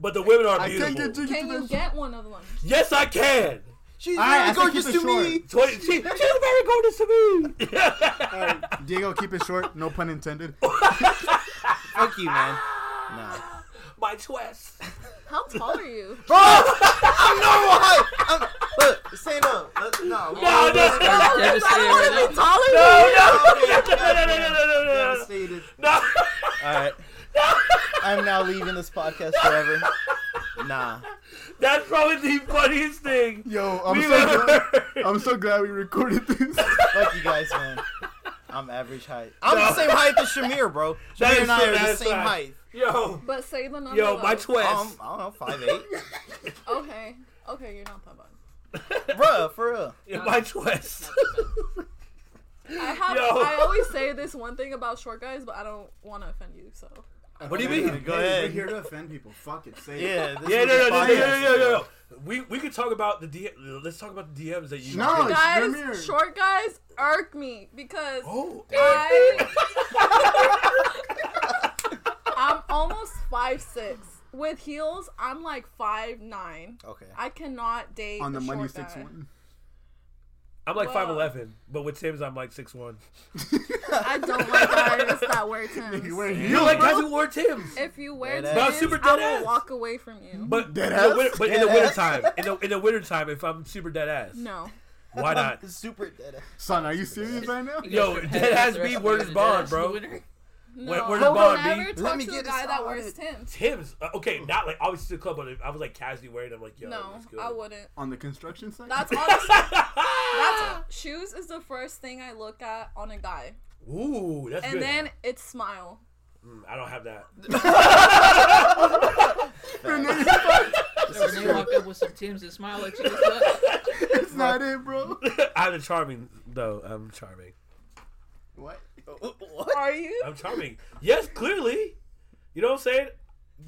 [SPEAKER 5] but the women are
[SPEAKER 6] I can't get
[SPEAKER 5] beautiful.
[SPEAKER 6] jiggy
[SPEAKER 7] Can
[SPEAKER 6] to
[SPEAKER 7] you
[SPEAKER 6] that
[SPEAKER 7] get one of them?
[SPEAKER 5] Yes, I can.
[SPEAKER 1] She's
[SPEAKER 6] All right, I
[SPEAKER 1] very
[SPEAKER 6] said
[SPEAKER 1] gorgeous
[SPEAKER 6] keep it
[SPEAKER 1] to me.
[SPEAKER 5] Twenty. She, she's very gorgeous to me.
[SPEAKER 6] shit. Diego, keep it short. No pun intended.
[SPEAKER 1] Fuck you, man. No.
[SPEAKER 5] My twist.
[SPEAKER 7] How tall are you?
[SPEAKER 1] Bro, I'm normal height. I'm, look, stand up. Let- no,
[SPEAKER 6] Oh,
[SPEAKER 5] No, no, no,
[SPEAKER 8] That's devastating right now.
[SPEAKER 7] taller
[SPEAKER 5] no, no, no, no, no, no, no.
[SPEAKER 1] Devastated. All
[SPEAKER 5] No.
[SPEAKER 1] right. I'm now leaving this podcast forever. Nah.
[SPEAKER 5] That's probably the funniest thing.
[SPEAKER 6] Yo,
[SPEAKER 5] we
[SPEAKER 6] I'm so glad,
[SPEAKER 5] ever heard.
[SPEAKER 6] I'm so glad we recorded this.
[SPEAKER 1] Fuck you guys, man. I'm average height. I'm the same height as Shamir, bro.
[SPEAKER 5] That
[SPEAKER 1] Shamir
[SPEAKER 5] is
[SPEAKER 1] and I
[SPEAKER 5] so-
[SPEAKER 1] are
[SPEAKER 5] that
[SPEAKER 1] the
[SPEAKER 5] is
[SPEAKER 1] same
[SPEAKER 5] fine.
[SPEAKER 1] height.
[SPEAKER 5] Yo,
[SPEAKER 7] But say the number.
[SPEAKER 5] yo, my
[SPEAKER 7] though.
[SPEAKER 1] Um,
[SPEAKER 5] twist.
[SPEAKER 1] I don't know, five eight.
[SPEAKER 7] Okay. Okay, you're not that bad.
[SPEAKER 1] Bruh, for real.
[SPEAKER 5] My twist.
[SPEAKER 7] I have.
[SPEAKER 5] Yo.
[SPEAKER 7] I always say this one thing about short guys, but I don't want to offend you. So
[SPEAKER 5] What do you mean?
[SPEAKER 1] Go
[SPEAKER 6] Hey,
[SPEAKER 1] ahead.
[SPEAKER 6] We're here to offend people. Fuck it. Say it.
[SPEAKER 1] Yeah, this
[SPEAKER 5] Yeah,
[SPEAKER 1] is
[SPEAKER 5] no, no,
[SPEAKER 1] the
[SPEAKER 5] no, no,
[SPEAKER 1] podcast.
[SPEAKER 5] no, no, no, no. We we could talk about the DM. Let's talk about the DMs that you.
[SPEAKER 6] No,
[SPEAKER 5] get.
[SPEAKER 6] Guys,
[SPEAKER 7] guys,
[SPEAKER 6] come here.
[SPEAKER 7] short guys irk me because
[SPEAKER 5] Oh,
[SPEAKER 7] I I'm almost five six. With heels, I'm like five nine.
[SPEAKER 1] Okay.
[SPEAKER 7] I cannot date
[SPEAKER 6] On the
[SPEAKER 7] a
[SPEAKER 6] money
[SPEAKER 7] short
[SPEAKER 6] six
[SPEAKER 7] guy.
[SPEAKER 6] one.
[SPEAKER 5] I'm like
[SPEAKER 7] Wow.
[SPEAKER 5] five eleven, but with Tim's I'm like six one.
[SPEAKER 7] I don't like guys that wear Tim's.
[SPEAKER 6] You wear
[SPEAKER 5] You're
[SPEAKER 6] heels.
[SPEAKER 5] like guys who wore Tim's,
[SPEAKER 7] if you wear
[SPEAKER 1] Dead ass. No,
[SPEAKER 7] Tim's,
[SPEAKER 5] I'm super
[SPEAKER 7] I
[SPEAKER 5] dead
[SPEAKER 7] will
[SPEAKER 5] ass.
[SPEAKER 7] walk away from you.
[SPEAKER 5] but
[SPEAKER 6] Dead
[SPEAKER 5] in the
[SPEAKER 6] ass?
[SPEAKER 5] winter- but in the
[SPEAKER 1] Dead
[SPEAKER 5] winter
[SPEAKER 1] ass?
[SPEAKER 5] time, in the in the winter time, if I'm super dead ass,
[SPEAKER 7] no.
[SPEAKER 5] why not?
[SPEAKER 1] Super dead ass.
[SPEAKER 6] Son, are you serious right now?
[SPEAKER 5] Yo, dead ass me, where does bond, bro?
[SPEAKER 7] No.
[SPEAKER 5] Where- where's
[SPEAKER 7] I will
[SPEAKER 5] Bond, B?
[SPEAKER 7] never
[SPEAKER 1] Let
[SPEAKER 7] talk
[SPEAKER 1] me
[SPEAKER 7] to a
[SPEAKER 1] get
[SPEAKER 7] guy
[SPEAKER 1] this
[SPEAKER 7] that
[SPEAKER 1] on
[SPEAKER 7] wears
[SPEAKER 1] it.
[SPEAKER 7] Tim's.
[SPEAKER 5] Tim's uh, okay, not like obviously the club, but if I was like casually wearing, it, I'm like, yo,
[SPEAKER 7] No,
[SPEAKER 5] that's good.
[SPEAKER 7] I wouldn't.
[SPEAKER 6] On the construction site.
[SPEAKER 7] That's honestly. that's shoes is the first thing I look at on a guy,
[SPEAKER 5] Ooh, that's
[SPEAKER 7] and
[SPEAKER 5] good.
[SPEAKER 7] then it's smile.
[SPEAKER 5] Mm, I don't have that.
[SPEAKER 8] When they walk up with some Tim's and smile at you, what's up?
[SPEAKER 6] That's not it, bro.
[SPEAKER 5] I'm a charming though. I'm charming.
[SPEAKER 6] What?
[SPEAKER 7] Are you?
[SPEAKER 5] I'm charming. Yes, clearly. You know what I'm saying?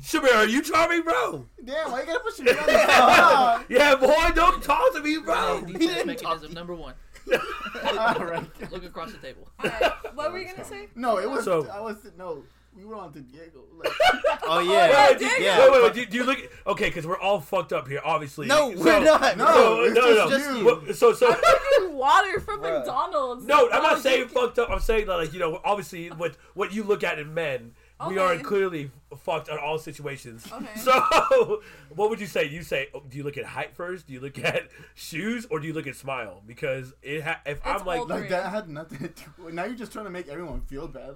[SPEAKER 5] Shabir, are you charming, bro?
[SPEAKER 6] Damn, why you gotta push me on the spot?
[SPEAKER 5] Yeah, boy, don't talk to me, bro.
[SPEAKER 8] Defense
[SPEAKER 1] didn't talk
[SPEAKER 8] mechanism number one.
[SPEAKER 6] All right.
[SPEAKER 8] Look across the table.
[SPEAKER 7] Alright, what were you gonna say?
[SPEAKER 6] No, it was.
[SPEAKER 5] So-
[SPEAKER 6] I was no. We were on to Diego. Like,
[SPEAKER 1] Oh yeah.
[SPEAKER 5] Wait, wait,
[SPEAKER 1] Yeah.
[SPEAKER 5] wait, wait, Do, do you look? Okay, because we're all fucked up here, obviously.
[SPEAKER 1] No,
[SPEAKER 5] So-
[SPEAKER 1] we're not.
[SPEAKER 6] no,
[SPEAKER 5] So,
[SPEAKER 6] it's
[SPEAKER 5] no,
[SPEAKER 6] just,
[SPEAKER 5] no.
[SPEAKER 1] just
[SPEAKER 6] you.
[SPEAKER 5] Well, So, so.
[SPEAKER 7] Drinking water from
[SPEAKER 1] Bruh.
[SPEAKER 7] McDonald's.
[SPEAKER 5] No, I'm
[SPEAKER 7] Why
[SPEAKER 5] not
[SPEAKER 7] would
[SPEAKER 5] saying
[SPEAKER 7] you-
[SPEAKER 5] fucked up. I'm saying that, like you know, obviously, what what you look at in men, we are
[SPEAKER 7] Okay.
[SPEAKER 5] clearly fucked on all situations.
[SPEAKER 7] Okay.
[SPEAKER 5] So, what would you say? You say, oh, do you look at height first? Do you look at shoes, or do you look at smile? Because it ha- if I'm like,
[SPEAKER 7] all
[SPEAKER 6] like
[SPEAKER 7] Right.
[SPEAKER 6] that had nothing to do. with- Now you're just trying to make everyone feel bad.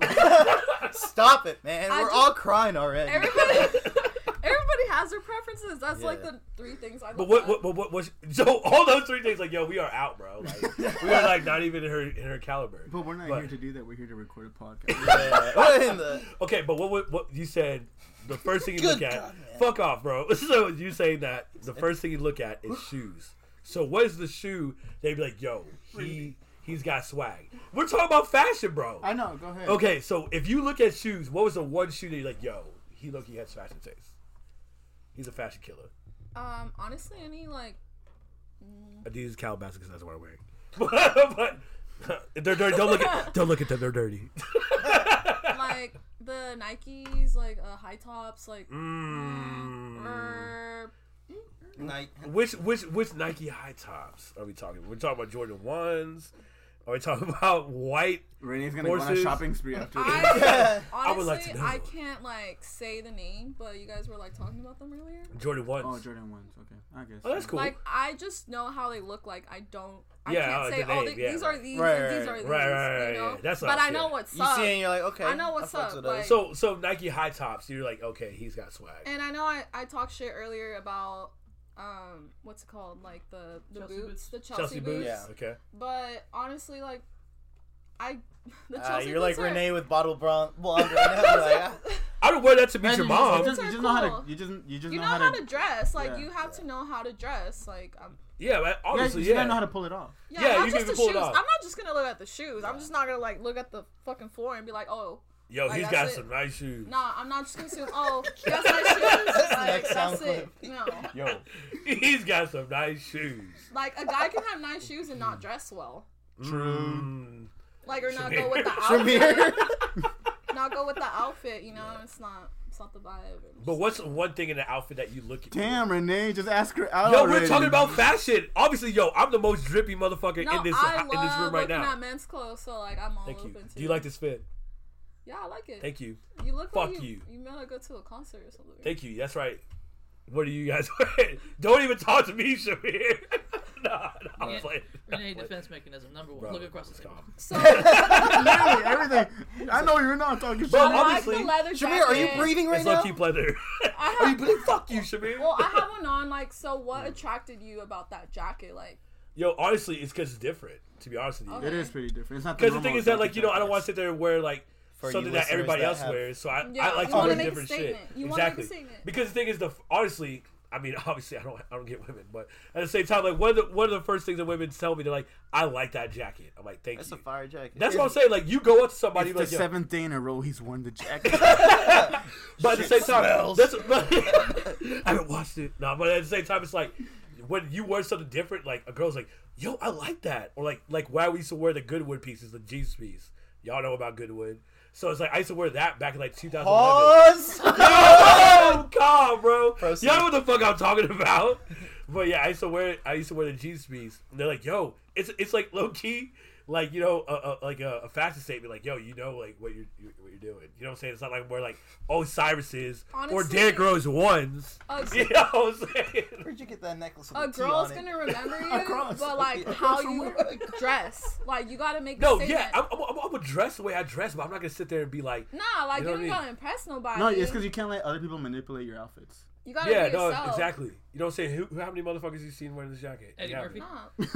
[SPEAKER 6] Like,
[SPEAKER 1] Stop it, man.
[SPEAKER 7] I
[SPEAKER 1] We're
[SPEAKER 7] just-
[SPEAKER 1] all crying already.
[SPEAKER 7] Everybody, everybody has their preferences. That's like
[SPEAKER 1] Yeah.
[SPEAKER 7] the three things I.
[SPEAKER 5] but
[SPEAKER 7] look
[SPEAKER 5] what
[SPEAKER 7] at.
[SPEAKER 5] what what what was so all those three things? Like, yo, we are out, bro. Like, we are like not even in her in her caliber.
[SPEAKER 6] but we're not
[SPEAKER 5] But-
[SPEAKER 6] here to do that. We're here to record a podcast.
[SPEAKER 1] Yeah. What in the-
[SPEAKER 5] Okay, but what what, what you said? The first thing you look
[SPEAKER 1] Good
[SPEAKER 5] at.
[SPEAKER 1] God, man.
[SPEAKER 5] fuck off, bro. So you saying that the first thing you look at is shoes. So what is the shoe? They'd be like, yo, he he's got swag. We're talking about fashion, bro.
[SPEAKER 6] I know. Go ahead.
[SPEAKER 5] Okay, so if you look at shoes, what was the one shoe that you're like, yo, he look he has fashion taste. He's a fashion killer.
[SPEAKER 7] Um, honestly, any like
[SPEAKER 5] Adidas Calabasas because that's what I'm wearing. but they're dirty. Don't look at don't look at them. They're dirty.
[SPEAKER 7] like the Nikes, like uh, high tops, like er,
[SPEAKER 5] Mm.
[SPEAKER 7] or
[SPEAKER 1] Night.
[SPEAKER 5] Which which which Nike high tops are we talking? We're talking about Jordan ones. Are we talking about white?
[SPEAKER 6] Renee's gonna go on a
[SPEAKER 5] Horses.
[SPEAKER 6] shopping spree after this.
[SPEAKER 7] I, honestly, I,
[SPEAKER 5] would like to know.
[SPEAKER 7] can't like say the name, but you guys were like talking about them earlier.
[SPEAKER 5] Jordan ones.
[SPEAKER 6] Oh, Jordan ones. Okay, I guess.
[SPEAKER 5] Oh, that's cool.
[SPEAKER 7] Like I just know how they look like. I don't. I
[SPEAKER 5] Yeah,
[SPEAKER 7] can't
[SPEAKER 5] oh,
[SPEAKER 7] say
[SPEAKER 5] the
[SPEAKER 7] oh
[SPEAKER 5] name,
[SPEAKER 7] the-
[SPEAKER 5] yeah,
[SPEAKER 7] these are
[SPEAKER 5] right.
[SPEAKER 7] these
[SPEAKER 1] Right,
[SPEAKER 7] and these
[SPEAKER 1] right,
[SPEAKER 7] are these.
[SPEAKER 5] right, right, right,
[SPEAKER 7] you know?
[SPEAKER 5] yeah. That's what
[SPEAKER 7] but
[SPEAKER 5] I'm
[SPEAKER 7] I know
[SPEAKER 5] saying.
[SPEAKER 7] what's
[SPEAKER 1] You
[SPEAKER 7] up.
[SPEAKER 1] see it and you're like, okay.
[SPEAKER 7] I know what's
[SPEAKER 1] fucks
[SPEAKER 7] up,
[SPEAKER 1] with
[SPEAKER 7] like-
[SPEAKER 1] those.
[SPEAKER 5] so so Nike high tops. You're like, okay, he's got swag.
[SPEAKER 7] And I know I, I talked shit earlier about um what's it called like the the
[SPEAKER 8] Chelsea
[SPEAKER 7] boots,
[SPEAKER 8] boots?
[SPEAKER 7] the Chelsea,
[SPEAKER 1] boots?
[SPEAKER 7] boots.
[SPEAKER 1] Yeah.
[SPEAKER 5] Okay.
[SPEAKER 7] But honestly, like I the
[SPEAKER 1] Ah,
[SPEAKER 7] Chelsea
[SPEAKER 1] you're like
[SPEAKER 7] boots are,
[SPEAKER 1] Renee with bottle blonde, blonde right now. Like, ah.
[SPEAKER 5] I would wear that to meet
[SPEAKER 6] Man,
[SPEAKER 5] your
[SPEAKER 6] you just-
[SPEAKER 5] mom.
[SPEAKER 6] You just, you
[SPEAKER 7] Those
[SPEAKER 6] just
[SPEAKER 7] are
[SPEAKER 6] know how
[SPEAKER 7] cool.
[SPEAKER 6] to. You just you just
[SPEAKER 7] You know
[SPEAKER 6] know
[SPEAKER 7] how to dress. Like
[SPEAKER 6] yeah,
[SPEAKER 7] you have to know how to dress. Like I'm.
[SPEAKER 5] yeah, man,
[SPEAKER 6] Yeah,
[SPEAKER 5] obviously,
[SPEAKER 6] you
[SPEAKER 5] yeah.
[SPEAKER 6] gotta know how to pull it off.
[SPEAKER 7] Yeah,
[SPEAKER 5] Yeah,
[SPEAKER 7] not
[SPEAKER 5] you can
[SPEAKER 7] just
[SPEAKER 5] even
[SPEAKER 7] the
[SPEAKER 5] pull it
[SPEAKER 7] shoes. I'm
[SPEAKER 5] off.
[SPEAKER 7] not just gonna look at the shoes. I'm just not gonna like look at the fucking floor and be like, oh,
[SPEAKER 5] Yo,
[SPEAKER 7] Like,
[SPEAKER 5] he's got
[SPEAKER 7] that's it.
[SPEAKER 5] some nice shoes.
[SPEAKER 7] nah. I'm not just gonna assume, oh, that's my shoes. Like,
[SPEAKER 1] Next sound
[SPEAKER 7] that's it. No,
[SPEAKER 5] Yo, he's got some nice shoes.
[SPEAKER 7] like a guy can have nice shoes and not dress well.
[SPEAKER 5] Mm.
[SPEAKER 7] Like or not
[SPEAKER 5] Shamir.
[SPEAKER 7] go with the
[SPEAKER 1] Shamir.
[SPEAKER 7] outfit. not go with the outfit. You know, it's not. It's not the vibe.
[SPEAKER 5] But what's one thing in the outfit that you look at?
[SPEAKER 6] Damn, Renee, just ask her out.
[SPEAKER 5] Yo, we're
[SPEAKER 6] already.
[SPEAKER 5] talking about fashion. Obviously, yo, I'm the most drippy motherfucker
[SPEAKER 7] No,
[SPEAKER 5] in this
[SPEAKER 7] I
[SPEAKER 5] in
[SPEAKER 7] love
[SPEAKER 5] this room right
[SPEAKER 7] looking
[SPEAKER 5] now.
[SPEAKER 7] at men's clothes, so like I'm all
[SPEAKER 5] Thank you.
[SPEAKER 7] open to.
[SPEAKER 5] Do you like this fit?
[SPEAKER 7] Yeah, I like it.
[SPEAKER 5] Thank you.
[SPEAKER 7] you look
[SPEAKER 5] fuck
[SPEAKER 7] like
[SPEAKER 5] you.
[SPEAKER 7] you. You might go to a concert or something.
[SPEAKER 5] Thank you. That's right. What are you guys wearing? Don't even talk to me, Shamir. no, no, I'm
[SPEAKER 8] Yeah.
[SPEAKER 5] playing.
[SPEAKER 8] Renee, defense mechanism number one.
[SPEAKER 5] Bro,
[SPEAKER 8] Look across the
[SPEAKER 5] it's
[SPEAKER 8] table.
[SPEAKER 5] gone.
[SPEAKER 7] So I
[SPEAKER 6] Literally everything. I know you're not talking shit.
[SPEAKER 5] But
[SPEAKER 7] like the
[SPEAKER 5] obviously,
[SPEAKER 7] leather jacket.
[SPEAKER 1] Shamir, are you breathing right
[SPEAKER 5] it's
[SPEAKER 1] now?
[SPEAKER 5] low key pleather.
[SPEAKER 7] I
[SPEAKER 5] Are you
[SPEAKER 7] have,
[SPEAKER 5] bleeding? Fuck you, Shamir.
[SPEAKER 7] well, I have one on. Like, so what attracted you about that jacket? Like,
[SPEAKER 5] Yo, honestly, it's because it's different. To be honest with you,
[SPEAKER 7] Okay.
[SPEAKER 6] It is pretty different. It's not
[SPEAKER 5] because the
[SPEAKER 6] normal
[SPEAKER 5] thing is that like you know I don't
[SPEAKER 6] jacket.
[SPEAKER 5] want to sit there and wear like
[SPEAKER 1] For you
[SPEAKER 5] something that
[SPEAKER 1] listeners
[SPEAKER 5] everybody
[SPEAKER 1] that
[SPEAKER 5] else
[SPEAKER 1] have-
[SPEAKER 5] wears. So I,
[SPEAKER 7] Yeah,
[SPEAKER 5] I like
[SPEAKER 7] you
[SPEAKER 5] to
[SPEAKER 7] wanna
[SPEAKER 5] wear
[SPEAKER 7] make a
[SPEAKER 5] different shit.
[SPEAKER 7] statement. You wanna make a
[SPEAKER 5] exactly.
[SPEAKER 7] statement.
[SPEAKER 5] Because the thing is, the honestly, I mean, obviously, I don't I don't get women, but at the same time, like one of the one of the first things that women tell me, they're like, I like that jacket. I'm like, thank
[SPEAKER 1] That's a
[SPEAKER 5] you.
[SPEAKER 1] fire jacket.
[SPEAKER 5] That's what I'm saying. Like you go up to somebody,
[SPEAKER 6] It's the
[SPEAKER 5] like, yo,
[SPEAKER 6] seventh day in a row he's worn the jacket.
[SPEAKER 5] but at the same time,
[SPEAKER 1] smells.
[SPEAKER 5] that's but, I haven't watched it. No, but at the same time, it's like when you wear something different, like a girl's like, "Yo, I like that," or like like why we used to wear the Goodwood pieces, the jeans piece. Y'all know about Goodwood, so it's like I used to wear that back in like 2011.
[SPEAKER 1] Pause.
[SPEAKER 5] Oh God, bro!
[SPEAKER 1] Proceed.
[SPEAKER 5] Y'all know what the fuck I'm talking about. But yeah, I used to wear I used to wear the jeans piece. And they're like, "Yo, it's it's like low key." Like you know, a, a, like a, a fashion statement, like yo, you know, like what you're, you what you're doing. You know what I'm saying? It's not like we're like, oh, Cyrus's or
[SPEAKER 7] Honestly-
[SPEAKER 5] Derrick Rose ones.
[SPEAKER 7] a,
[SPEAKER 5] You know what I'm saying?
[SPEAKER 1] Where'd you get that necklace? With
[SPEAKER 7] a
[SPEAKER 1] the T
[SPEAKER 7] girl's
[SPEAKER 1] on it?
[SPEAKER 7] gonna remember you,
[SPEAKER 6] Across.
[SPEAKER 7] but like how you dress. Like, you gotta make.
[SPEAKER 5] No,
[SPEAKER 7] a
[SPEAKER 5] yeah,
[SPEAKER 7] statement.
[SPEAKER 5] I'm, I'm, I'm, I'm gonna dress the way I dress, but I'm not gonna sit there and be like,
[SPEAKER 7] Nah,
[SPEAKER 5] You know what I
[SPEAKER 7] like you, don't
[SPEAKER 5] mean?
[SPEAKER 7] gotta impress nobody.
[SPEAKER 6] no, it's because you can't let other people manipulate your outfits.
[SPEAKER 7] you gotta
[SPEAKER 5] yeah,
[SPEAKER 7] be
[SPEAKER 5] no,
[SPEAKER 7] yourself.
[SPEAKER 5] exactly. You know what I'm saying? Who, how many motherfuckers you seen wearing this jacket?
[SPEAKER 8] Eddie
[SPEAKER 5] Yeah.
[SPEAKER 8] Murphy.
[SPEAKER 7] Nah.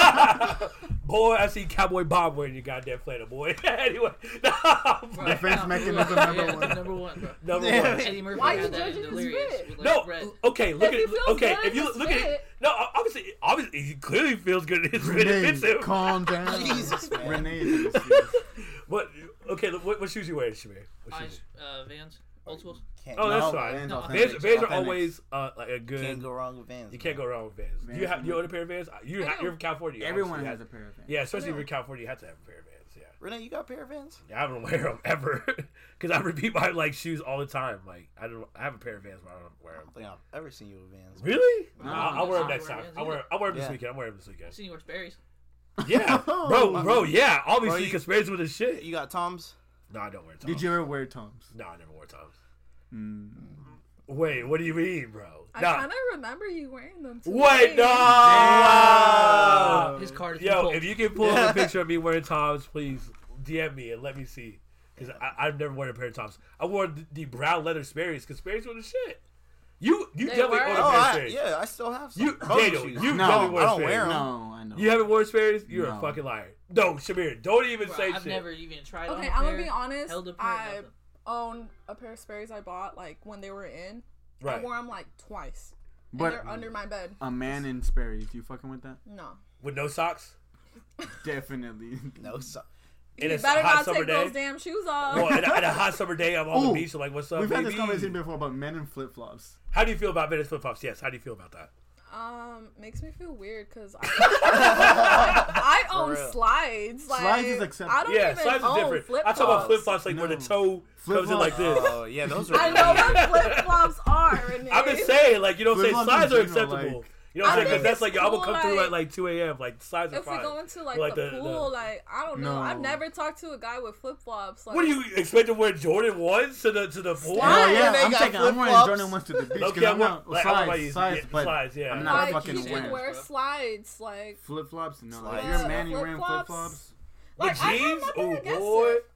[SPEAKER 5] boy, I see Cowboy Bob wearing your goddamn flannel, boy. anyway, nah, bro.
[SPEAKER 6] Defense
[SPEAKER 8] Yeah,
[SPEAKER 6] mechanism
[SPEAKER 8] yeah,
[SPEAKER 6] number one.
[SPEAKER 8] Number one, bro.
[SPEAKER 5] number
[SPEAKER 1] Damn
[SPEAKER 5] one.
[SPEAKER 1] it.
[SPEAKER 8] Eddie Murphy
[SPEAKER 7] Why
[SPEAKER 8] had
[SPEAKER 7] you
[SPEAKER 8] that in
[SPEAKER 7] judging his
[SPEAKER 8] Delirious
[SPEAKER 7] fit?
[SPEAKER 8] with, like,
[SPEAKER 5] No,
[SPEAKER 8] red.
[SPEAKER 5] okay. Look at
[SPEAKER 7] If he
[SPEAKER 5] it.
[SPEAKER 7] feels
[SPEAKER 5] Okay,
[SPEAKER 7] good
[SPEAKER 5] if
[SPEAKER 7] in
[SPEAKER 5] you
[SPEAKER 7] his
[SPEAKER 5] look at it,
[SPEAKER 7] fit.
[SPEAKER 5] no, o- obviously, obviously, he clearly feels good in his fit. It fits
[SPEAKER 6] Renee,
[SPEAKER 5] him.
[SPEAKER 6] calm down.
[SPEAKER 1] Jesus, man.
[SPEAKER 6] Renee is in the series.
[SPEAKER 5] What? Okay, look, what, what shoes you wearing, Shamir? What
[SPEAKER 8] I,
[SPEAKER 5] shoes?
[SPEAKER 8] uh, Vans, old schools.
[SPEAKER 1] Can't,
[SPEAKER 5] Oh, that's
[SPEAKER 6] No,
[SPEAKER 5] fine.
[SPEAKER 6] Vans
[SPEAKER 8] No,
[SPEAKER 6] authentic.
[SPEAKER 5] Vans,
[SPEAKER 8] Vans-
[SPEAKER 5] Vans are
[SPEAKER 1] Authentics.
[SPEAKER 5] always uh, like a good.
[SPEAKER 1] can't go wrong with Vans.
[SPEAKER 5] you can't go wrong with Vans. Do you
[SPEAKER 6] Vans
[SPEAKER 5] have you
[SPEAKER 6] are-
[SPEAKER 5] own a pair of Vans? You
[SPEAKER 7] I
[SPEAKER 5] ha-
[SPEAKER 7] do.
[SPEAKER 5] you're from California.
[SPEAKER 6] Everyone
[SPEAKER 5] obviously,
[SPEAKER 6] has a
[SPEAKER 5] you
[SPEAKER 6] pair of Vans.
[SPEAKER 5] Yeah, especially if
[SPEAKER 7] I
[SPEAKER 5] you're
[SPEAKER 7] know.
[SPEAKER 5] California, you have to have a pair of Vans. Yeah.
[SPEAKER 1] Renee, you got a pair of Vans?
[SPEAKER 5] I don't wear them ever because I repeat my like shoes all the time. Like I don't, I have a pair of Vans, but I don't wear them.
[SPEAKER 1] I don't think I've ever seen you with Vans.
[SPEAKER 5] Really?
[SPEAKER 6] No,
[SPEAKER 5] I'll, I'll wear them
[SPEAKER 8] I
[SPEAKER 5] next
[SPEAKER 8] don't
[SPEAKER 5] time.
[SPEAKER 8] wear Vans
[SPEAKER 5] I'll wear, I'll wear them this
[SPEAKER 1] Yeah.
[SPEAKER 5] weekend. I'll wear them this
[SPEAKER 8] I've
[SPEAKER 5] weekend.
[SPEAKER 8] seen you wear Sperry's.
[SPEAKER 5] Yeah, bro, bro, yeah. Obviously,
[SPEAKER 1] Bro,
[SPEAKER 5] you
[SPEAKER 1] you-
[SPEAKER 5] can spare with this shit.
[SPEAKER 1] You got Toms?
[SPEAKER 5] No, I don't wear Toms.
[SPEAKER 6] Did you ever wear Toms?
[SPEAKER 5] No, I never wore Toms. Wait, what do you mean, bro?
[SPEAKER 7] I
[SPEAKER 5] Nah.
[SPEAKER 7] kind of remember you wearing them. Too
[SPEAKER 5] Wait, no.
[SPEAKER 8] His card is
[SPEAKER 5] Yo,
[SPEAKER 8] cold.
[SPEAKER 5] if you can pull up a picture of me wearing Toms, please DM me and let me see. Because I've never worn a pair of Toms. I wore the, the brown leather Sperry's because Sperry's were the shit. You you
[SPEAKER 7] They
[SPEAKER 5] definitely
[SPEAKER 7] were?
[SPEAKER 5] own
[SPEAKER 1] Oh,
[SPEAKER 5] a pair
[SPEAKER 1] I,
[SPEAKER 5] of Sperry's.
[SPEAKER 1] yeah, I still have some.
[SPEAKER 5] You,
[SPEAKER 1] Those
[SPEAKER 5] Daniel,
[SPEAKER 1] shoes.
[SPEAKER 5] you
[SPEAKER 6] No,
[SPEAKER 5] definitely
[SPEAKER 1] I
[SPEAKER 5] wear
[SPEAKER 1] don't
[SPEAKER 5] Sperry's.
[SPEAKER 1] wear 'em.
[SPEAKER 6] No, I know.
[SPEAKER 5] You haven't worn Sperry's? You're a
[SPEAKER 6] No.
[SPEAKER 5] fucking liar. No, Shamir, don't even
[SPEAKER 8] Bro,
[SPEAKER 5] say
[SPEAKER 8] I've
[SPEAKER 5] shit.
[SPEAKER 8] never even tried on
[SPEAKER 7] Okay,
[SPEAKER 8] a
[SPEAKER 7] I'm gonna
[SPEAKER 8] pair,
[SPEAKER 7] be honest.
[SPEAKER 8] Held a pair,
[SPEAKER 7] I
[SPEAKER 8] nothing.
[SPEAKER 7] own a pair of Sperry's I bought like when they were in. I
[SPEAKER 5] right.
[SPEAKER 7] wore them like twice. And
[SPEAKER 6] But-
[SPEAKER 7] they're under my bed.
[SPEAKER 6] A man in Sperry's. You fucking with that?
[SPEAKER 7] No.
[SPEAKER 5] With no socks?
[SPEAKER 6] Definitely.
[SPEAKER 1] No, so,
[SPEAKER 5] In
[SPEAKER 7] You
[SPEAKER 5] a
[SPEAKER 7] better
[SPEAKER 5] hot
[SPEAKER 7] not
[SPEAKER 5] summer
[SPEAKER 7] take
[SPEAKER 5] day?
[SPEAKER 7] those damn shoes off.
[SPEAKER 5] Well, and a, and a hot summer day, I'm on the
[SPEAKER 6] Ooh,
[SPEAKER 5] beach. I'm like, what's up,
[SPEAKER 6] We've had
[SPEAKER 5] baby?
[SPEAKER 6] this conversation before about men in flip flops.
[SPEAKER 5] How do you feel about Venice flip flops? Yes. How do you feel about that?
[SPEAKER 7] um, makes me feel weird because I, I own
[SPEAKER 1] real.
[SPEAKER 7] slides. Like,
[SPEAKER 6] Slides is acceptable.
[SPEAKER 7] I don't
[SPEAKER 5] Yeah,
[SPEAKER 7] even
[SPEAKER 5] slides is
[SPEAKER 7] own
[SPEAKER 5] different.
[SPEAKER 7] flip
[SPEAKER 5] I talk about flip
[SPEAKER 7] flops.
[SPEAKER 5] flops like where the
[SPEAKER 6] No.
[SPEAKER 5] toe comes in
[SPEAKER 6] Flip-flops-
[SPEAKER 5] like this.
[SPEAKER 1] oh, yeah, those are.
[SPEAKER 7] I know what flip flops are. Renee.
[SPEAKER 5] I'm just saying, like you know, what I'm saying
[SPEAKER 6] Flip-flops
[SPEAKER 5] slides are
[SPEAKER 6] in general,
[SPEAKER 5] acceptable.
[SPEAKER 6] like-
[SPEAKER 5] you know what I'm
[SPEAKER 7] I
[SPEAKER 5] saying? Because
[SPEAKER 7] think
[SPEAKER 5] that's
[SPEAKER 7] it's
[SPEAKER 5] like yo, I'm gonna
[SPEAKER 7] cool,
[SPEAKER 5] come through at
[SPEAKER 7] like,
[SPEAKER 5] like 2 a.m. Like slides are
[SPEAKER 7] If we
[SPEAKER 5] fine.
[SPEAKER 7] go into like,
[SPEAKER 5] Like
[SPEAKER 7] the,
[SPEAKER 5] the- the-
[SPEAKER 7] pool, like I don't know.
[SPEAKER 6] No.
[SPEAKER 7] I've never talked to a guy with flip flops. Like,
[SPEAKER 5] What do you expect to wear Jordan ones to the to the pool?
[SPEAKER 7] Slides.
[SPEAKER 6] Oh yeah,
[SPEAKER 1] they
[SPEAKER 6] I'm
[SPEAKER 1] got
[SPEAKER 6] taking. I'm wearing
[SPEAKER 1] flip-flops.
[SPEAKER 6] Jordan ones to the beach.
[SPEAKER 5] Okay,
[SPEAKER 6] because
[SPEAKER 5] I'm
[SPEAKER 6] I'm not
[SPEAKER 5] wearing- like, I don't know about you.
[SPEAKER 6] slides, slides,
[SPEAKER 5] Yeah,
[SPEAKER 6] but
[SPEAKER 5] slides, yeah.
[SPEAKER 6] I'm not
[SPEAKER 7] Like you
[SPEAKER 6] fucking
[SPEAKER 7] should
[SPEAKER 6] wearing
[SPEAKER 7] wear
[SPEAKER 8] bro.
[SPEAKER 7] slides. Like
[SPEAKER 6] flip flops. No,
[SPEAKER 1] Slides.
[SPEAKER 6] like you're a
[SPEAKER 7] Uh,
[SPEAKER 6] man, you're wearing flip
[SPEAKER 7] flip-flops.
[SPEAKER 6] flops.
[SPEAKER 5] With
[SPEAKER 7] Like, I have
[SPEAKER 5] jeans?
[SPEAKER 7] nothing
[SPEAKER 5] Oh
[SPEAKER 7] against
[SPEAKER 5] boy.
[SPEAKER 7] it.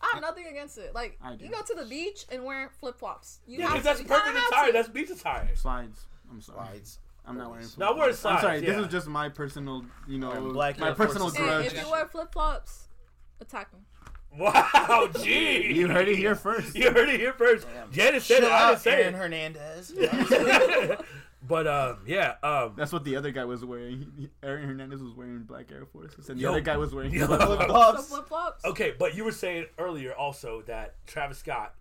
[SPEAKER 7] I have nothing against it. Like
[SPEAKER 6] I do.
[SPEAKER 7] you go to the beach and wear flip flops. You
[SPEAKER 5] Yeah,
[SPEAKER 7] have
[SPEAKER 5] because that's
[SPEAKER 7] to. You kinda
[SPEAKER 5] perfect
[SPEAKER 7] have
[SPEAKER 5] attire.
[SPEAKER 7] to.
[SPEAKER 5] That's beach attire.
[SPEAKER 6] Slides. I'm sorry.
[SPEAKER 1] Slides.
[SPEAKER 6] I'm not wearing.
[SPEAKER 5] No, I wear
[SPEAKER 6] flip-flops. I'm
[SPEAKER 5] slides.
[SPEAKER 6] sorry.
[SPEAKER 5] yeah.
[SPEAKER 6] This is just my personal, you know,
[SPEAKER 1] Wearing black
[SPEAKER 6] my
[SPEAKER 1] Air
[SPEAKER 6] personal
[SPEAKER 1] Forces.
[SPEAKER 7] And
[SPEAKER 6] grudge.
[SPEAKER 7] if you wear flip flops, attack them.
[SPEAKER 5] Wow, gee.
[SPEAKER 6] You heard it here first.
[SPEAKER 5] You heard it here first. Janice said
[SPEAKER 1] Chill
[SPEAKER 5] it. I didn't
[SPEAKER 1] out,
[SPEAKER 5] say
[SPEAKER 1] Aaron
[SPEAKER 5] it.
[SPEAKER 1] Hernandez.
[SPEAKER 5] But um, yeah, um,
[SPEAKER 6] That's what the other guy was wearing. He- he- Aaron Hernandez was wearing black Air Forces, and the
[SPEAKER 5] Yo.
[SPEAKER 6] other guy was wearing.
[SPEAKER 1] Flip
[SPEAKER 5] yo.
[SPEAKER 7] So
[SPEAKER 1] flops.
[SPEAKER 7] flip flops.
[SPEAKER 5] okay. But you were saying earlier also that Travis Scott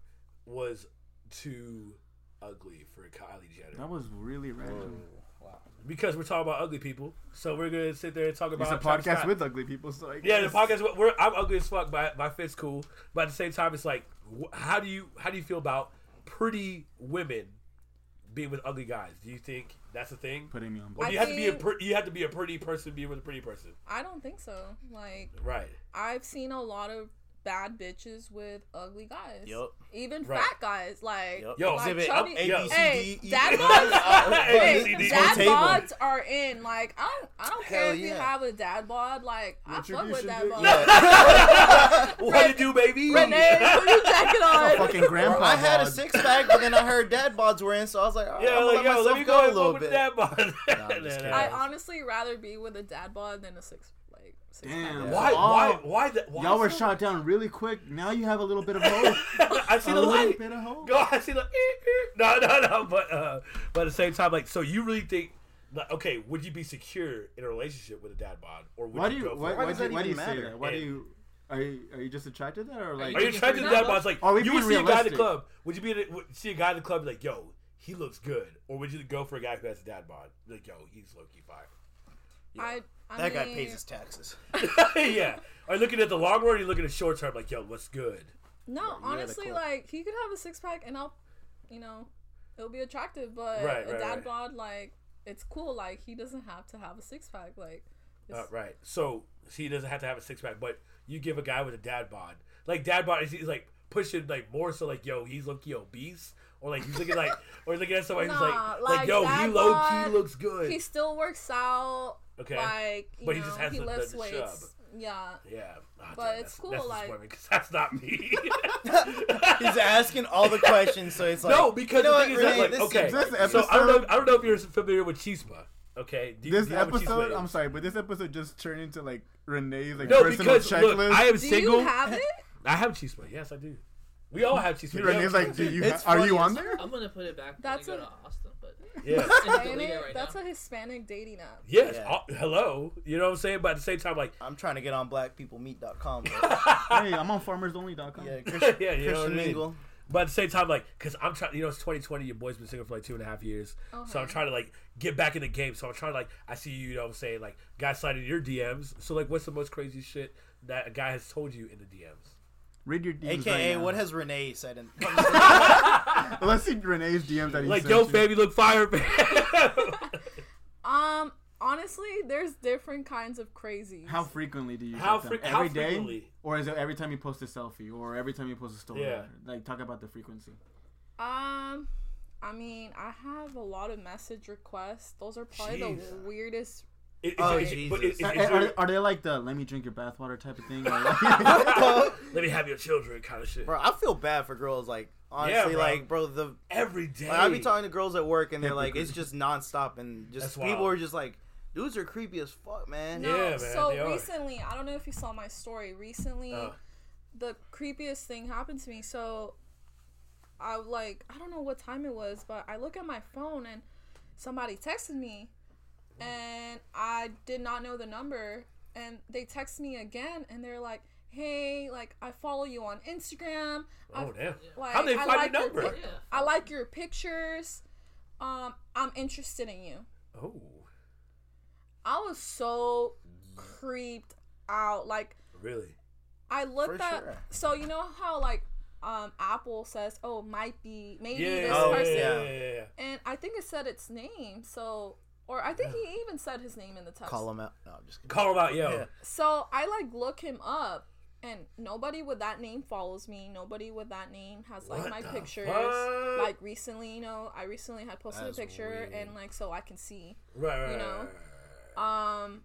[SPEAKER 5] was too ugly for Kylie Jenner
[SPEAKER 6] That was really random.
[SPEAKER 5] because we're talking about ugly people. So we're gonna sit there and talk
[SPEAKER 6] It's
[SPEAKER 5] about
[SPEAKER 6] a
[SPEAKER 5] Travis
[SPEAKER 6] podcast
[SPEAKER 5] Scott.
[SPEAKER 6] with ugly people, so I
[SPEAKER 5] Yeah, the
[SPEAKER 6] guess.
[SPEAKER 5] podcast. We're, I'm ugly as fuck. My my fit's cool, but at the same time, it's like, wh- how do you how do you feel about pretty women being with ugly guys? Do you think that's a thing?
[SPEAKER 6] putting me on.
[SPEAKER 5] Or
[SPEAKER 6] Blast.
[SPEAKER 5] do you
[SPEAKER 7] I
[SPEAKER 5] have to be a
[SPEAKER 7] think-
[SPEAKER 5] pre- you have to be a pretty person to be with a pretty person,
[SPEAKER 7] I don't think so. Like
[SPEAKER 5] right?
[SPEAKER 7] I've seen a lot of bad bitches with ugly guys.
[SPEAKER 1] Yup.
[SPEAKER 7] even
[SPEAKER 5] Right.
[SPEAKER 7] fat guys. Like,
[SPEAKER 1] Yup.
[SPEAKER 5] Yo,
[SPEAKER 7] like
[SPEAKER 1] Exhibit up,
[SPEAKER 7] chubby-
[SPEAKER 1] Oh, A, B, C,
[SPEAKER 7] Hey,
[SPEAKER 1] D, E,
[SPEAKER 7] dad
[SPEAKER 1] F.
[SPEAKER 7] bods, hey,
[SPEAKER 5] ABCD.
[SPEAKER 7] dad
[SPEAKER 1] Table.
[SPEAKER 7] bods are in. Like, I don't, I don't care
[SPEAKER 1] Hell
[SPEAKER 7] if you
[SPEAKER 1] yeah.
[SPEAKER 7] have a dad bod. Like, I fuck with
[SPEAKER 6] Retribution,
[SPEAKER 7] dad
[SPEAKER 6] dude.
[SPEAKER 7] bod.
[SPEAKER 5] What to do, baby?
[SPEAKER 7] Renee, put your jacket on.
[SPEAKER 6] fucking grandpa.
[SPEAKER 1] I had a
[SPEAKER 6] bod.
[SPEAKER 1] six pack, but then I heard dad bods were in, so I was like, all right,
[SPEAKER 5] Yeah,
[SPEAKER 1] I'm gonna
[SPEAKER 5] like,
[SPEAKER 1] let
[SPEAKER 5] yo,
[SPEAKER 1] myself
[SPEAKER 5] let me
[SPEAKER 1] go,
[SPEAKER 5] go
[SPEAKER 1] a little bit.
[SPEAKER 5] That button.
[SPEAKER 1] I'm just kidding.
[SPEAKER 7] I
[SPEAKER 1] Yes.
[SPEAKER 7] honestly rather be with a dad bod than a six like six
[SPEAKER 6] Damn.
[SPEAKER 7] pack.
[SPEAKER 5] why?
[SPEAKER 6] Oh.
[SPEAKER 5] Why? Why? The, why
[SPEAKER 6] Y'all were
[SPEAKER 5] so-
[SPEAKER 6] shot down really quick. Now you have a little bit of hope.
[SPEAKER 5] I see
[SPEAKER 6] a
[SPEAKER 5] the
[SPEAKER 6] little
[SPEAKER 5] light.
[SPEAKER 6] bit of hope.
[SPEAKER 5] Go. I see the. No, no, no. But uh, but at the same time, like, so you really think, like, okay, would you be secure in a relationship with a dad bod, or would
[SPEAKER 6] Why do you?
[SPEAKER 5] go for
[SPEAKER 6] Why,
[SPEAKER 5] it?
[SPEAKER 6] why,
[SPEAKER 1] does
[SPEAKER 6] do,
[SPEAKER 1] that
[SPEAKER 6] why do you
[SPEAKER 1] even
[SPEAKER 6] say
[SPEAKER 1] matter?
[SPEAKER 6] that? Why do you? Are you are you just attracted to that or like?
[SPEAKER 5] Are you attracted to
[SPEAKER 7] No,
[SPEAKER 5] dad
[SPEAKER 7] but-
[SPEAKER 5] bods? Like,
[SPEAKER 6] Are we
[SPEAKER 5] you would
[SPEAKER 6] being
[SPEAKER 5] see a guy in the
[SPEAKER 6] realistic?
[SPEAKER 5] club. Would you be in a, would, see a guy in the club and be like, yo, he looks good, or would you go for a guy who has a dad bod? Like, yo, he's low key fire.
[SPEAKER 7] I, I
[SPEAKER 1] That guy
[SPEAKER 7] mean,
[SPEAKER 1] pays his taxes.
[SPEAKER 5] yeah. Are you looking at the long run? Or are you looking at short term? Like, yo, what's good?
[SPEAKER 7] No,
[SPEAKER 1] gotta
[SPEAKER 7] honestly,
[SPEAKER 1] quit.
[SPEAKER 7] like he could have a six pack, and I'll, you know, it'll be attractive. But
[SPEAKER 5] Right,
[SPEAKER 7] a
[SPEAKER 5] right,
[SPEAKER 7] dad
[SPEAKER 5] right.
[SPEAKER 7] bod, like, it's cool. Like he doesn't have to have a six pack. Like, it's,
[SPEAKER 5] Uh, right. So she doesn't have to have a six pack, but you give a guy with a dad bod, like dad bod, is he's like pushing like more so like yo, he's low key obese, or like he's looking like, or looking at somebody who's
[SPEAKER 7] Nah,
[SPEAKER 5] like, like,
[SPEAKER 7] like,
[SPEAKER 5] yo, he
[SPEAKER 7] dad
[SPEAKER 5] low key
[SPEAKER 7] bod,
[SPEAKER 5] looks good.
[SPEAKER 7] he still works out.
[SPEAKER 5] Okay.
[SPEAKER 7] Like, you
[SPEAKER 5] But he
[SPEAKER 7] know, he,
[SPEAKER 5] just has the- the-
[SPEAKER 7] lifts
[SPEAKER 5] the
[SPEAKER 7] weights. Yeah.
[SPEAKER 5] yeah, Ah,
[SPEAKER 7] but
[SPEAKER 5] damn,
[SPEAKER 7] it's
[SPEAKER 5] that's-
[SPEAKER 7] cool,
[SPEAKER 5] That's
[SPEAKER 7] like-
[SPEAKER 5] because that's not me.
[SPEAKER 1] He's asking all the questions, so it's like
[SPEAKER 5] no, because
[SPEAKER 1] you know
[SPEAKER 5] the thing
[SPEAKER 1] what,
[SPEAKER 5] is that
[SPEAKER 1] Renee,
[SPEAKER 5] like
[SPEAKER 1] this
[SPEAKER 5] okay,
[SPEAKER 1] seems-
[SPEAKER 6] this
[SPEAKER 5] so I don't know.
[SPEAKER 6] episode-
[SPEAKER 5] I don't know if you're familiar with Chisma. Okay, do, you-
[SPEAKER 6] this
[SPEAKER 5] do you know what Chisma
[SPEAKER 6] episode,
[SPEAKER 5] is?
[SPEAKER 6] I'm sorry, but this episode just turned into like Renee's like
[SPEAKER 5] No,
[SPEAKER 6] personal
[SPEAKER 5] because
[SPEAKER 6] checklist.
[SPEAKER 5] look, I am
[SPEAKER 7] Do
[SPEAKER 5] single.
[SPEAKER 7] you have it?
[SPEAKER 5] I have Chisma. Yes, I do. We all have Chisma.
[SPEAKER 6] Renee's like, do you? Ha-
[SPEAKER 1] It's
[SPEAKER 6] are
[SPEAKER 1] funny
[SPEAKER 6] you on
[SPEAKER 1] as
[SPEAKER 6] there?
[SPEAKER 8] I'm gonna put it back.
[SPEAKER 7] That's
[SPEAKER 8] That's when I go
[SPEAKER 7] a-
[SPEAKER 8] to Austin, but
[SPEAKER 5] yeah.
[SPEAKER 8] I'm delete it
[SPEAKER 7] Hispanic-
[SPEAKER 8] right
[SPEAKER 7] that's
[SPEAKER 8] now.
[SPEAKER 7] a Hispanic dating app.
[SPEAKER 5] Yes.
[SPEAKER 1] Yeah.
[SPEAKER 5] uh, hello. You know what I'm saying? But at the same time, like,
[SPEAKER 1] I'm trying to get on blackpeoplemeet.com. But,
[SPEAKER 6] hey, I'm on FarmersOnly.com.
[SPEAKER 1] yeah, Christian,
[SPEAKER 5] yeah, you know what I
[SPEAKER 1] Christian
[SPEAKER 5] mean?
[SPEAKER 1] Mingle.
[SPEAKER 5] But at the same time, like, cause I'm trying. You know, it's 2020. Your boy's been single for like two and a half years. So I'm
[SPEAKER 7] Okay.
[SPEAKER 5] trying to like get back in the game. So I'm trying to like, I see you. You know what I'm saying? Like, guys sliding your DMs. So like, what's the most crazy shit that a guy has told you in the DMs?
[SPEAKER 6] Read your DMs.
[SPEAKER 1] AKA,
[SPEAKER 6] right now.
[SPEAKER 1] what has Renee said? In-
[SPEAKER 6] Let's see Renee's DMs that he
[SPEAKER 5] Like,
[SPEAKER 6] sent
[SPEAKER 5] yo,
[SPEAKER 6] you.
[SPEAKER 5] baby, look fire. man.
[SPEAKER 7] Um, honestly, there's different kinds of crazy.
[SPEAKER 6] How frequently do you?
[SPEAKER 5] How
[SPEAKER 6] get them?
[SPEAKER 5] fre- how
[SPEAKER 6] Every day?
[SPEAKER 5] frequently?
[SPEAKER 6] or is it every time you post a selfie, or every time you post a story?
[SPEAKER 5] Yeah.
[SPEAKER 6] Like talk about the frequency.
[SPEAKER 7] Um, I mean, I have a lot of message requests. Those are probably the
[SPEAKER 5] Jeez.
[SPEAKER 7] weirdest.
[SPEAKER 5] It- it-
[SPEAKER 1] Oh,
[SPEAKER 5] it- it- but it-
[SPEAKER 1] Jesus.
[SPEAKER 5] it-
[SPEAKER 6] Are,
[SPEAKER 5] it's
[SPEAKER 6] are,
[SPEAKER 5] really-
[SPEAKER 6] are they like the "let me drink your bathwater" type of thing? Or like,
[SPEAKER 5] Let me have your children, kind of shit.
[SPEAKER 1] bro, I feel bad for girls. Like honestly,
[SPEAKER 5] bro.
[SPEAKER 1] like bro, the
[SPEAKER 5] Every day.
[SPEAKER 1] Like, I be talking to girls at work, and they're like,
[SPEAKER 6] Hypocrite.
[SPEAKER 1] it's just nonstop, and just
[SPEAKER 5] That's
[SPEAKER 1] people
[SPEAKER 5] wild.
[SPEAKER 1] are just like, dudes are creepy as fuck, man.
[SPEAKER 7] No,
[SPEAKER 5] Yeah, man, they
[SPEAKER 7] so
[SPEAKER 5] are.
[SPEAKER 7] recently, I don't know if you saw my story. Recently,
[SPEAKER 5] Uh.
[SPEAKER 7] the creepiest thing happened to me. So, I like I don't know what time it was, but I look at my phone and somebody texted me, and I did not know the number. And they text me again, and they're like, "Hey, like I follow you on Instagram. I
[SPEAKER 5] Oh damn.
[SPEAKER 7] Like,
[SPEAKER 5] How they
[SPEAKER 7] I
[SPEAKER 5] find
[SPEAKER 7] like
[SPEAKER 5] your
[SPEAKER 7] your
[SPEAKER 5] number?
[SPEAKER 7] dick. I like your pictures. Um, I'm interested in you.
[SPEAKER 5] Oh.
[SPEAKER 7] I was so creeped out. Like
[SPEAKER 5] Really?
[SPEAKER 7] I looked
[SPEAKER 1] For
[SPEAKER 7] at
[SPEAKER 1] sure.
[SPEAKER 7] so you know how like um Apple says, Oh, might be maybe
[SPEAKER 5] Yeah.
[SPEAKER 7] this
[SPEAKER 5] yeah,
[SPEAKER 1] oh,
[SPEAKER 5] yeah,
[SPEAKER 7] person
[SPEAKER 5] yeah, yeah, yeah.
[SPEAKER 7] and I think it said its name, so or I think he even said his name in the text.
[SPEAKER 1] Call them out. No, I'm just kidding.
[SPEAKER 5] Call him out, yo.
[SPEAKER 1] Yeah.
[SPEAKER 7] So I like look him up and nobody with that name follows me. Nobody with that name has like
[SPEAKER 5] What
[SPEAKER 7] my
[SPEAKER 5] the
[SPEAKER 7] pictures.
[SPEAKER 5] fuck?
[SPEAKER 7] Like recently, you know, I recently had posted
[SPEAKER 5] That's
[SPEAKER 7] a picture
[SPEAKER 5] weird.
[SPEAKER 7] and like so I can see.
[SPEAKER 5] Right, right,
[SPEAKER 7] You
[SPEAKER 5] right,
[SPEAKER 7] know?
[SPEAKER 5] right, right.
[SPEAKER 7] Um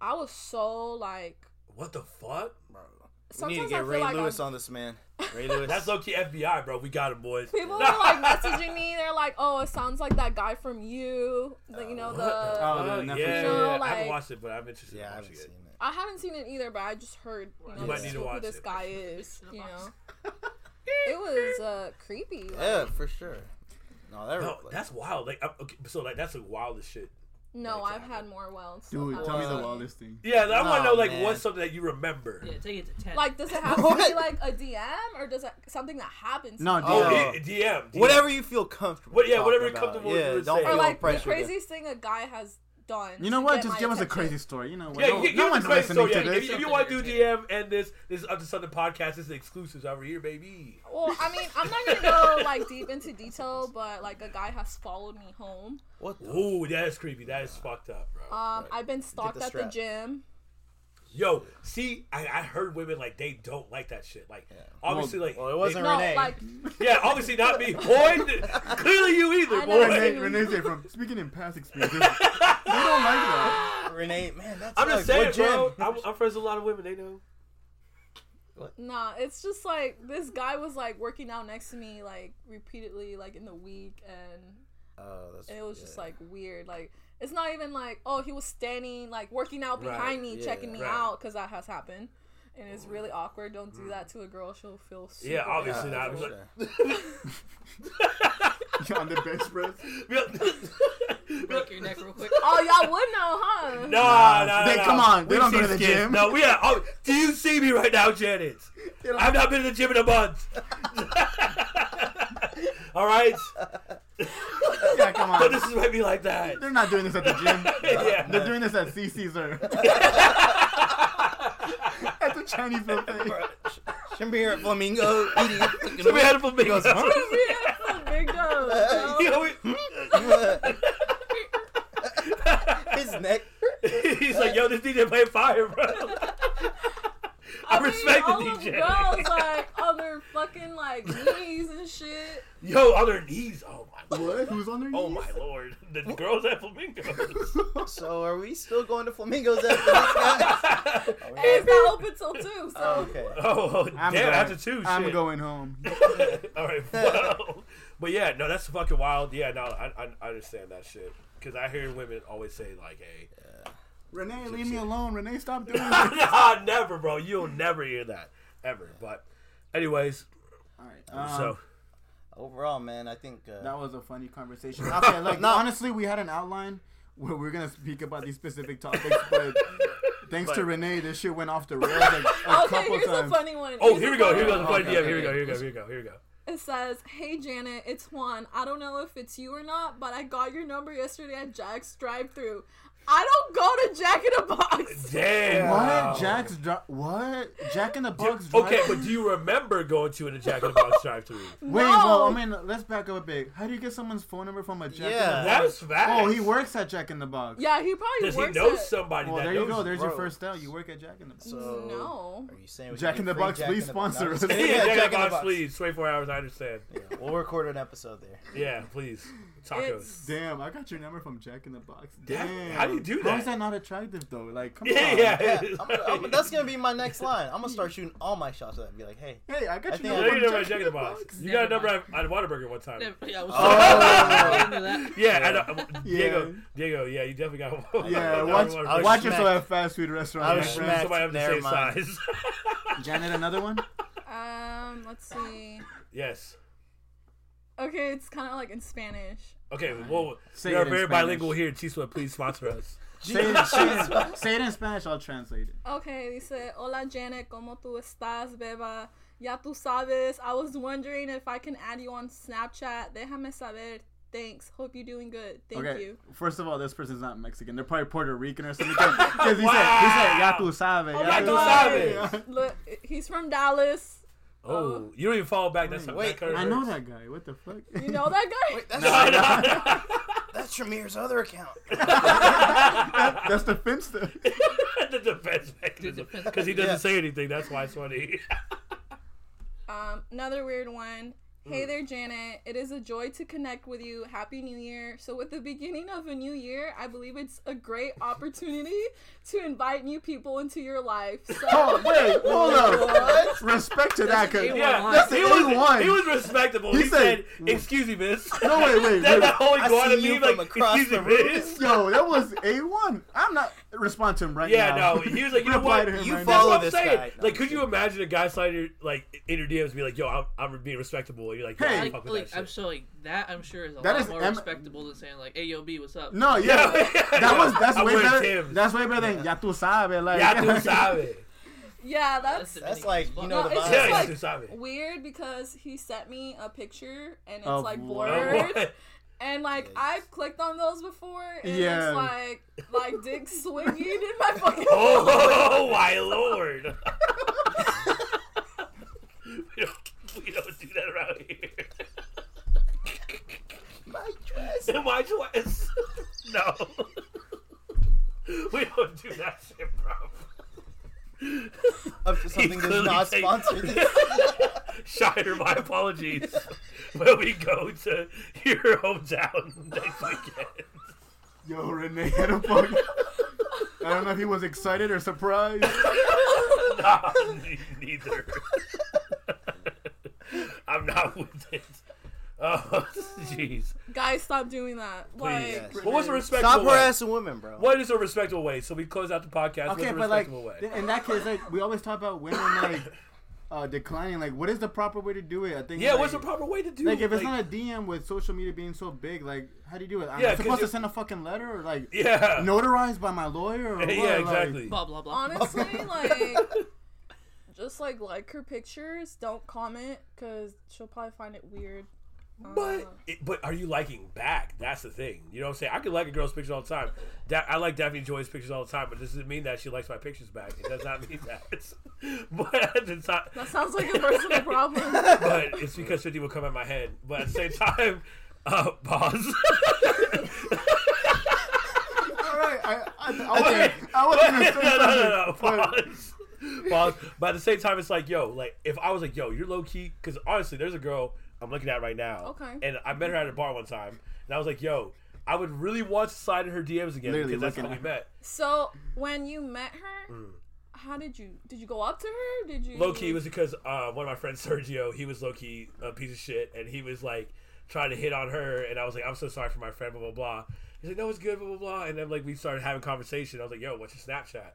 [SPEAKER 7] I was so like
[SPEAKER 5] What the fuck?
[SPEAKER 1] We need to
[SPEAKER 7] sometimes I
[SPEAKER 1] get
[SPEAKER 7] feel
[SPEAKER 1] Ray
[SPEAKER 7] like
[SPEAKER 1] Lewis
[SPEAKER 7] I'm-
[SPEAKER 1] on this man. Ray Lewis.
[SPEAKER 5] That's low key FBI, bro. We got him, boys.
[SPEAKER 7] People were like messaging me. They're like, "Oh, it sounds like that guy from you." The, you know the.
[SPEAKER 6] Oh, the
[SPEAKER 5] yeah,
[SPEAKER 6] Netflix
[SPEAKER 5] yeah,
[SPEAKER 7] show,
[SPEAKER 5] yeah. I haven't
[SPEAKER 7] like-
[SPEAKER 5] watched it, but I'm interested
[SPEAKER 1] yeah, I
[SPEAKER 5] in
[SPEAKER 1] haven't
[SPEAKER 5] watching
[SPEAKER 1] seen
[SPEAKER 5] it.
[SPEAKER 1] it.
[SPEAKER 7] I haven't seen it either, but I just heard you know,
[SPEAKER 8] You
[SPEAKER 5] might
[SPEAKER 7] this-
[SPEAKER 5] need to
[SPEAKER 7] who
[SPEAKER 5] watch
[SPEAKER 7] this
[SPEAKER 5] it.
[SPEAKER 7] guy is. You know, it was uh, creepy. Like,
[SPEAKER 1] Yeah, for sure. No, that
[SPEAKER 5] No,
[SPEAKER 1] like,
[SPEAKER 5] that's wild. Like, I'm, okay, so like that's the wildest shit.
[SPEAKER 7] No, I've had more welds. so
[SPEAKER 6] dude,
[SPEAKER 7] I
[SPEAKER 6] tell me
[SPEAKER 7] don't
[SPEAKER 6] the
[SPEAKER 7] know.
[SPEAKER 6] wildest thing.
[SPEAKER 5] Yeah, I want to
[SPEAKER 1] Oh,
[SPEAKER 5] know like
[SPEAKER 1] man.
[SPEAKER 5] what's something that you remember.
[SPEAKER 8] Yeah, take it to ten.
[SPEAKER 7] Like, does it have to be
[SPEAKER 1] What?
[SPEAKER 7] like a DM or does it something that happens?
[SPEAKER 6] No,
[SPEAKER 7] to
[SPEAKER 6] dude.
[SPEAKER 7] you?
[SPEAKER 5] Oh,
[SPEAKER 1] Yeah.
[SPEAKER 5] it- DM, DM.
[SPEAKER 1] whatever you feel comfortable.
[SPEAKER 5] What- yeah,
[SPEAKER 1] talking
[SPEAKER 5] whatever you're
[SPEAKER 1] about.
[SPEAKER 5] comfortable with,
[SPEAKER 1] Yeah,
[SPEAKER 5] you would
[SPEAKER 1] don't
[SPEAKER 5] say.
[SPEAKER 1] feel
[SPEAKER 7] or like the
[SPEAKER 1] pressure. to-
[SPEAKER 7] craziest thing a guy has done.
[SPEAKER 6] You know
[SPEAKER 7] to
[SPEAKER 6] what?
[SPEAKER 7] get
[SPEAKER 6] Just
[SPEAKER 7] my
[SPEAKER 6] give us a
[SPEAKER 7] attention.
[SPEAKER 6] crazy story. You know what?
[SPEAKER 5] Yeah,
[SPEAKER 6] no,
[SPEAKER 5] you,
[SPEAKER 6] no one's listening
[SPEAKER 5] yeah,
[SPEAKER 6] to
[SPEAKER 5] If,
[SPEAKER 6] this.
[SPEAKER 5] if you want to do DM and this, this is up to Sunday podcast. This is exclusives over here, baby.
[SPEAKER 7] Well, I mean, I'm not gonna go like deep into detail, but like a guy has followed me home.
[SPEAKER 1] What the
[SPEAKER 7] Uh,
[SPEAKER 5] Ooh, that is creepy. That is fucked up, bro.
[SPEAKER 7] Um, I've been stalked
[SPEAKER 1] the
[SPEAKER 7] at the
[SPEAKER 1] strap.
[SPEAKER 7] gym.
[SPEAKER 5] Yo, see, I, I heard women like they don't like that shit. Like, obviously, like,
[SPEAKER 1] Well, uh, it wasn't
[SPEAKER 7] No,
[SPEAKER 1] Renee.
[SPEAKER 7] like
[SPEAKER 5] they- yeah, obviously not me, boy. Clearly, you either,
[SPEAKER 7] I never
[SPEAKER 5] boy.
[SPEAKER 7] knew.
[SPEAKER 6] Renee, Renee said from speaking in past experience. they don't like that.
[SPEAKER 1] Renee, man, that's
[SPEAKER 5] I'm just
[SPEAKER 1] like,
[SPEAKER 5] saying,
[SPEAKER 1] what
[SPEAKER 5] bro.
[SPEAKER 1] gym?
[SPEAKER 5] I'm, I'm friends with a lot of women. They know.
[SPEAKER 7] Nah, it's just like this guy was like working out next to me like repeatedly like in the week and
[SPEAKER 1] Oh, that's-
[SPEAKER 7] it was just
[SPEAKER 1] yeah.
[SPEAKER 7] like weird. Like it's not even like oh he was standing like working out
[SPEAKER 5] Right,
[SPEAKER 7] behind me
[SPEAKER 1] yeah,
[SPEAKER 7] checking me
[SPEAKER 5] right. Mm.
[SPEAKER 7] out because that has happened. And it's really awkward. Don't do that to a girl. She'll feel super
[SPEAKER 5] Yeah, obviously
[SPEAKER 1] Yeah,
[SPEAKER 5] not.
[SPEAKER 1] for
[SPEAKER 5] It's like-
[SPEAKER 1] sure.
[SPEAKER 6] You're on the bench press.
[SPEAKER 8] Break your neck real quick.
[SPEAKER 7] Oh, y'all would know, huh?
[SPEAKER 5] Nah, nah,
[SPEAKER 6] They-
[SPEAKER 5] nah.
[SPEAKER 6] come on, they
[SPEAKER 5] We've
[SPEAKER 6] don't go
[SPEAKER 5] seen
[SPEAKER 6] to the
[SPEAKER 5] skits.
[SPEAKER 6] gym.
[SPEAKER 5] No, we are. Oh, do you see me right now, Janet? I've not been to the gym in a month. All right,
[SPEAKER 6] Yeah, come
[SPEAKER 5] but
[SPEAKER 6] on.
[SPEAKER 5] this is might be like that.
[SPEAKER 6] They're not doing this at the gym.
[SPEAKER 5] yeah.
[SPEAKER 6] They're doing this at CC's or at the Chinese buffet.
[SPEAKER 1] Shouldn't be here at Flamingo eating.
[SPEAKER 5] So we had a flamingo.
[SPEAKER 7] Yeah, big girl, bro.
[SPEAKER 5] You know, we-
[SPEAKER 1] His neck.
[SPEAKER 5] He's like, yo, this DJ playing fire, bro. I, respect
[SPEAKER 7] all
[SPEAKER 5] the
[SPEAKER 7] of
[SPEAKER 5] DJ.
[SPEAKER 7] girls like on their fucking like knees and shit.
[SPEAKER 5] Yo, on their knees. Oh my lord.
[SPEAKER 6] What? Who's on their
[SPEAKER 5] Oh
[SPEAKER 6] knees?
[SPEAKER 5] my lord. The girls at flamingos.
[SPEAKER 1] So are we still going to Flamingos after this, guys?
[SPEAKER 7] It's not open till two, so
[SPEAKER 1] Oh, okay.
[SPEAKER 5] Oh,
[SPEAKER 6] I'm
[SPEAKER 5] damn,
[SPEAKER 6] going-
[SPEAKER 5] after two.
[SPEAKER 6] I'm
[SPEAKER 5] shit.
[SPEAKER 6] going home.
[SPEAKER 5] All right, wow. but yeah, no, that's fucking wild. Yeah, no, I, I, I understand that shit because I hear women always say like, "Hey,
[SPEAKER 6] Renee, leave me alone. Renee, stop doing this.
[SPEAKER 5] nah, never, bro. You'll never hear that ever." But, anyways,
[SPEAKER 6] All right. Um,
[SPEAKER 5] so
[SPEAKER 1] Overall, man, I think uh,
[SPEAKER 6] that was a funny conversation. Okay, look, honestly, we had an outline where we are gonna speak about these specific topics, but thanks to
[SPEAKER 5] But-
[SPEAKER 6] Renee, this shit went off the rails like a
[SPEAKER 7] okay.
[SPEAKER 6] couple
[SPEAKER 7] Here's
[SPEAKER 6] times.
[SPEAKER 7] a funny one.
[SPEAKER 5] oh,
[SPEAKER 7] a
[SPEAKER 5] here we go.
[SPEAKER 7] funny
[SPEAKER 5] Here we go.
[SPEAKER 7] one.
[SPEAKER 5] The funny
[SPEAKER 1] Okay,
[SPEAKER 5] DM.
[SPEAKER 1] okay,
[SPEAKER 5] Here we go.
[SPEAKER 1] okay.
[SPEAKER 5] Here we go. Here we go. Here we go.
[SPEAKER 7] It says, "Hey Janet, it's Juan. I don't know if it's you or not, but I got your number yesterday at Jack's drive-through. I don't go to Jack in a Box.
[SPEAKER 5] Damn.
[SPEAKER 6] What? Jack's dri- what? Jack in the Box drive?
[SPEAKER 5] Okay, but do you remember going to an Jack in the Box drive-through?
[SPEAKER 6] Wait,
[SPEAKER 7] no.
[SPEAKER 6] well, I mean, let's back up a bit. How do you get someone's phone number from a Jack in
[SPEAKER 1] Yeah.
[SPEAKER 6] the
[SPEAKER 5] That's
[SPEAKER 6] Box?
[SPEAKER 5] fact.
[SPEAKER 6] Oh, he works at Jack in the Box.
[SPEAKER 7] yeah, he probably
[SPEAKER 5] Does he
[SPEAKER 7] works
[SPEAKER 5] know
[SPEAKER 7] at-
[SPEAKER 5] somebody
[SPEAKER 6] Well,
[SPEAKER 5] that
[SPEAKER 6] there you
[SPEAKER 5] knows
[SPEAKER 6] go. There's your
[SPEAKER 1] bro.
[SPEAKER 6] first out. You work at Jack in the Box.
[SPEAKER 1] so.
[SPEAKER 7] No.
[SPEAKER 1] Are you saying we
[SPEAKER 6] Jack
[SPEAKER 1] can
[SPEAKER 6] in
[SPEAKER 1] get
[SPEAKER 6] the
[SPEAKER 1] free
[SPEAKER 6] Box,
[SPEAKER 1] Jack
[SPEAKER 6] please
[SPEAKER 1] in the Bo-
[SPEAKER 6] sponsor
[SPEAKER 1] No,
[SPEAKER 6] us.
[SPEAKER 1] I'm just
[SPEAKER 5] Yeah,
[SPEAKER 1] kidding.
[SPEAKER 5] Jack, in the Box, please. 24 hours, I understand.
[SPEAKER 1] Yeah, we'll record an episode there.
[SPEAKER 5] Yeah, please. Tacos.
[SPEAKER 7] It's
[SPEAKER 6] Damn, I got your number from Jack in the Box.
[SPEAKER 5] That-
[SPEAKER 6] Damn.
[SPEAKER 5] how do you do
[SPEAKER 6] How
[SPEAKER 5] that?
[SPEAKER 6] is that not attractive though? Like, come
[SPEAKER 5] Yeah,
[SPEAKER 6] on.
[SPEAKER 5] yeah.
[SPEAKER 1] Yeah, I'm, I'm, that's gonna be my next line. I'm gonna start shooting all my shots at that and be like, hey,
[SPEAKER 6] Hey, I got
[SPEAKER 1] I
[SPEAKER 6] your
[SPEAKER 1] think
[SPEAKER 5] Yeah,
[SPEAKER 1] I-
[SPEAKER 6] number
[SPEAKER 5] you
[SPEAKER 6] from
[SPEAKER 5] know about
[SPEAKER 6] Jack in the Box.
[SPEAKER 5] You got a number
[SPEAKER 8] Never
[SPEAKER 5] at, at Whataburger one time.
[SPEAKER 8] Never- Yeah, I was
[SPEAKER 5] Oh. Yeah, I know. uh, Diego,
[SPEAKER 6] Yeah.
[SPEAKER 5] Diego, yeah, you definitely got one.
[SPEAKER 6] Yeah,
[SPEAKER 5] Another
[SPEAKER 6] watch, uh,
[SPEAKER 5] one.
[SPEAKER 1] I was
[SPEAKER 6] watch yourself
[SPEAKER 1] smacked.
[SPEAKER 6] at fast food restaurant.
[SPEAKER 1] I
[SPEAKER 5] Yeah,
[SPEAKER 1] was
[SPEAKER 6] my
[SPEAKER 5] bring
[SPEAKER 1] smacked.
[SPEAKER 6] friend.
[SPEAKER 5] Somebody up the
[SPEAKER 1] Never
[SPEAKER 5] same
[SPEAKER 1] mind.
[SPEAKER 5] size.
[SPEAKER 6] Janet, another one?
[SPEAKER 7] um. Let's see.
[SPEAKER 5] yes.
[SPEAKER 7] Okay, it's kind of like in Spanish.
[SPEAKER 5] Okay, well,
[SPEAKER 6] Say
[SPEAKER 5] we
[SPEAKER 6] it
[SPEAKER 5] are
[SPEAKER 6] in
[SPEAKER 5] very
[SPEAKER 6] Spanish.
[SPEAKER 5] bilingual here. Chiswa, please sponsor us.
[SPEAKER 6] Say it, say, it, say it in Spanish, I'll translate it.
[SPEAKER 7] Okay, dice, hola Janet, ¿cómo tú estás, beba? Ya tú sabes, I was wondering if I can add you on Snapchat. Déjame saber. Thanks. Hope you're doing good. Thank
[SPEAKER 6] okay.
[SPEAKER 7] you.
[SPEAKER 6] First of all, this person's not Mexican. They're probably Puerto Rican or something. Because he, said, he said, ya tu sabe.
[SPEAKER 7] Oh
[SPEAKER 6] ya
[SPEAKER 7] my
[SPEAKER 6] tu
[SPEAKER 5] God.
[SPEAKER 6] sabe."
[SPEAKER 7] Look, he's from Dallas.
[SPEAKER 5] Oh, you don't even follow back. That's
[SPEAKER 1] Wait,
[SPEAKER 5] that
[SPEAKER 6] I know that guy. What the fuck?
[SPEAKER 7] You know that guy?
[SPEAKER 1] wait, that's
[SPEAKER 5] No, no,
[SPEAKER 1] that's Shamir's other account.
[SPEAKER 6] That's the fence though.
[SPEAKER 5] the defense mechanism. Because he doesn't
[SPEAKER 1] Yeah.
[SPEAKER 5] say anything. That's why it's funny.
[SPEAKER 7] Um, another weird one. Hey there, Janet. It is a joy to connect with you. Happy New Year. So, with the beginning of a new year, I believe it's a great opportunity to invite new people into your life.
[SPEAKER 6] Oh,
[SPEAKER 7] So,
[SPEAKER 6] wait, hold up. Respect to that. 'cause-
[SPEAKER 5] yeah,
[SPEAKER 6] That's
[SPEAKER 5] he
[SPEAKER 6] the
[SPEAKER 5] was
[SPEAKER 6] A1.
[SPEAKER 5] he was respectable.
[SPEAKER 6] He
[SPEAKER 5] He,
[SPEAKER 6] said-
[SPEAKER 5] said, "Excuse me, miss."
[SPEAKER 6] No, wait, wait,
[SPEAKER 5] that,
[SPEAKER 6] wait.
[SPEAKER 5] that whole
[SPEAKER 1] I
[SPEAKER 5] iguana
[SPEAKER 1] see you
[SPEAKER 5] meme,
[SPEAKER 1] from
[SPEAKER 5] like,
[SPEAKER 1] across
[SPEAKER 5] "Excuse me,
[SPEAKER 1] the room."
[SPEAKER 5] miss."
[SPEAKER 6] Yo, that was A1. I'm not. Respond to him right
[SPEAKER 5] Yeah,
[SPEAKER 6] now.
[SPEAKER 5] no. He was like, "You know
[SPEAKER 6] Reply
[SPEAKER 5] what?
[SPEAKER 6] to him
[SPEAKER 1] You
[SPEAKER 6] right
[SPEAKER 1] follow-
[SPEAKER 6] now.
[SPEAKER 5] That's what I'm
[SPEAKER 1] this
[SPEAKER 5] saying.
[SPEAKER 1] guy. No,
[SPEAKER 5] like,
[SPEAKER 1] I'm
[SPEAKER 5] could you
[SPEAKER 1] kidding.
[SPEAKER 5] imagine a guy slide your like in your DMs be like, "Yo, I'm, I'm being respectable," and you're like, "Yo,
[SPEAKER 6] Hey.
[SPEAKER 5] I
[SPEAKER 8] like,
[SPEAKER 5] fuck with
[SPEAKER 8] like
[SPEAKER 5] that
[SPEAKER 8] I'm
[SPEAKER 5] shit."
[SPEAKER 8] sure like that. I'm sure is a
[SPEAKER 6] That
[SPEAKER 8] lot
[SPEAKER 6] is
[SPEAKER 8] more
[SPEAKER 6] em-
[SPEAKER 8] respectable than saying like, "Hey, yo, B, what's up?"
[SPEAKER 6] No, yeah.
[SPEAKER 5] Yeah.
[SPEAKER 6] That was that's
[SPEAKER 5] I'm
[SPEAKER 6] way
[SPEAKER 5] wearing
[SPEAKER 6] better.
[SPEAKER 5] Tim's.
[SPEAKER 6] That's way better than ya tu sabe. Like
[SPEAKER 5] Ya tú sabes.
[SPEAKER 7] yeah, that's
[SPEAKER 8] the
[SPEAKER 1] That's
[SPEAKER 8] Dominican
[SPEAKER 1] like,
[SPEAKER 8] spot.
[SPEAKER 1] you know,
[SPEAKER 7] No,
[SPEAKER 1] the
[SPEAKER 7] it's
[SPEAKER 1] vibe.
[SPEAKER 5] Yeah, ya
[SPEAKER 7] like-
[SPEAKER 5] tú sabes.
[SPEAKER 7] weird because he sent me a picture and it's
[SPEAKER 6] Of
[SPEAKER 7] like
[SPEAKER 6] what?
[SPEAKER 5] Oh,
[SPEAKER 7] blurred.
[SPEAKER 5] boy.
[SPEAKER 7] And like I've clicked on those before, and
[SPEAKER 6] Yeah.
[SPEAKER 7] it's like like dick swinging in my fucking.
[SPEAKER 5] Oh my lord! we, don't, we don't do that around here.
[SPEAKER 1] My dress.
[SPEAKER 5] My choice. no, we don't do that shit, bro.
[SPEAKER 1] Up to something does
[SPEAKER 5] clearly
[SPEAKER 1] not
[SPEAKER 5] take-
[SPEAKER 1] sponsor this.
[SPEAKER 5] Shire, my apologies. when we go to your hometown next weekend.
[SPEAKER 6] Yo, Renee had a fuck. I don't know if he was excited or surprised.
[SPEAKER 5] Nah, me neither. I'm not with it. Oh, jeez.
[SPEAKER 7] Guys, stop doing that. Like,
[SPEAKER 5] Please.
[SPEAKER 1] Yes.
[SPEAKER 5] What was a respectful
[SPEAKER 1] Stop
[SPEAKER 5] way?
[SPEAKER 1] harassing women, bro.
[SPEAKER 5] What is a respectable way? So we close out the podcast. What's
[SPEAKER 6] Okay,
[SPEAKER 5] a
[SPEAKER 6] but like
[SPEAKER 5] respectable way?
[SPEAKER 6] th- in that case, like we always talk about women like uh, declining. Like, what is the proper way to do it? I think.
[SPEAKER 5] yeah,
[SPEAKER 6] like,
[SPEAKER 5] what's the proper way to do
[SPEAKER 6] Like, if it's
[SPEAKER 5] like-
[SPEAKER 6] not a DM with social media being so big, like, how do you do it? I'm
[SPEAKER 5] Yeah, 'cause
[SPEAKER 6] supposed
[SPEAKER 5] you-
[SPEAKER 6] to send a fucking letter, or like
[SPEAKER 5] Yeah.
[SPEAKER 6] notarized by my lawyer, or what?
[SPEAKER 5] yeah,
[SPEAKER 6] Like,
[SPEAKER 5] exactly.
[SPEAKER 8] Blah blah blah.
[SPEAKER 7] honestly, like, just like like her pictures. Don't comment because she'll probably find it weird. Uh,
[SPEAKER 5] But it, but are you liking back? That's the thing. You know what I'm saying? I could like a girl's pictures all the time. Da- I like Daphne Joy's pictures all the time, but this doesn't mean that she likes my pictures back. It does not mean that. but at the time,
[SPEAKER 7] That sounds like a personal problem.
[SPEAKER 5] but it's because 50 will come at my head. But at the same time, uh, pause.
[SPEAKER 6] All right, I, I, I, wasn't- I
[SPEAKER 5] no,
[SPEAKER 6] wasn't gonna say something,
[SPEAKER 5] no, no, no,
[SPEAKER 6] but-
[SPEAKER 5] pause. Pause. But at the same time, it's like, yo, like if I was like, yo, you're low key, because honestly, there's a girl I'm looking at right now.
[SPEAKER 7] Okay.
[SPEAKER 5] And I met her at a bar one time, and I was like, yo, I would really want to slide in her DMs again
[SPEAKER 6] Literally
[SPEAKER 5] because that's how
[SPEAKER 6] looking
[SPEAKER 5] we
[SPEAKER 6] at
[SPEAKER 5] met.
[SPEAKER 7] So when you met her, how did you did you go up to her? Did you
[SPEAKER 5] Low key Mm. was because uh, one of my friends, Sergio, he was low key a piece of shit, and he was like trying to hit on her, and I was like, I'm so sorry for my friend, blah blah blah. He's like, no, it's good, blah blah blah, and then like we started having conversation. I was like, yo, what's your Snapchat?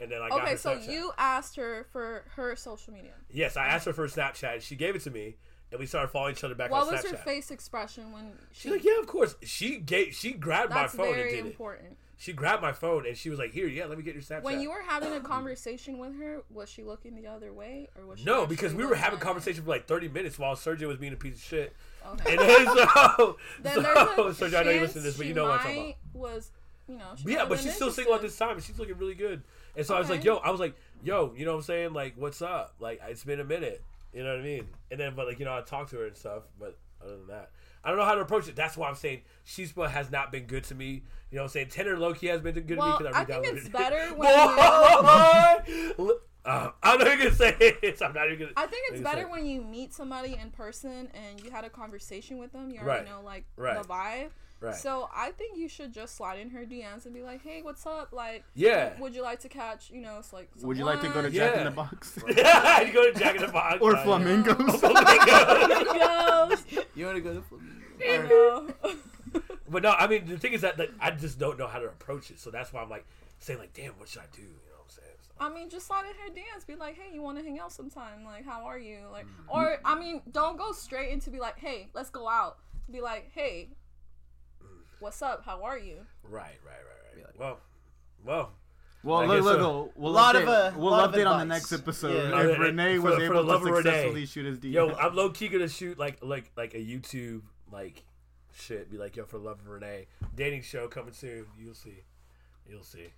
[SPEAKER 5] And then I got
[SPEAKER 7] okay.
[SPEAKER 5] her
[SPEAKER 7] So
[SPEAKER 5] Snapchat.
[SPEAKER 7] you asked her for her social media.
[SPEAKER 5] Yes, I asked her for a Snapchat. and She gave it to me, and we started following each other back
[SPEAKER 7] What
[SPEAKER 5] on
[SPEAKER 7] was
[SPEAKER 5] Snapchat.
[SPEAKER 7] her face expression when she?
[SPEAKER 5] She's like, yeah, of course. She gave. She grabbed
[SPEAKER 7] That's
[SPEAKER 5] my phone and
[SPEAKER 7] very
[SPEAKER 5] did it.
[SPEAKER 7] important.
[SPEAKER 5] She grabbed my phone and she was like, "Here, yeah, let me get your Snapchat."
[SPEAKER 7] When you were having
[SPEAKER 5] Mm.
[SPEAKER 7] a conversation with her, was she looking the other way or was she
[SPEAKER 5] no, because
[SPEAKER 7] actually
[SPEAKER 5] we were
[SPEAKER 7] looking
[SPEAKER 5] having
[SPEAKER 7] at you?
[SPEAKER 5] conversation for like thirty minutes while Sergio was being a piece of shit.
[SPEAKER 7] Okay.
[SPEAKER 5] And then so,
[SPEAKER 7] then
[SPEAKER 5] so
[SPEAKER 7] there's a
[SPEAKER 5] Sergio, I know you listen to this,
[SPEAKER 7] chance
[SPEAKER 5] but
[SPEAKER 7] she
[SPEAKER 5] you know what I'm talking about.
[SPEAKER 7] might was you know she
[SPEAKER 5] Yeah, but
[SPEAKER 7] might have
[SPEAKER 5] she's
[SPEAKER 7] been
[SPEAKER 5] still single at this
[SPEAKER 7] interested.
[SPEAKER 5] time, and she's looking really good. And so I was
[SPEAKER 7] Oh, Okay.
[SPEAKER 5] like, "Yo," I was like, "Yo," you know what I'm saying? Like, what's up? Like, it's been a minute. You know what I mean? And then, but like, you know, I talked to her and stuff. But other than that, I don't know how to approach it. That's why I'm saying she's but has not been good to me. You know what I'm saying? Tender low key has been good
[SPEAKER 7] Well,
[SPEAKER 5] to me
[SPEAKER 7] I
[SPEAKER 5] because I
[SPEAKER 7] think
[SPEAKER 5] redownloaded
[SPEAKER 7] it's
[SPEAKER 5] it.
[SPEAKER 7] better when
[SPEAKER 5] Boy! Uh, I'm not even gonna say it. I'm not even gonna.
[SPEAKER 7] I think
[SPEAKER 5] I'm gonna
[SPEAKER 7] it's
[SPEAKER 5] say
[SPEAKER 7] better
[SPEAKER 5] it.
[SPEAKER 7] when you meet somebody in person and you had a conversation with them. You already
[SPEAKER 5] Right.
[SPEAKER 7] know like
[SPEAKER 5] Right.
[SPEAKER 7] the vibe.
[SPEAKER 5] Right.
[SPEAKER 7] So I think you should just slide in her DMs and be like, "Hey, what's up? Like,
[SPEAKER 5] Yeah.
[SPEAKER 7] would you like to catch? You know, it's like some
[SPEAKER 6] Would you like to go to
[SPEAKER 7] wine,
[SPEAKER 6] Jack
[SPEAKER 5] Yeah.
[SPEAKER 6] in the Box
[SPEAKER 5] you go to Jack in the Box
[SPEAKER 6] or
[SPEAKER 5] uh,
[SPEAKER 6] flamingos?
[SPEAKER 7] Flamingos,
[SPEAKER 1] You want to go to Flamingo?
[SPEAKER 7] you know?
[SPEAKER 5] But no, I mean the thing is that like, I just don't know how to approach it, so that's why I'm like saying like, damn, what should I do? You know what I'm saying? So-
[SPEAKER 7] I mean, just slide in her DMs. Be like, hey, you want to hang out sometime? Like, how are you? Like, or I mean, don't go straight into be like, hey, let's go out. Be like, hey, what's up? How are you?
[SPEAKER 5] right, right, right, right. well, well, I
[SPEAKER 6] Well,
[SPEAKER 5] guess
[SPEAKER 6] look, look,
[SPEAKER 5] so.
[SPEAKER 6] we'll- we'll
[SPEAKER 1] Lot
[SPEAKER 6] update,
[SPEAKER 1] of, uh,
[SPEAKER 6] we'll
[SPEAKER 1] lot of
[SPEAKER 6] update on the
[SPEAKER 1] advice.
[SPEAKER 6] next episode
[SPEAKER 1] Yeah.
[SPEAKER 6] if
[SPEAKER 5] Uh,
[SPEAKER 6] Renee
[SPEAKER 5] for-
[SPEAKER 6] was
[SPEAKER 5] for the
[SPEAKER 6] able
[SPEAKER 5] love of
[SPEAKER 6] to
[SPEAKER 5] Renee.
[SPEAKER 6] successfully shoot his DM.
[SPEAKER 5] yo, I'm low key gonna shoot like like like a YouTube like shit. Be like, yo, for the love of Renee, dating show coming soon. You'll see, you'll see.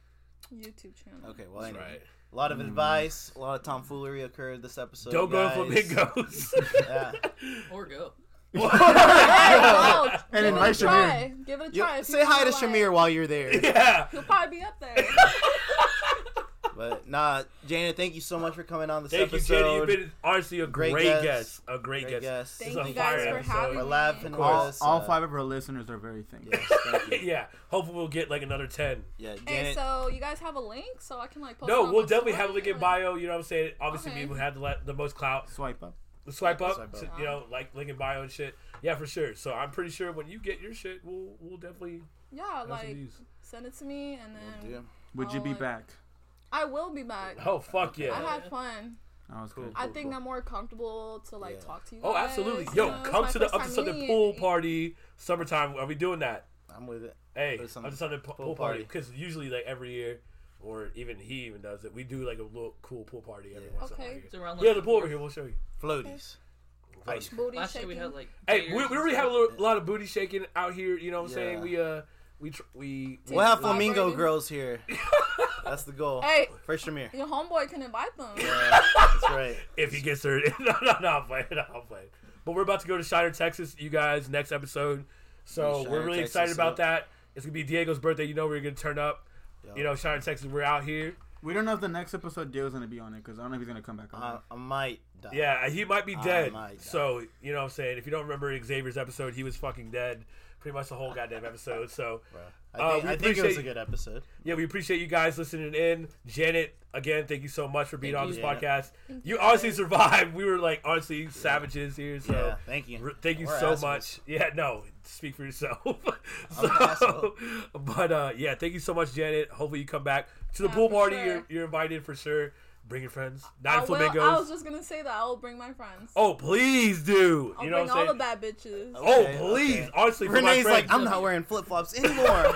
[SPEAKER 7] YouTube channel.
[SPEAKER 1] Okay, well, anyway. Hmm.
[SPEAKER 5] Right.
[SPEAKER 1] A lot of advice, a lot of tomfoolery occurred this episode.
[SPEAKER 5] Don't
[SPEAKER 1] guys.
[SPEAKER 5] go flamingos.
[SPEAKER 1] Yeah.
[SPEAKER 8] Or go.
[SPEAKER 7] Oh,
[SPEAKER 6] and
[SPEAKER 7] give it a
[SPEAKER 6] invite your man.
[SPEAKER 7] try. Give it a
[SPEAKER 1] Yo,
[SPEAKER 7] try. If
[SPEAKER 1] say
[SPEAKER 7] you
[SPEAKER 1] hi to
[SPEAKER 7] wanna,
[SPEAKER 1] Shamir while you're there.
[SPEAKER 5] yeah.
[SPEAKER 7] He'll probably be up there.
[SPEAKER 1] But nah, Jana, thank you so much for coming on this
[SPEAKER 5] Thank you,
[SPEAKER 1] episode.
[SPEAKER 5] Jenny. You've been honestly a
[SPEAKER 1] Great
[SPEAKER 5] great,
[SPEAKER 1] guest.
[SPEAKER 5] guest. A great,
[SPEAKER 1] Great
[SPEAKER 5] guest.
[SPEAKER 1] guest.
[SPEAKER 5] This
[SPEAKER 7] Thank
[SPEAKER 5] is a
[SPEAKER 7] you guys
[SPEAKER 5] fire
[SPEAKER 7] for having
[SPEAKER 1] We're
[SPEAKER 7] me.
[SPEAKER 1] laughing
[SPEAKER 5] Of course.
[SPEAKER 1] all this.
[SPEAKER 6] All
[SPEAKER 1] uh,
[SPEAKER 6] five of our listeners are very thankful.
[SPEAKER 1] Yes, thank you.
[SPEAKER 5] Yeah. Hopefully, we'll get like another ten.
[SPEAKER 1] Yeah, Janet.
[SPEAKER 7] Hey, so you guys have a link so I can like post. it
[SPEAKER 5] No,
[SPEAKER 7] on
[SPEAKER 5] we'll
[SPEAKER 7] my
[SPEAKER 5] definitely
[SPEAKER 7] story
[SPEAKER 5] have a link in
[SPEAKER 7] or-
[SPEAKER 5] bio. You know what I'm saying? Obviously,
[SPEAKER 7] Okay.
[SPEAKER 5] people had the, le- the most clout.
[SPEAKER 6] Swipe up.
[SPEAKER 5] Swipe up,
[SPEAKER 1] Swipe up.
[SPEAKER 5] to- you know, like link in bio and shit. Yeah, for sure. So I'm pretty sure when you get your shit, we'll we'll definitely
[SPEAKER 7] Yeah,
[SPEAKER 5] have some
[SPEAKER 7] like
[SPEAKER 5] views.
[SPEAKER 7] send it to me and then
[SPEAKER 1] Dude,
[SPEAKER 6] Would you
[SPEAKER 7] Oh,
[SPEAKER 6] be
[SPEAKER 7] like-
[SPEAKER 6] back?
[SPEAKER 7] I will be back.
[SPEAKER 5] Oh fuck yeah!
[SPEAKER 7] I had fun.
[SPEAKER 6] That was good.
[SPEAKER 7] I think I'm more comfortable to like
[SPEAKER 1] Yeah.
[SPEAKER 7] talk to you.
[SPEAKER 5] oh,
[SPEAKER 7] guys,
[SPEAKER 5] absolutely.
[SPEAKER 7] you
[SPEAKER 5] Yo,
[SPEAKER 7] know, it's
[SPEAKER 5] come
[SPEAKER 7] my
[SPEAKER 5] to the
[SPEAKER 7] first
[SPEAKER 5] up to
[SPEAKER 7] time
[SPEAKER 5] something
[SPEAKER 7] meeting
[SPEAKER 5] pool
[SPEAKER 7] you.
[SPEAKER 5] party summertime. Are we doing that?
[SPEAKER 1] I'm with it.
[SPEAKER 5] Hey,
[SPEAKER 1] Or
[SPEAKER 5] up
[SPEAKER 1] some
[SPEAKER 5] to something po- pool party
[SPEAKER 1] party.
[SPEAKER 5] because usually like every year, or even he even does it. We do like a little cool pool party every once in a
[SPEAKER 7] Okay.
[SPEAKER 5] while.
[SPEAKER 8] It's around.
[SPEAKER 5] Yeah, the pool over here. We'll show you.
[SPEAKER 1] Floaties.
[SPEAKER 5] Like,
[SPEAKER 7] Booty
[SPEAKER 8] Last
[SPEAKER 7] shaking.
[SPEAKER 8] year we had like.
[SPEAKER 5] hey,
[SPEAKER 8] beers
[SPEAKER 5] we,
[SPEAKER 8] and
[SPEAKER 5] we already have a
[SPEAKER 8] stuff.
[SPEAKER 5] little, lot of booty shaking out here. You know what I'm saying?
[SPEAKER 1] Yeah.
[SPEAKER 5] We uh, we tr- we
[SPEAKER 1] We'll have flamingo
[SPEAKER 7] Vibrating.
[SPEAKER 1] girls here. That's the goal.
[SPEAKER 7] hey,
[SPEAKER 1] For Shamir.
[SPEAKER 7] your homeboy can invite them.
[SPEAKER 1] Yeah, that's right.
[SPEAKER 5] if he gets there. no, no, no, I'm playing. No, I'm playing. But we're about to go to Shiner, Texas, you guys, next episode. So
[SPEAKER 1] Shiner,
[SPEAKER 5] we're really
[SPEAKER 1] Texas,
[SPEAKER 5] excited about
[SPEAKER 1] up.
[SPEAKER 5] that. It's gonna be Diego's birthday. You know we're gonna turn up.
[SPEAKER 1] Yo.
[SPEAKER 5] You know, Shiner, Texas, we're out here.
[SPEAKER 6] We don't know if the next episode Dale's gonna be on it because I don't know if he's gonna come back on.
[SPEAKER 1] I, I might die.
[SPEAKER 5] Yeah, he might be dead.
[SPEAKER 1] might die.
[SPEAKER 5] so you know what I'm saying. If you don't remember Xavier's episode, he was fucking dead pretty much the whole goddamn episode. So
[SPEAKER 1] I think,
[SPEAKER 5] Uh, we
[SPEAKER 1] I think it was
[SPEAKER 5] appreciate-
[SPEAKER 1] a good episode.
[SPEAKER 5] yeah, we appreciate you guys listening in. Janet, again, thank you so much for being
[SPEAKER 8] Thank you,
[SPEAKER 5] on this
[SPEAKER 1] Janet.
[SPEAKER 5] podcast. You honestly survived. We were like honestly savages here. So
[SPEAKER 1] Yeah, thank you.
[SPEAKER 5] R- Thank you
[SPEAKER 1] We're
[SPEAKER 5] so
[SPEAKER 1] assholes.
[SPEAKER 5] much. Yeah, no, speak for yourself.
[SPEAKER 1] an
[SPEAKER 5] so,
[SPEAKER 1] asshole.
[SPEAKER 5] but uh, yeah, thank you so much, Janet. Hopefully you come back to the
[SPEAKER 7] Yeah,
[SPEAKER 5] pool
[SPEAKER 7] for
[SPEAKER 5] party.
[SPEAKER 7] sure.
[SPEAKER 5] You're, you're invited for sure. Bring your friends. Nine
[SPEAKER 7] I will.
[SPEAKER 5] flamingos.
[SPEAKER 7] I was just gonna say that. I will bring my friends.
[SPEAKER 5] Oh, please do.
[SPEAKER 7] I'll
[SPEAKER 5] you know
[SPEAKER 7] bring
[SPEAKER 5] what I'm
[SPEAKER 7] all the
[SPEAKER 5] saying?
[SPEAKER 7] bad bitches.
[SPEAKER 5] Oh,
[SPEAKER 1] Okay,
[SPEAKER 5] please.
[SPEAKER 1] okay.
[SPEAKER 5] Honestly, for my
[SPEAKER 1] Renee's
[SPEAKER 5] friends.
[SPEAKER 1] like, I'm not wearing flip flops anymore.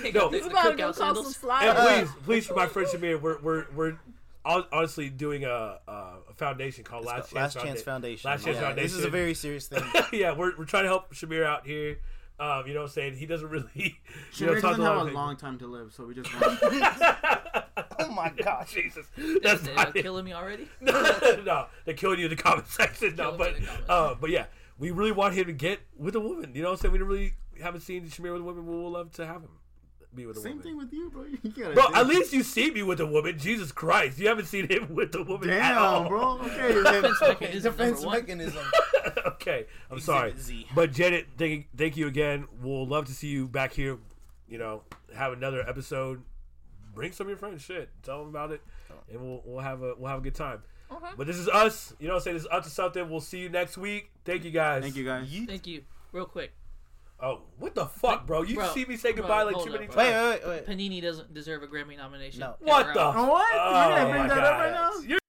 [SPEAKER 8] Take
[SPEAKER 5] No.
[SPEAKER 8] out the,
[SPEAKER 7] It's
[SPEAKER 8] the
[SPEAKER 7] about to go
[SPEAKER 8] cookout
[SPEAKER 7] cause some
[SPEAKER 8] sandals.
[SPEAKER 5] and
[SPEAKER 7] sliders.
[SPEAKER 5] please, please, for my friend Shamir, we're we're we're hon- honestly doing a a foundation called Last Chance,
[SPEAKER 1] Last
[SPEAKER 5] Founda-
[SPEAKER 1] Chance Foundation.
[SPEAKER 5] Last Chance
[SPEAKER 1] Yeah,
[SPEAKER 5] Foundation.
[SPEAKER 1] This is a very serious thing.
[SPEAKER 5] yeah. We're, we're trying to help Shamir out here. Um, you know what I'm saying? He doesn't really. you know,
[SPEAKER 6] Shamir
[SPEAKER 5] talk to
[SPEAKER 6] doesn't
[SPEAKER 5] lot
[SPEAKER 6] have
[SPEAKER 5] of
[SPEAKER 6] a
[SPEAKER 5] people.
[SPEAKER 6] long time to live, so we just. Want...
[SPEAKER 1] oh my gosh.
[SPEAKER 5] Jesus, that's
[SPEAKER 8] They're
[SPEAKER 5] not it.
[SPEAKER 8] killing me already.
[SPEAKER 5] no, they're killing you in the comment section. No,
[SPEAKER 8] Killing
[SPEAKER 5] but
[SPEAKER 8] me in the comment
[SPEAKER 5] uh, but yeah, we really want him to get with a woman. You know what I'm saying? We don't really haven't seen Shamir with a woman. We would love to have him be with a
[SPEAKER 6] Same
[SPEAKER 5] woman.
[SPEAKER 6] thing with you, bro. You gotta
[SPEAKER 5] Bro,
[SPEAKER 6] think.
[SPEAKER 5] at least you see me with a woman. Jesus Christ, you haven't seen him with a woman at all.
[SPEAKER 6] Damn, bro. Okay, then.
[SPEAKER 8] Defense mechanism
[SPEAKER 1] Defense
[SPEAKER 8] number one.
[SPEAKER 1] mechanism.
[SPEAKER 5] okay, I'm sorry.
[SPEAKER 1] Exhibit Z.
[SPEAKER 5] But Janet, thank, thank you again. We'll love to see you back here. You know, have another episode. Bring some of your friends. Shit, tell them about it,
[SPEAKER 6] Oh.
[SPEAKER 5] and we'll we'll have a we'll have a good time.
[SPEAKER 7] Okay.
[SPEAKER 5] But this is us. You know, what I'm saying this is up to something. We'll see you next week. Thank you guys.
[SPEAKER 6] Thank you guys.
[SPEAKER 8] Thank you. Real quick,
[SPEAKER 5] Oh, what the fuck, bro? You
[SPEAKER 8] Bro,
[SPEAKER 5] see me say
[SPEAKER 8] bro,
[SPEAKER 5] goodbye like
[SPEAKER 8] hold
[SPEAKER 5] too
[SPEAKER 8] up,
[SPEAKER 5] many
[SPEAKER 8] bro.
[SPEAKER 5] times.
[SPEAKER 1] Wait, wait, wait. wait.
[SPEAKER 8] Panini doesn't deserve a Grammy nomination.
[SPEAKER 1] No.
[SPEAKER 8] And we're
[SPEAKER 5] What
[SPEAKER 8] out.
[SPEAKER 5] the?
[SPEAKER 6] What?
[SPEAKER 5] Oh
[SPEAKER 6] You're gonna
[SPEAKER 5] my
[SPEAKER 6] bring that up
[SPEAKER 5] God.
[SPEAKER 6] right now?
[SPEAKER 5] You're